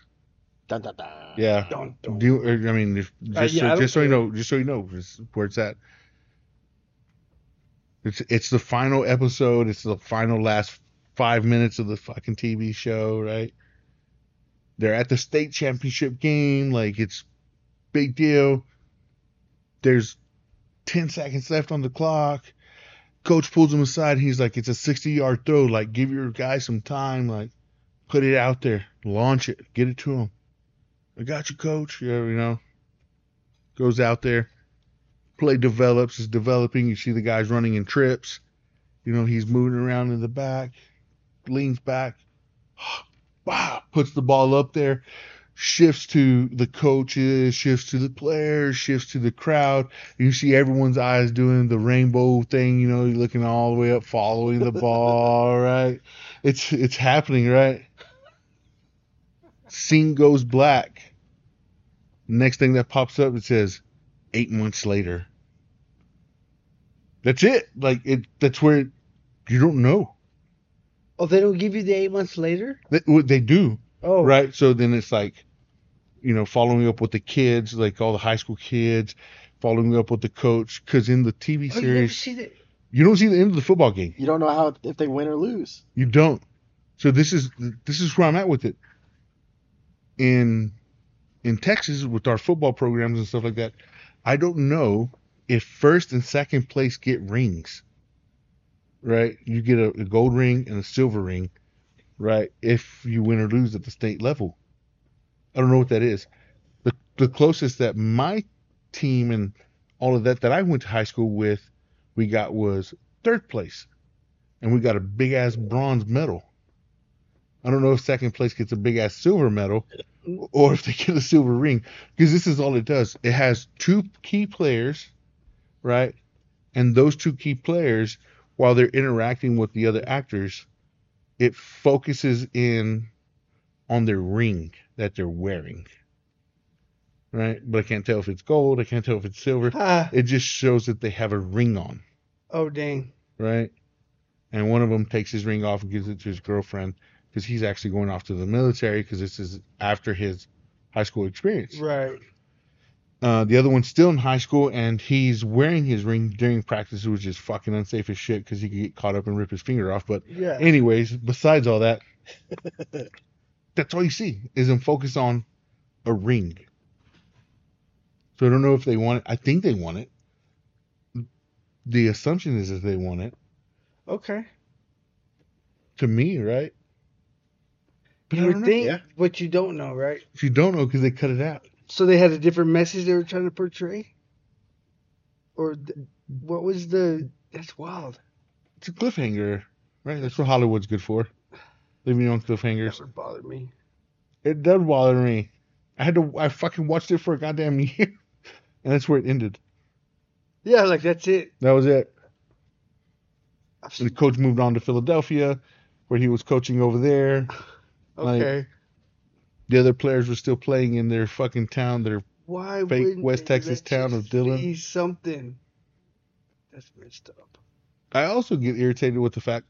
Dun, dun, dun.
Yeah.
Dun, dun.
Do you, I mean, if, just,
Uh,
so,
yeah, I don't
just so you
care.
know, just so you know just where it's at. It's it's the final episode. It's the final last five minutes of the fucking TV show, right? They're at the state championship game, like it's big deal. There's ten seconds left on the clock. Coach pulls him aside. He's like, "It's a 60 yard throw. Like, give your guy some time. Like, put it out there, launch it, get it to him." I got you, coach. Yeah, you know. Goes out there play develops, is developing. You see the guys running in trips. You know, he's moving around in the back, leans back, bah, puts the ball up there, shifts to the coaches, shifts to the players, shifts to the crowd. And you see everyone's eyes doing the rainbow thing, you know, looking all the way up, following the ball, right? It's it's happening, right? Scene goes black. Next thing that pops up, it says eight months later. That's it. Like it. That's where it, you don't know.
Oh, they don't give you the eight months later.
They, what they do,
Oh,
right? So then it's like, you know, following up with the kids, like all the high school kids, following up with the coach, because in the TV
Oh, you never
series,
see the-
you don't see the end of the football game.
You don't know how if they win or lose.
You don't. So this is this is where I'm at with it. In in Texas with our football programs and stuff like that, I don't know if first and second place get rings. Right? You get a, a gold ring and a silver ring, right? If you win or lose at the state level. I don't know what that is. The the closest that my team and all of that that I went to high school with we got was third place and we got a big ass bronze medal. I don't know if second place gets a big ass silver medal or if they get a silver ring because this is all it does. It has two key players, right? And those two key players, while they're interacting with the other actors, it focuses in on their ring that they're wearing, right? But I can't tell if it's gold, I can't tell if it's silver.
Ah,
It just shows that they have a ring on
oh dang.
right? And one of them takes his ring off and gives it to his girlfriend because he's actually going off to the military because this is after his high school experience.
Right.
Uh, the other one's still in high school and he's wearing his ring during practice, which is fucking unsafe as shit because he could get caught up and rip his finger off. But
Yeah.
anyways, besides all that, that's all you see is them focus on a ring. So I don't know if they want it. I think they want it. The assumption is that they want it
okay.
to me, right? But I
you
don't
would
know.
think,
Yeah.
but you don't know, right?
If you don't know, because they cut it out.
So they had a different message they were trying to portray, or th- what was the? That's wild.
It's a cliffhanger, right? That's what Hollywood's good for. Leaving you on
That
cliffhangers.
would bother me.
It does bother me. I had to. I fucking watched it for a goddamn year, and that's where it ended.
Yeah, like that's it.
That was it. And the
I've seen-
coach moved on to Philadelphia, where he was coaching over there. like-
Okay.
The other players were still playing in their fucking town. Their
Why
fake
wouldn't
West
they
Texas
let
town
you
of Dillon.
see something. That's messed up.
I also get irritated with the fact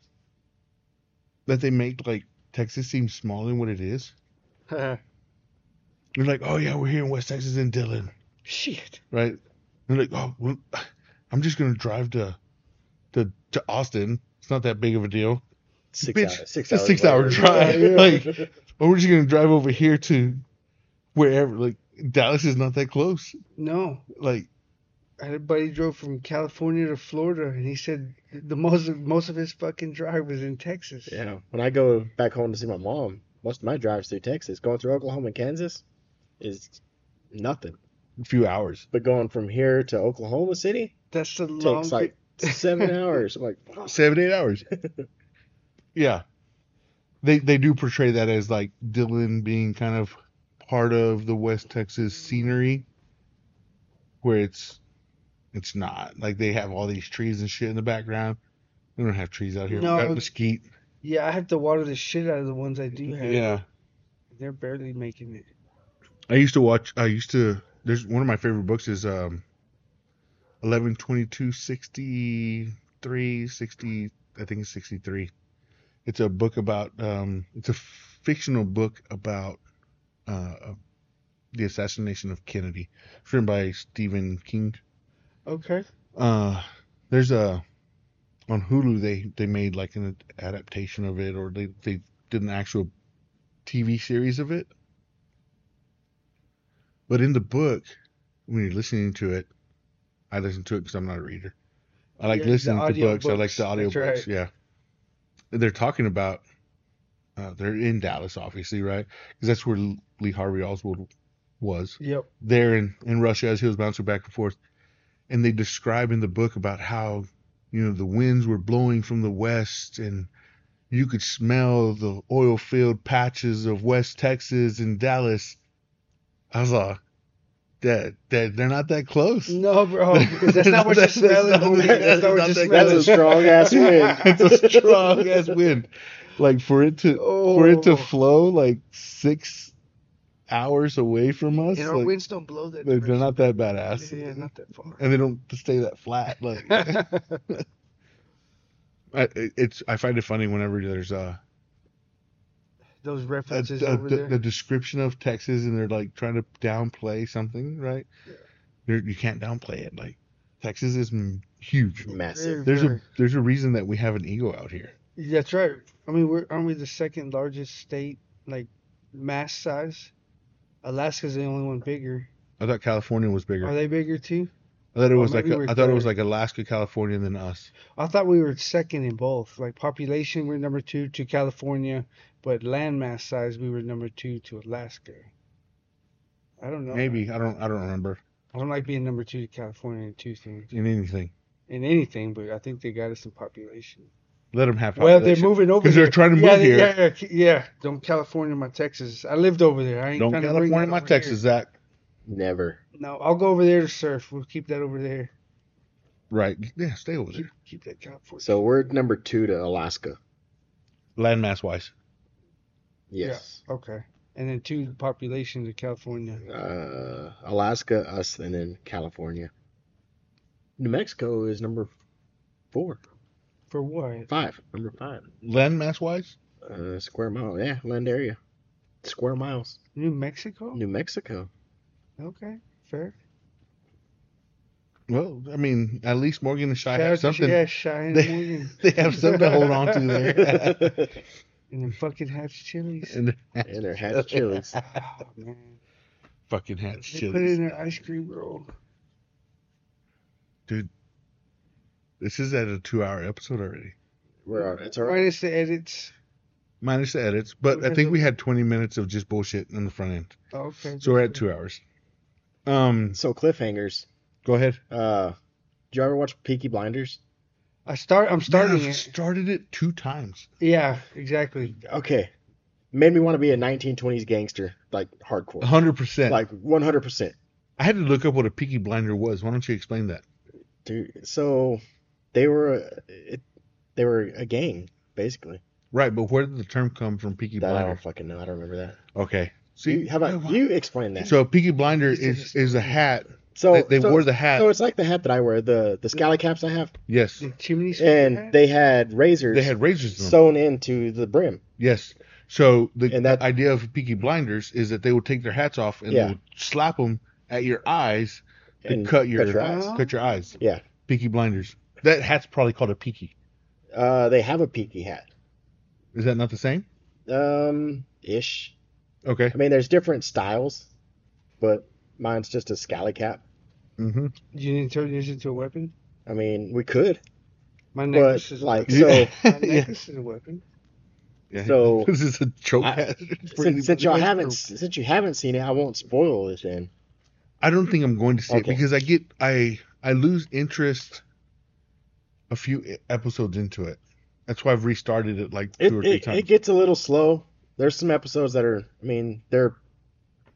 that they make like Texas seem smaller than what it is. They're like, oh yeah, we're here in West Texas in Dillon.
Shit.
right? They're like, oh, well, I'm just gonna drive to, to to Austin. It's not that big of a deal.
Six
Bitch,
hours.
it's
Six hours.
a six hour
later.
drive.
Yeah.
Like, or we're just gonna drive over here to wherever. Like, Dallas is not that close.
No.
Like,
I had a buddy drove from California to Florida, and he said the most of, most of his fucking drive was in Texas.
Yeah. When I go back home to see my mom, most of my drives through Texas, going through Oklahoma and Kansas, is nothing.
a few hours.
But going from here to Oklahoma City
That's the
takes
longest.
like seven hours. I'm like, fuck.
Seven eight hours. yeah, they they do portray that as like Dillon being kind of part of the West Texas scenery, where it's it's not like they have all these trees and shit in the background. We don't have trees out here.
No.
we got mesquite.
yeah, I have to water the shit out of the ones I do have.
Yeah,
They're barely making it.
I used to watch. I used to. There's one of my favorite books is um, eleven twenty two sixty three sixty. I think it's sixty three. It's a book about. Um, it's a fictional book about uh, the assassination of Kennedy, It's written by Stephen King.
Okay.
Uh, there's a on Hulu they they made like an adaptation of it, or they they did an actual TV series of it. But in the book, when you're listening to it, I listen to it because I'm not a reader. I like
Yeah, the
listening to
audio
books. I like
books,
the audio
that's
books.
right.
Yeah, they're talking about. Uh, they're in Dallas, obviously, right? Because that's where Lee Harvey Oswald was
Yep.
there in, in Russia as he was bouncing back and forth. And they describe in the book about how, you know, the winds were blowing from the west and you could smell the oil field patches of West Texas and Dallas. I was like, that, that they're not that close.
No, bro, because that's not what you
That's-
smell in
that's
the movie.
not-
That's not what you
that's not-
smell.
That's a strong ass win.
it's a strong ass wind. Like for it to for it to
Oh.
flow like six hours away from us.
And our
like,
winds don't blow that.
they- they're
direction.
not that badass.
Yeah, not that far.
and they don't stay that flat. Like I, it- it's, I find it funny whenever there's a
Those
a,
references
a-
over
the,
there.
the description of Texas and they're like trying to downplay something, right? You're, you can't downplay it. Like Texas is m- huge.
Massive.
There's a there's a reason that we have an ego out here.
That's right. I mean, we're aren't we the second largest state, like mass size? Alaska's the only one bigger.
I thought California was bigger.
Are they bigger too?
I thought it
or
was like
maybe
a,
we're
I thought it was
third.
like Alaska, California, and then us.
I thought we were second in both. Like population, we're number two to California, but landmass size, we were number two to Alaska. I don't know.
Maybe I don't I don't remember
I don't like being number two to California in two things
in anything.
in anything, but I think they got us in population.
Let them have
Well, they're
population.
moving over
'Cause they're
here.
trying to
yeah,
move
they-
here.
Yeah, yeah, yeah. Don't California my Texas. I lived over there. I ain't
Don't
trying to bring
California,
that
my
over here.
Texas, Zach.
Never.
No, I'll go over there to surf. We'll keep that over there.
Right? Yeah, stay over
Keep,
there.
keep that California.
So we're number two to Alaska.
Landmass wise.
Yes.
Okay. And then two population to California.
Uh, Alaska, us, and then California. New Mexico is number four,
For what?
five, number five.
landmass wise,
Uh, square mile. Yeah, land area. Square miles.
New Mexico?
New Mexico.
Okay. Fair.
well, I mean, at least Morgan and Shy
Shout out
have
to-
something.
Yeah, Cheyenne
They-
Morgan.
They have something to hold on to there.
And then fucking Hatch Chili's.
and
And their hatch chilies.
oh, man.
fucking hatch
They put it
chilies.
in their ice cream roll.
This is at a two-hour episode already,
We're all, it's all right.
Minus the edits.
minus the edits. But I
Okay,
think
so-
we had 20 minutes of just bullshit in the front end,
Oh, okay.
so we're at two hours. Um,
So cliffhangers.
go ahead.
Uh, did you ever watch Peaky Blinders?
I start. I'm starting
Yeah, I've
it.
started it two times.
Yeah, exactly.
Okay. Made me want to be a 1920s gangster, like hardcore.
100. percent
Like 100%.
I had to look up what a peaky blinder was. Why don't you explain that?
Dude, so they were a- it, they were a gang basically.
Right, but where did the term come from? Peaky
That I don't
blinder.
fucking know. I don't remember that.
Okay.
You- how about you explain that?
So a peaky blinder
He's just
is is a hat.
so
they they
so,
wore the hat.
So it's like the hat that I wear, the the scally caps I have,
yes.
The chimney.
and they had razors
They had razors in them.
sewn into the brim.
Yes. So the
And that-
the idea of Peaky Blinders is that they will take their hats off and
Yeah.
they will slap them at your eyes to
and
cut your,
eyes.
cut your eyes.
Yeah.
Peaky Blinders. That hat's probably called a peaky.
Uh, they have a peaky hat,
Is that not the same?
um, ish.
Okay.
I mean, there's different styles, but mine's just a scally cap.
Mm-hmm.
You didn't turn yours into a weapon.
I mean, we could.
My necklace is a
like,
weapon.
So-
My
yeah.
necklace is a weapon.
So-
this is a joke.
I-
hat.
Since, since y'all
That's
haven't since you haven't seen it, I won't spoil it then.
I don't think I'm going to see it
Okay.
because I get I I lose interest a few e- episodes into it. That's why I've restarted it like
It,
two or three
it,
times.
it gets a little slow. There's some episodes that are, I mean, they're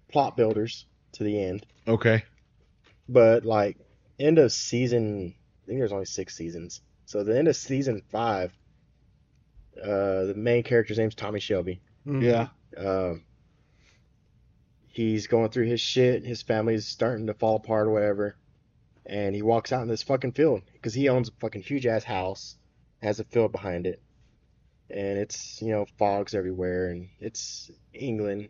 plot builders to the end.
okay.
Mm-hmm. But like end of season, I think there's only six seasons. So the end of season five, uh, the main character's name's Tommy Shelby.
Mhm.
Yeah.
Um, he's going through his shit. His family's starting to fall apart or whatever. And he walks out in this fucking field because he owns a fucking huge ass house, has a field behind it. And it's, you know, fogs everywhere and it's England.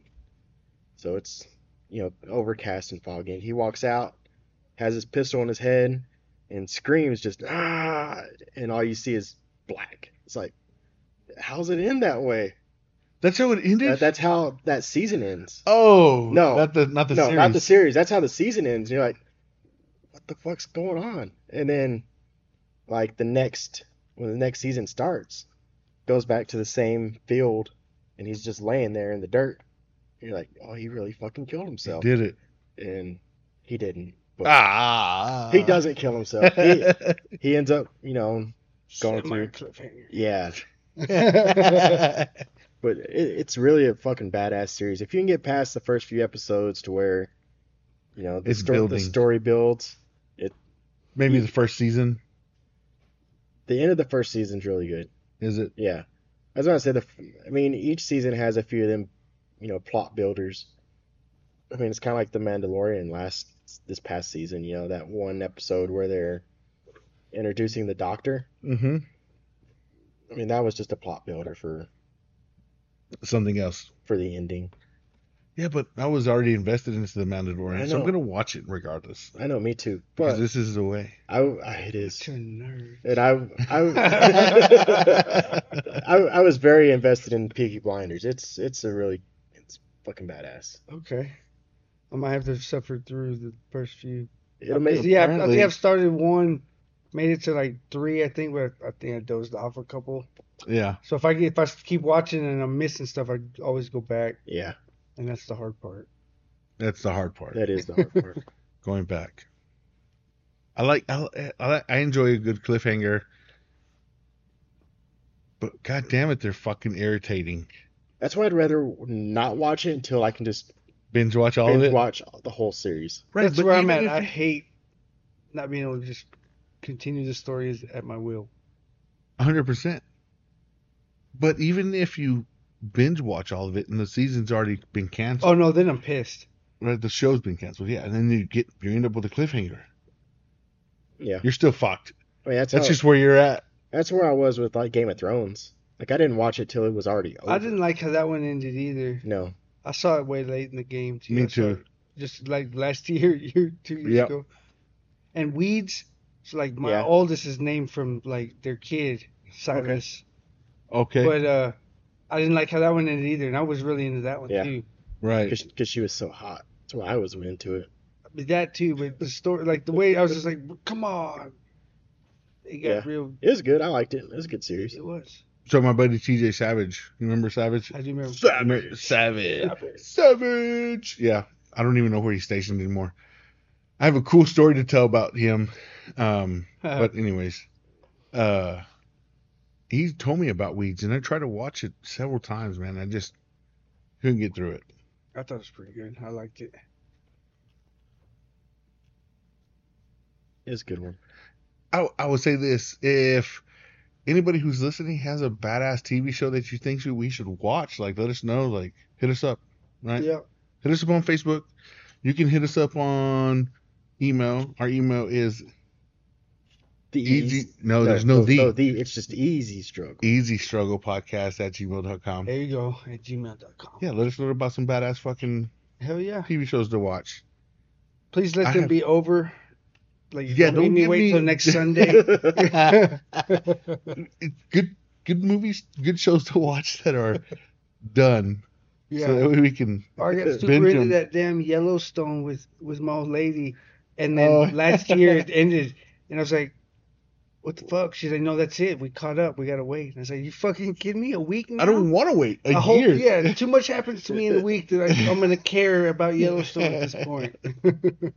So it's, you know, overcast and foggy. And he walks out, has his pistol in his head, and screams just ah, and all you see is black. It's like, how's it end that way?
That's how it ended.
That, that's how that season ends.
oh
No.
not the not the
no,
series.
not the series. That's how the season ends. You're like, what the fuck's going on? And then, like the next when the next season starts, goes back to the same field, and he's just laying there in the dirt. You're like, oh, he really fucking killed
He
himself,
did it.
and he didn't. But
Ah,
he doesn't kill himself. he, he ends up, you know, Going
Semi-
yeah.
yeah,
But it, it's really a fucking badass series. If you can get past the first few episodes to where, you know, the,
It's
sto- the
building.
story builds.
maybe the first season
The end of the first season's really good.
is it?
Yeah, I was gonna say the. I mean, each season has a few of them, you know, plot builders. I mean, it's kind of like the Mandalorian last this past season. You know, that one episode where they're introducing the Doctor.
Mm-hmm.
I mean, that was just a plot builder for
Something else.
for the ending.
Yeah, but I was already invested into the Mandalorian,
I
so I'm
know.
gonna watch it regardless.
I know, me too.
Because
But
this is the way.
I, I, it is,
To nerd.
and I, I, I, I was very invested in Peaky Blinders. It's it's a really it's fucking badass.
Okay. I might have to have suffered through the first few.
It'll make
yeah, I- I
apparently-
think I've started one, made it to like three, I think, but I think I dozed off a couple.
yeah.
So if I get, if I keep watching and I'm missing stuff, I always go back,
yeah,
and that's the hard part.
That's the hard part.
that is the hard part.
Going back. I like I, li- I like I enjoy a good cliffhanger. But god damn it, they're fucking irritating.
That's why I'd rather not watch it until I can just
Binge watch all of
binge
it.
watch the whole series.
Right,
that's
but
where I'm
even
at.
if-
I hate not being able to just continue the stories at my will.
hundred percent. But even if you binge watch all of it and the season's already been canceled,
Oh no, then I'm pissed.
right? The show's been canceled, yeah, and then you get you end up with a cliffhanger.
Yeah,
You're still fucked.
I mean that's
That's
how,
just where you're at.
that's where I was with like Game of Thrones. Like I didn't watch it till it was already over.
I didn't like how that one ended either.
No,
I saw it way late in the game too.
Me
I saw
too.
it Just like last year, year two years
Yep.
ago. And weeds. So like my
Yeah.
oldest is named from like their kid Cyrus,
Okay,
but uh, I didn't like how that one ended either, and I was really into that one
Yeah.
too.
right.
because she was so hot. That's why I was into it.
But that too, but the story, like the way I was just like, come on. It got
Yeah.
real.
It was good. I liked it. It was a good series.
It was.
So my buddy TJ Savage, you remember Savage?
I do remember.
Savage. Savage. Savage. Yeah. I don't even know where he's stationed anymore. I have a cool story to tell about him. Um, but anyways, uh, he told me about weeds, and I tried to watch it several times, man. I just couldn't get through it.
I thought it was pretty good. I liked it.
It was a good one.
I, I would say this: if anybody who's listening has a badass TV show that you think should, we should watch, like let us know, like hit us up, right?
Yeah.
Hit us up on Facebook. You can hit us up on email. Our email is
The
easy.
easy.
no, there's no, the.
No, the. It's just easy struggle.
easy struggle podcast at gmail.com.
There you go. At gmail.com.
Yeah, let us know about some badass fucking
Hell yeah.
TV shows to watch.
Please let
I
them
have-
be over. Like,
Yeah,
yeah, don't,
don't
make me
give
wait
me-
till next Sunday.
It- Good, good movies, good shows to watch that are done.
yeah.
So that way we can.
or I got super
binge
into
'em.
that damn Yellowstone with, with my old lady. And then
Oh.
last year it ended. And I was like, what the fuck? She's like, no, that's it. We caught up. We got to wait. And I was like, you fucking kidding me? A week now?
I don't want to wait a,
A whole,
year.
yeah, too much happens to me in a week that I, I'm gonna care about Yellowstone at this point.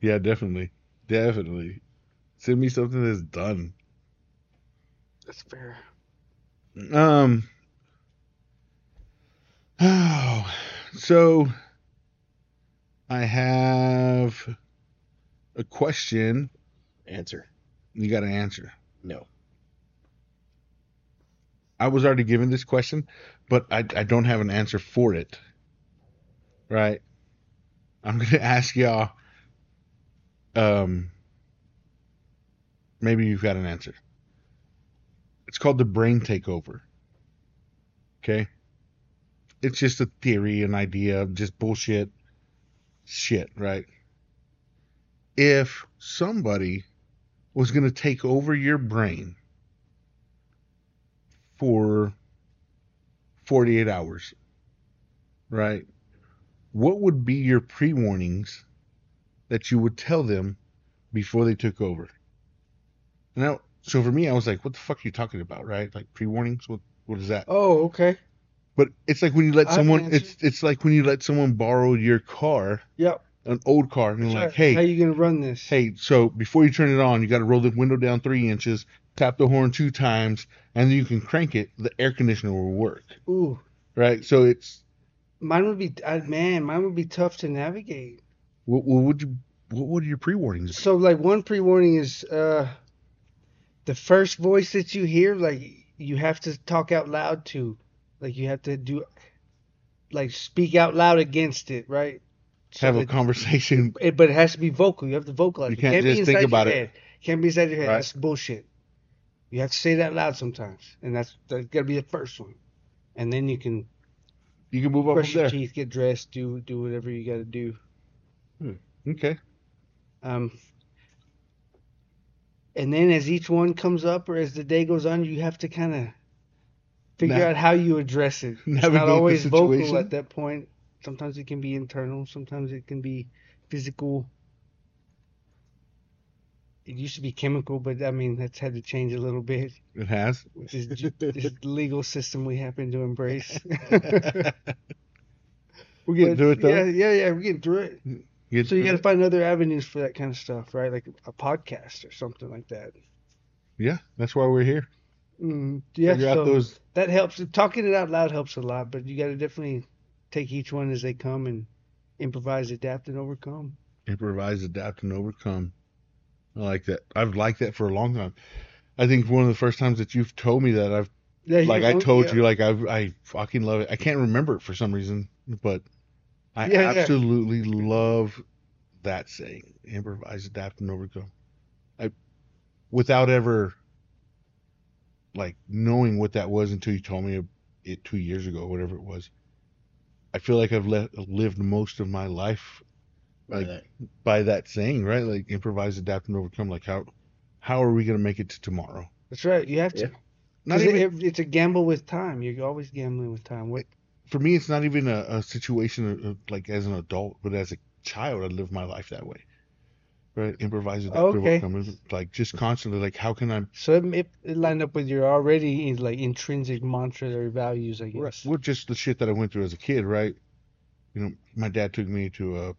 Yeah, definitely. Definitely. Send me something that's done.
That's fair.
Um. Oh, so I have a question.
Answer.
You got to answer.
No.
I was already given this question, but I, I don't have an answer for it. Right? I'm gonna ask y'all. Um, maybe you've got an answer. It's called the brain takeover. Okay. It's just a theory, an idea, just bullshit, shit, right? If somebody was going to take over your brain for 48 hours, right? What would be your pre warnings that you would tell them before they took over? Now, so for me, I was like, what the fuck are you talking about, right? Like pre warnings? What, what is that?
Oh, okay.
But it's like when you let
I have an
someone,
answer.
it's, it's like when you let someone borrow your car,
Yep.
an old car, and you're like, hey,
how you gonna run this?
hey, so before you turn it on, you got to roll the window down three inches, tap the horn two times, and then you can crank it. The air conditioner will work,
Ooh,
right? So it's
mine would be uh, man, mine would be tough to navigate.
what, what would you what would your pre warnings?
So like one pre warning is uh the first voice that you hear, like you have to talk out loud to. Like you have to do like speak out loud against it, right? So
have a
it-
conversation?
it, but it has to be vocal. You have to vocalize.
You
it.
can't just
be
think
inside your
about it.
Head. Can't be inside your head.
Right.
That's bullshit. You have to say that loud sometimes, and that's that's gotta be the first one. And then you can
You can move up
brush
from
your
there.
teeth, get dressed, do do whatever you gotta do.
Okay,
Um, and then as each one comes up or as the day goes on, you have to kind of figure
Na-
out how you address it. It's
navigate
not
the
always vocal
situation.
at that point. Sometimes it can be internal, sometimes it can be physical. It used to be chemical, but I mean, that's had to change a little bit
it has.
with this, ju- this legal system we happen to embrace.
We're getting
But
through it though.
Yeah, yeah, yeah, we're getting through it.
Get
So
through
you got to
it.
find other avenues for that kind of stuff, right? Like a podcast or something like that.
yeah, that's why we're here.
Mm, yeah,
Figure
so
out those.
that helps. Talking it out loud helps a lot, but you got to definitely take each one as they come and improvise, adapt, and overcome.
improvise, adapt, and overcome. I like that. I've liked that for a long time. I think one of the first times that you've told me that I've
Yeah, you
like I
know,
told
yeah.
you, like I I fucking love it. I can't remember it for some reason, but I
Yeah, yeah.
absolutely love that saying: improvise, adapt, and overcome. I, without ever like knowing what that was until you told me it two years ago, whatever it was. I feel like I've le- lived most of my life Like-
that.
by that saying, right? Like improvise, adapt, and overcome. Like how how are we gonna make it to tomorrow?
That's right. You have to.
Yeah.
'Cause
Not even
it- it's a gamble with time. You're always gambling with time. What?
for me, it's not even a, a situation of- of, like as an adult, but as a child, I lived my life that way. Right? Improvise, adapt, and
Okay.
overcome. It's Like just constantly, like how can I?
So it, it, it lined up with your already like intrinsic mantras or values, I guess.
Well, just the shit that I went through as a kid, right? You know, my dad took me to a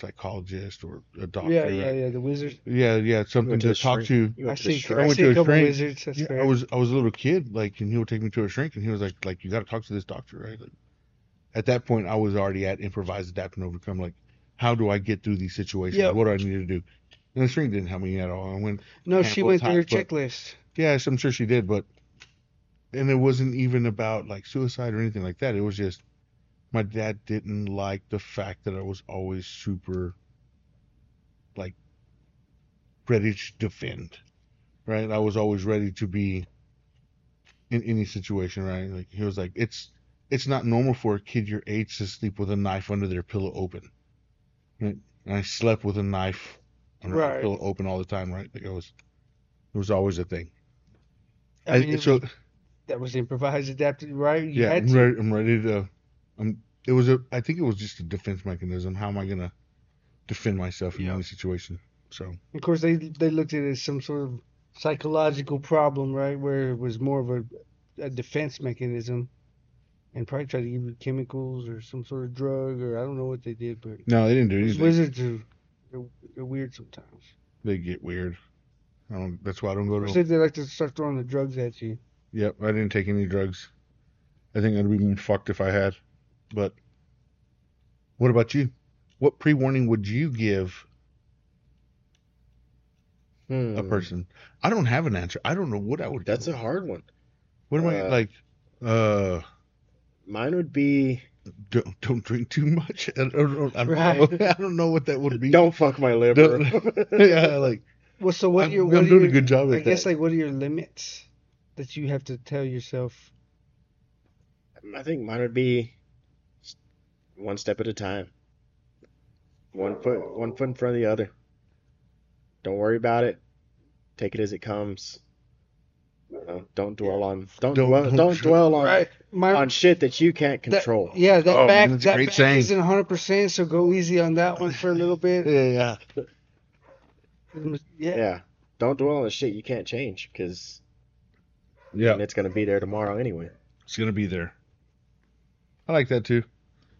psychologist or a doctor.
yeah, yeah,
right?
yeah. The wizard.
yeah, yeah, something
went
to,
to the
talk
shrink.
to.
You
I
went to the
see.
shrink.
I
went
see
to
a
a
couple
shrink.
wizards. That's
Yeah,
fair.
I was I was a little kid, like, and he would take me to a shrink, and he was like, like you got to talk to this doctor, right? Like, at that point, I was already at improvise, adapt, and overcome. Like, how do I get through these situations?
Yep.
What do I need to do? And the shrink didn't help me at all. I went,
no, she
handful
went
of
through her
times,
checklist.
yes, I'm sure she did, but, and it wasn't even about like suicide or anything like that. It was just my dad didn't like the fact that I was always super, like, ready to defend, right? I was always ready to be in any situation, right? Like he was like, it's it's not normal for a kid your age to sleep with a knife under their pillow open. Right? And I slept with a knife under my
Right.
pillow open all the time, right? Like I was, it was always a thing.
I mean,
I-
it
so
was- that was improvised, adapted, right? You
yeah,
had
I'm
to.
ready, I'm ready to. I'm. It was a. I think it was just a defense mechanism. How am I gonna defend myself in
Yeah.
any situation? So
Of course, they they looked at it as some sort of psychological problem, right? Where it was more of a, a defense mechanism, and probably tried to give you chemicals or some sort of drug, or I don't know what they did, but
no, they didn't do
these
anything.
wizards are they're, they're weird sometimes.
They get weird. I don't. That's why I don't go to.
Especially if they like to start throwing the drugs at you.
Yep, I didn't take any drugs. I think I'd be more fucked if I had. But what about you? What pre warning would you give
Hmm.
a
Uh,
person? I don't have an answer. I don't know what I would.
That's
give.
a hard one.
What am I
uh,
like? Uh,
Mine would be
don't don't drink too much. I don't, know- I don't
Right.
know, I don't know what that would be.
don't fuck my liver.
yeah, like
Well, so what
I'm,
your
I'm
what are
doing
your,
a good job
I
at
guess
that.
like what are your limits that you have to tell yourself?
I think mine would be s- one step at a time. One foot, one foot in front of the other. Don't worry about it. Take it as it comes. You know, don't dwell on don't,
Don't-
dwell
don't
don't,
tr-
dwell on
Right. My
on shit that you can't
that-
control.
yeah, that
Oh,
back
that's a
that
great
back
saying.
isn't 100. percent So go easy on that one for a little bit.
Yeah,
Yeah.
yeah. Don't dwell on the shit you can't change because
yeah.
it's gonna be there tomorrow anyway.
It's gonna be there. I like that too.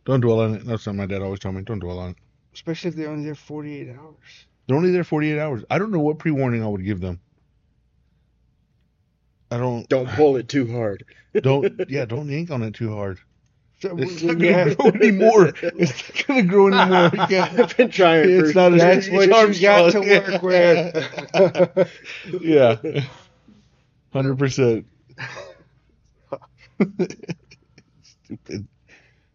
Don't dwell on it. That's something my dad always told me. Don't dwell on it.
especially if they're only there 48 hours.
They're only there 48 hours. I don't know what pre warning I would give them. I don't.
Don't pull it too hard.
Don't. yeah, don't yank on it too hard.
So
It's
we-
not
we
gonna
have-
grow anymore. It's not gonna grow anymore. Yeah.
I've been trying.
It's
for-
not.
That's what
arm's
you got
strong.
to work with.
yeah. Hundred percent. Stupid.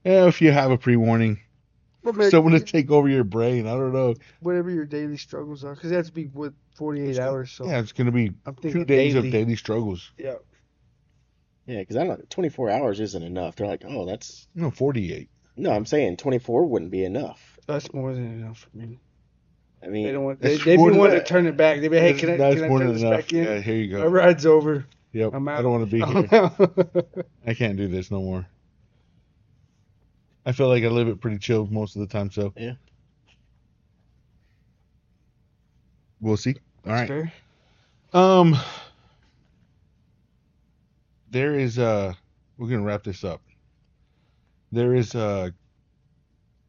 Yeah, if you have a pre-warning,
Well, man,
someone to take over your brain. I don't know.
whatever your daily struggles are, because that's be what 48 hours. So
Yeah, it's gonna be
I'm thinking
two days
daily.
of daily struggles.
Yeah,
Yeah, because I don't. Twenty four hours isn't enough. They're like, oh, that's
No, forty-eight.
no. I'm saying twenty four wouldn't be enough.
that's more than enough for me.
I
They
mean,
don't want. They,
That's
they
more than
want to
that.
turn it back. They be, hey,
That's-
can I,
that's
can I
more
turn
than
this
enough.
back in?
Yeah, here you
My
go.
ride's over.
Yep.
I'm
I
out.
don't want to be here.
I'm out.
I can't do this no more. I feel like I live it pretty chill most of the time, so
Yeah.
We'll see. All right.
Fair.
Um there is uh we're gonna wrap this up. There is uh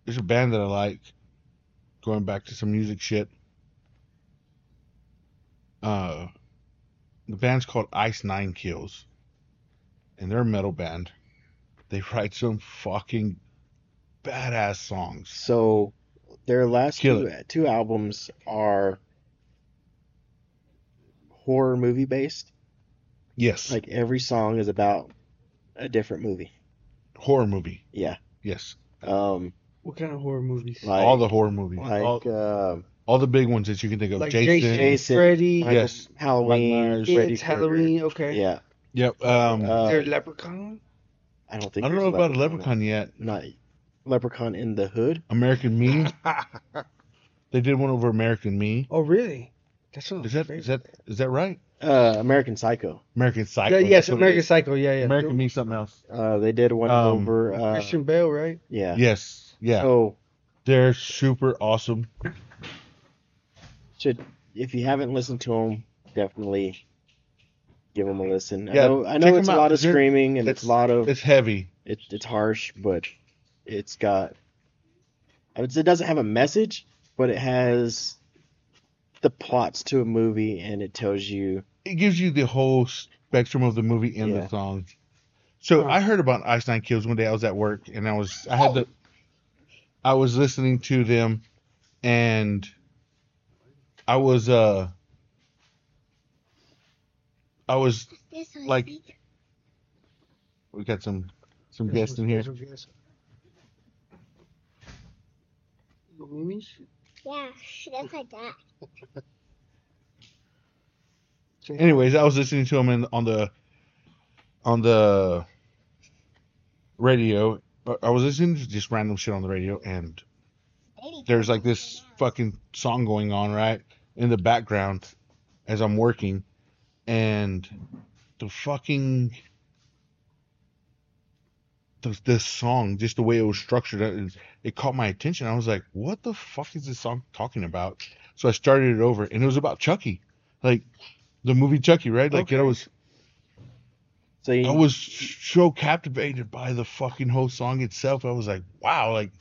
there's a band that I like. Going back to some music shit. Uh the band's called Ice Nine Kills. And they're a metal band. They write some fucking badass songs.
so their last
Kill
two, uh, two albums are horror movie based.
Yes.
Like every song is about a different movie.
horror movie.
Yeah.
Yes.
Um,
What kind of horror movies?
like
all the horror movies. all,
like um
all the big ones that you can think of.
Like
Jason.
Jason.
Freddy.
Michael-
Yes.
Halloween,
Mike
Yeah,
Freddy
it's
Krueger.
Halloween. Okay.
Yeah,
Yep. Um,
Uh,
Is there a leprechaun?
I don't
I
think.
don't know
there's
about Leprechaun yet.
Not Leprechaun in the Hood.
American Me. they did one over American Me.
Oh, really? That's one of
Is that
my
is
favorites.
that is that right?
Uh, American Psycho.
American Psycho.
Yeah,
that's
yes,
what it
American
is.
Psycho. Yeah, yeah.
American Me, something else.
Uh, they did one
Um,
over. Uh,
Christian Bale, right?
yeah.
Yes. Yeah.
So
They're super awesome.
should if you haven't listened to them, definitely give them a listen.
Yeah,
I know, I
check
know it's
'em
a
out.
lot of
They're-
screaming and it's, a lot of
It's heavy.
it's it's harsh, but it's got. I would say It doesn't have a message, but it has the plots to a movie, and it tells you
It gives you the whole spectrum of the movie and the
Yeah.
song. So
Huh.
I heard about Ice Nine Kills one day. I was at work and I was I had the I was listening to them and I was uh I was like we got some some guests in here.
Special guest. You want me?
Yeah, that's like that.
Say-
Anyways, I was listening to him in, on the on the radio. I- I was listening to just random shit on the radio, and there's like this fucking song going on right in the background as I'm working, and the fucking the, the song, just the way it was structured, it, it caught my attention. I was like, "What the fuck is this song talking about?" So I started it over, and it was about Chucky, like the movie Chucky, right? Like it
Okay.
was,
so you,
I was so captivated by the fucking whole song itself. I was like, "Wow, like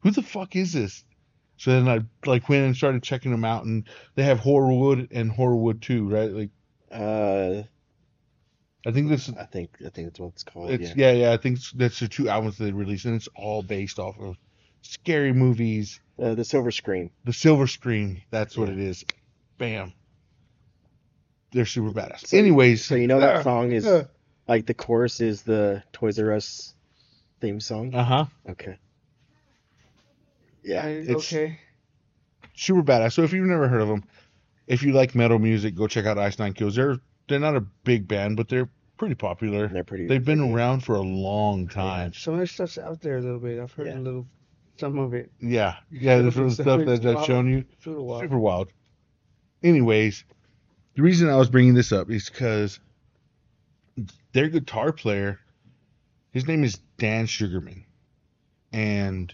who the fuck is this?" So then I like went and started checking them out, and they have Horrorwood and Horrorwood Two, right? Like
uh,
I think this
I think I think that's what it's called.
It's
Oh, yeah.
yeah, yeah. I think s- that's the two albums they released, and it's all based off of scary movies.
Uh, the Silver Screen.
The Silver Screen, that's what it is. Bam. They're super badass. Anyways,
So you know that
Uh,
song is
uh.
like the chorus is the Toys R Us theme song.
uh huh.
Okay.
I-
Yeah.
it's-
okay.
Super badass. So if you've never heard of them, if you like metal music, go check out Ice Nine Kills. They're they're not a big band, but they're pretty popular.
They're pretty.
They've been around for a long time.
Some of their stuff's out there a little bit. I've heard
Yeah.
a little, some of it.
Yeah, yeah. This was stuff that I've shown you.
Through the wild.
Super wild. anyways, the reason I was bringing this up is because their guitar player, his name is Dan Sugarman, and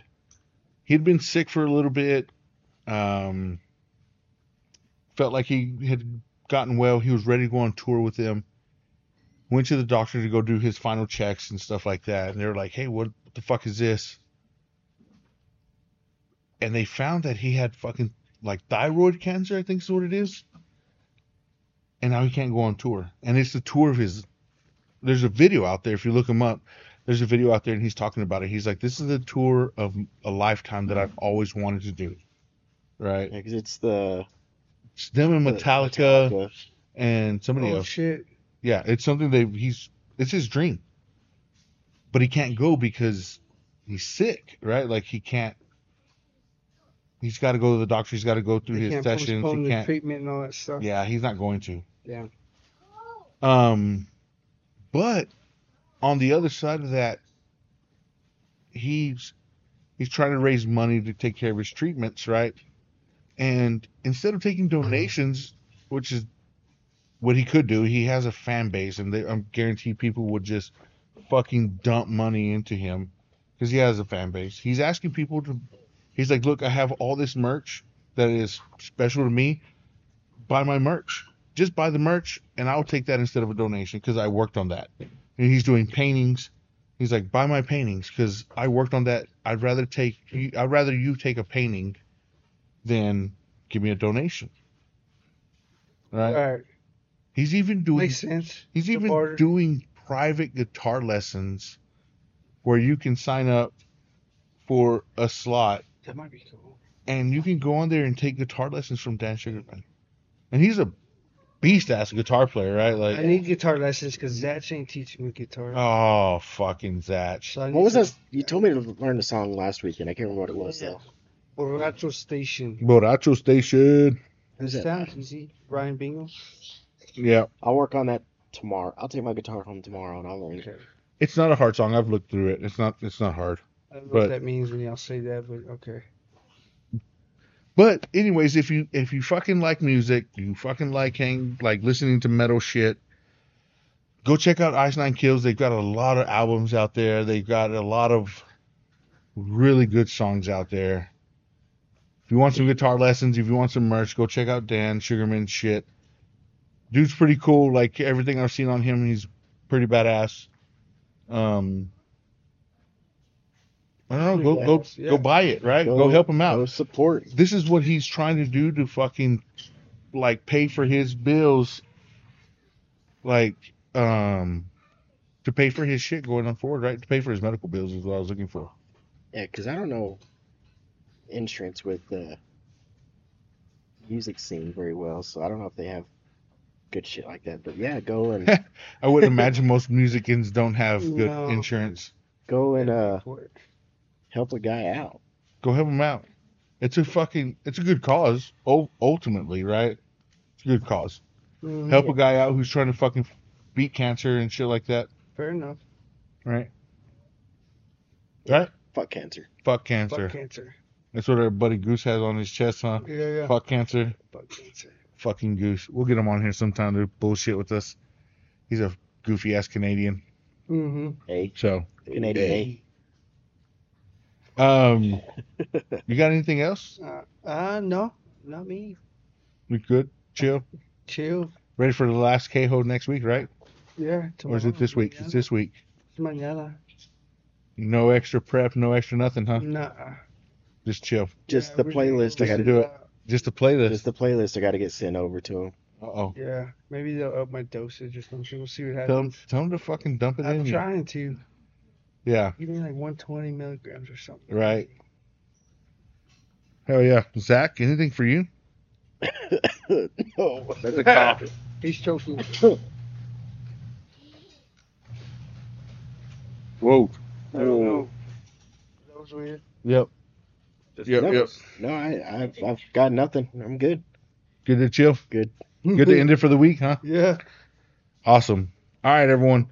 he'd been sick for a little bit. Um, felt like he had gotten well. He was ready to go on tour with them. Went to the doctor to go do his final checks and stuff like that. And they were like, "Hey, what the fuck is this?" And they found that he had fucking like thyroid cancer, I think is what it is. And now he can't go on tour. And it's the tour of his. There's a video out there if you look him up. There's a video out there and he's talking about it. He's like, "This is the tour of a lifetime that I've always wanted to do." Right?
because it's the
It's them and
the
Metallica, and somebody
Oh
else.
shit!
Yeah, it's something that he's it's his dream. But he can't go because he's sick, right? Like he can't he's gotta go to the doctor, he's gotta go through
They
his
can't
sessions.
postpone
He
the
can't
treatment and all that stuff.
Yeah, he's not going to.
Yeah.
Um but on the other side of that he's he's trying to raise money to take care of his treatments, right? And instead of taking donations, which is what he could do, he has a fan base, and they, I'm guarantee people would just fucking dump money into him because he has a fan base. He's asking people to, he's like, look, I have all this merch that is special to me. Buy my merch. Just buy the merch, and I'll take that instead of a donation because I worked on that. And he's doing paintings. He's like, buy my paintings because I worked on that. I'd rather take, I'd rather you take a painting than give me a donation.
All
Right?
right.
He's even doing
Makes sense.
he's
The
even
barter.
doing private guitar lessons where you can sign up for a slot
That might be cool.
and you can go on there and take guitar lessons from Dan Sugarman. And he's a beast ass guitar player, right?
I
Like
need guitar lessons because Zach ain't teaching me guitar.
oh fucking Zach.
So I need
What was
to-
that? You told me to learn a song last weekend. I can't remember what it was though.
Borracho Station.
Boracho Station.
Who's that?
Sounds easy. Ryan Bingham.
Yeah.
I'll work on that tomorrow. I'll take my guitar home tomorrow and I'll learn it.
Okay.
It's not a hard song. I've looked through it. It's not it's not hard.
I don't know
But-
what that means when y'all say that, but okay.
But anyways, if you if you fucking like music, you fucking like hang like listening to metal shit, go check out Ice Nine Kills. They've got a lot of albums out there. They've got a lot of really good songs out there. If you want some guitar lessons, if you want some merch, go check out Dan Sugarman's shit. Dude's pretty cool. Like everything I've seen on him, he's pretty badass. Um, I don't know. Go go
Yeah.
go buy it. Right. Go, help him out
Go support.
this is what he's trying to do to fucking like pay for his bills like um to pay for his shit going on forward right to pay for his medical bills is what i was looking for
Yeah, because I don't know insurance with the music scene very well, so I don't know if they have good shit like that. But yeah, go and
i would imagine most musicians don't have good
No.
insurance
go and uh,
Work.
help a guy out.
go help him out it's a fucking it's a good cause ul- ultimately right it's a good cause
Mm,
help a guy out who's trying to fucking beat cancer and shit like that
Fair enough.
right
Fuck cancer.
fuck cancer
Fuck cancer.
that's what our buddy goose has on his chest huh
Yeah, yeah.
fuck cancer
Fuck cancer.
fucking goose. We'll get him on here sometime to bullshit with us. He's a goofy ass Canadian.
Mm-hmm.
Hey,
So,
Canadian. Hey.
um, you got anything else?
Uh, uh, no, not me.
We good? Chill.
Chill.
Ready for the last K hole next week, right?
Yeah.
Or is it this week? It's this week.
Mañana.
No extra prep, no extra nothing, huh?
Nah.
Just chill.
Just
Yeah,
the
we're
playlist. I
gonna
gotta
do it.
uh,
Just a playlist.
Just the playlist. I gotta get sent over to him.
Uh oh.
Yeah, maybe they'll up my dosage or something. We'll see what
Tell him,
happens.
tell him to fucking dump it in.
I'm
you.
trying to.
Yeah,
Give me like 120 milligrams or something.
right. Hell yeah. Zach, anything for you?
no.
That's a cop.
He's choking.
Whoa.
I
Oh.
don't know. That was weird.
Yep. Yep,
no,
yep.
no, I, I've, I've got nothing. I'm good.
Good to chill.
Good.
Good to end it for the week, huh?
Yeah.
Awesome. All right, everyone.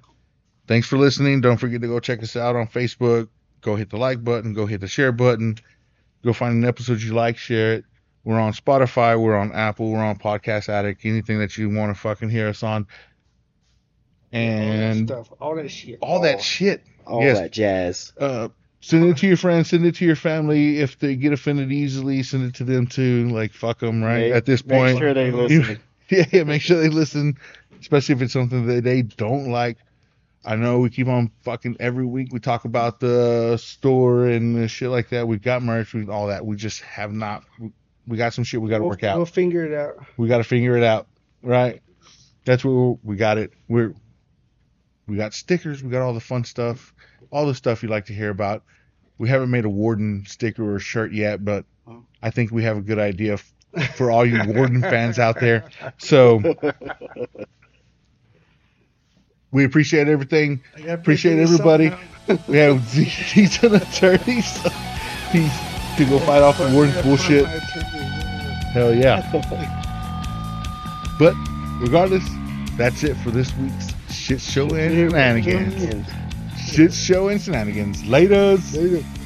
Thanks for listening. Don't forget to go check us out on Facebook. Go hit the like button. Go hit the share button. Go find an episode you like, share it. We're on Spotify. We're on Apple. We're on Podcast Addict. Anything that you want to fucking hear us on. And
stuff, all that shit.
all that shit.
All
Yes.
that jazz.
Uh, send it to your friends. Send it to your family. If they get offended easily, send it to them too. Like fuck them, right?
Make-
At this
make
point,
sure they
you-
listen.
yeah, yeah, make sure they listen, especially if it's something that they don't like. I know we keep on fucking every week. We talk about the store and the shit like that. We've got merch, we all that. We just have not. We got some shit we got to
We'll-
work out.
We'll figure it out.
We got to figure it out, right? That's where we're, we got it. We're we got stickers. We got all the fun stuff, all the stuff you like to hear about. We haven't made a Warden sticker or shirt yet, but I think we have a good idea f- for all you Warden fans out there. So we appreciate everything. Appreciate everybody. We have these attorneys Peace to go fight off the Warden's bullshit. Hell yeah. but regardless, that's it for this week's shit show and shenanigans. Shit show and shenanigans. Laters.
Later.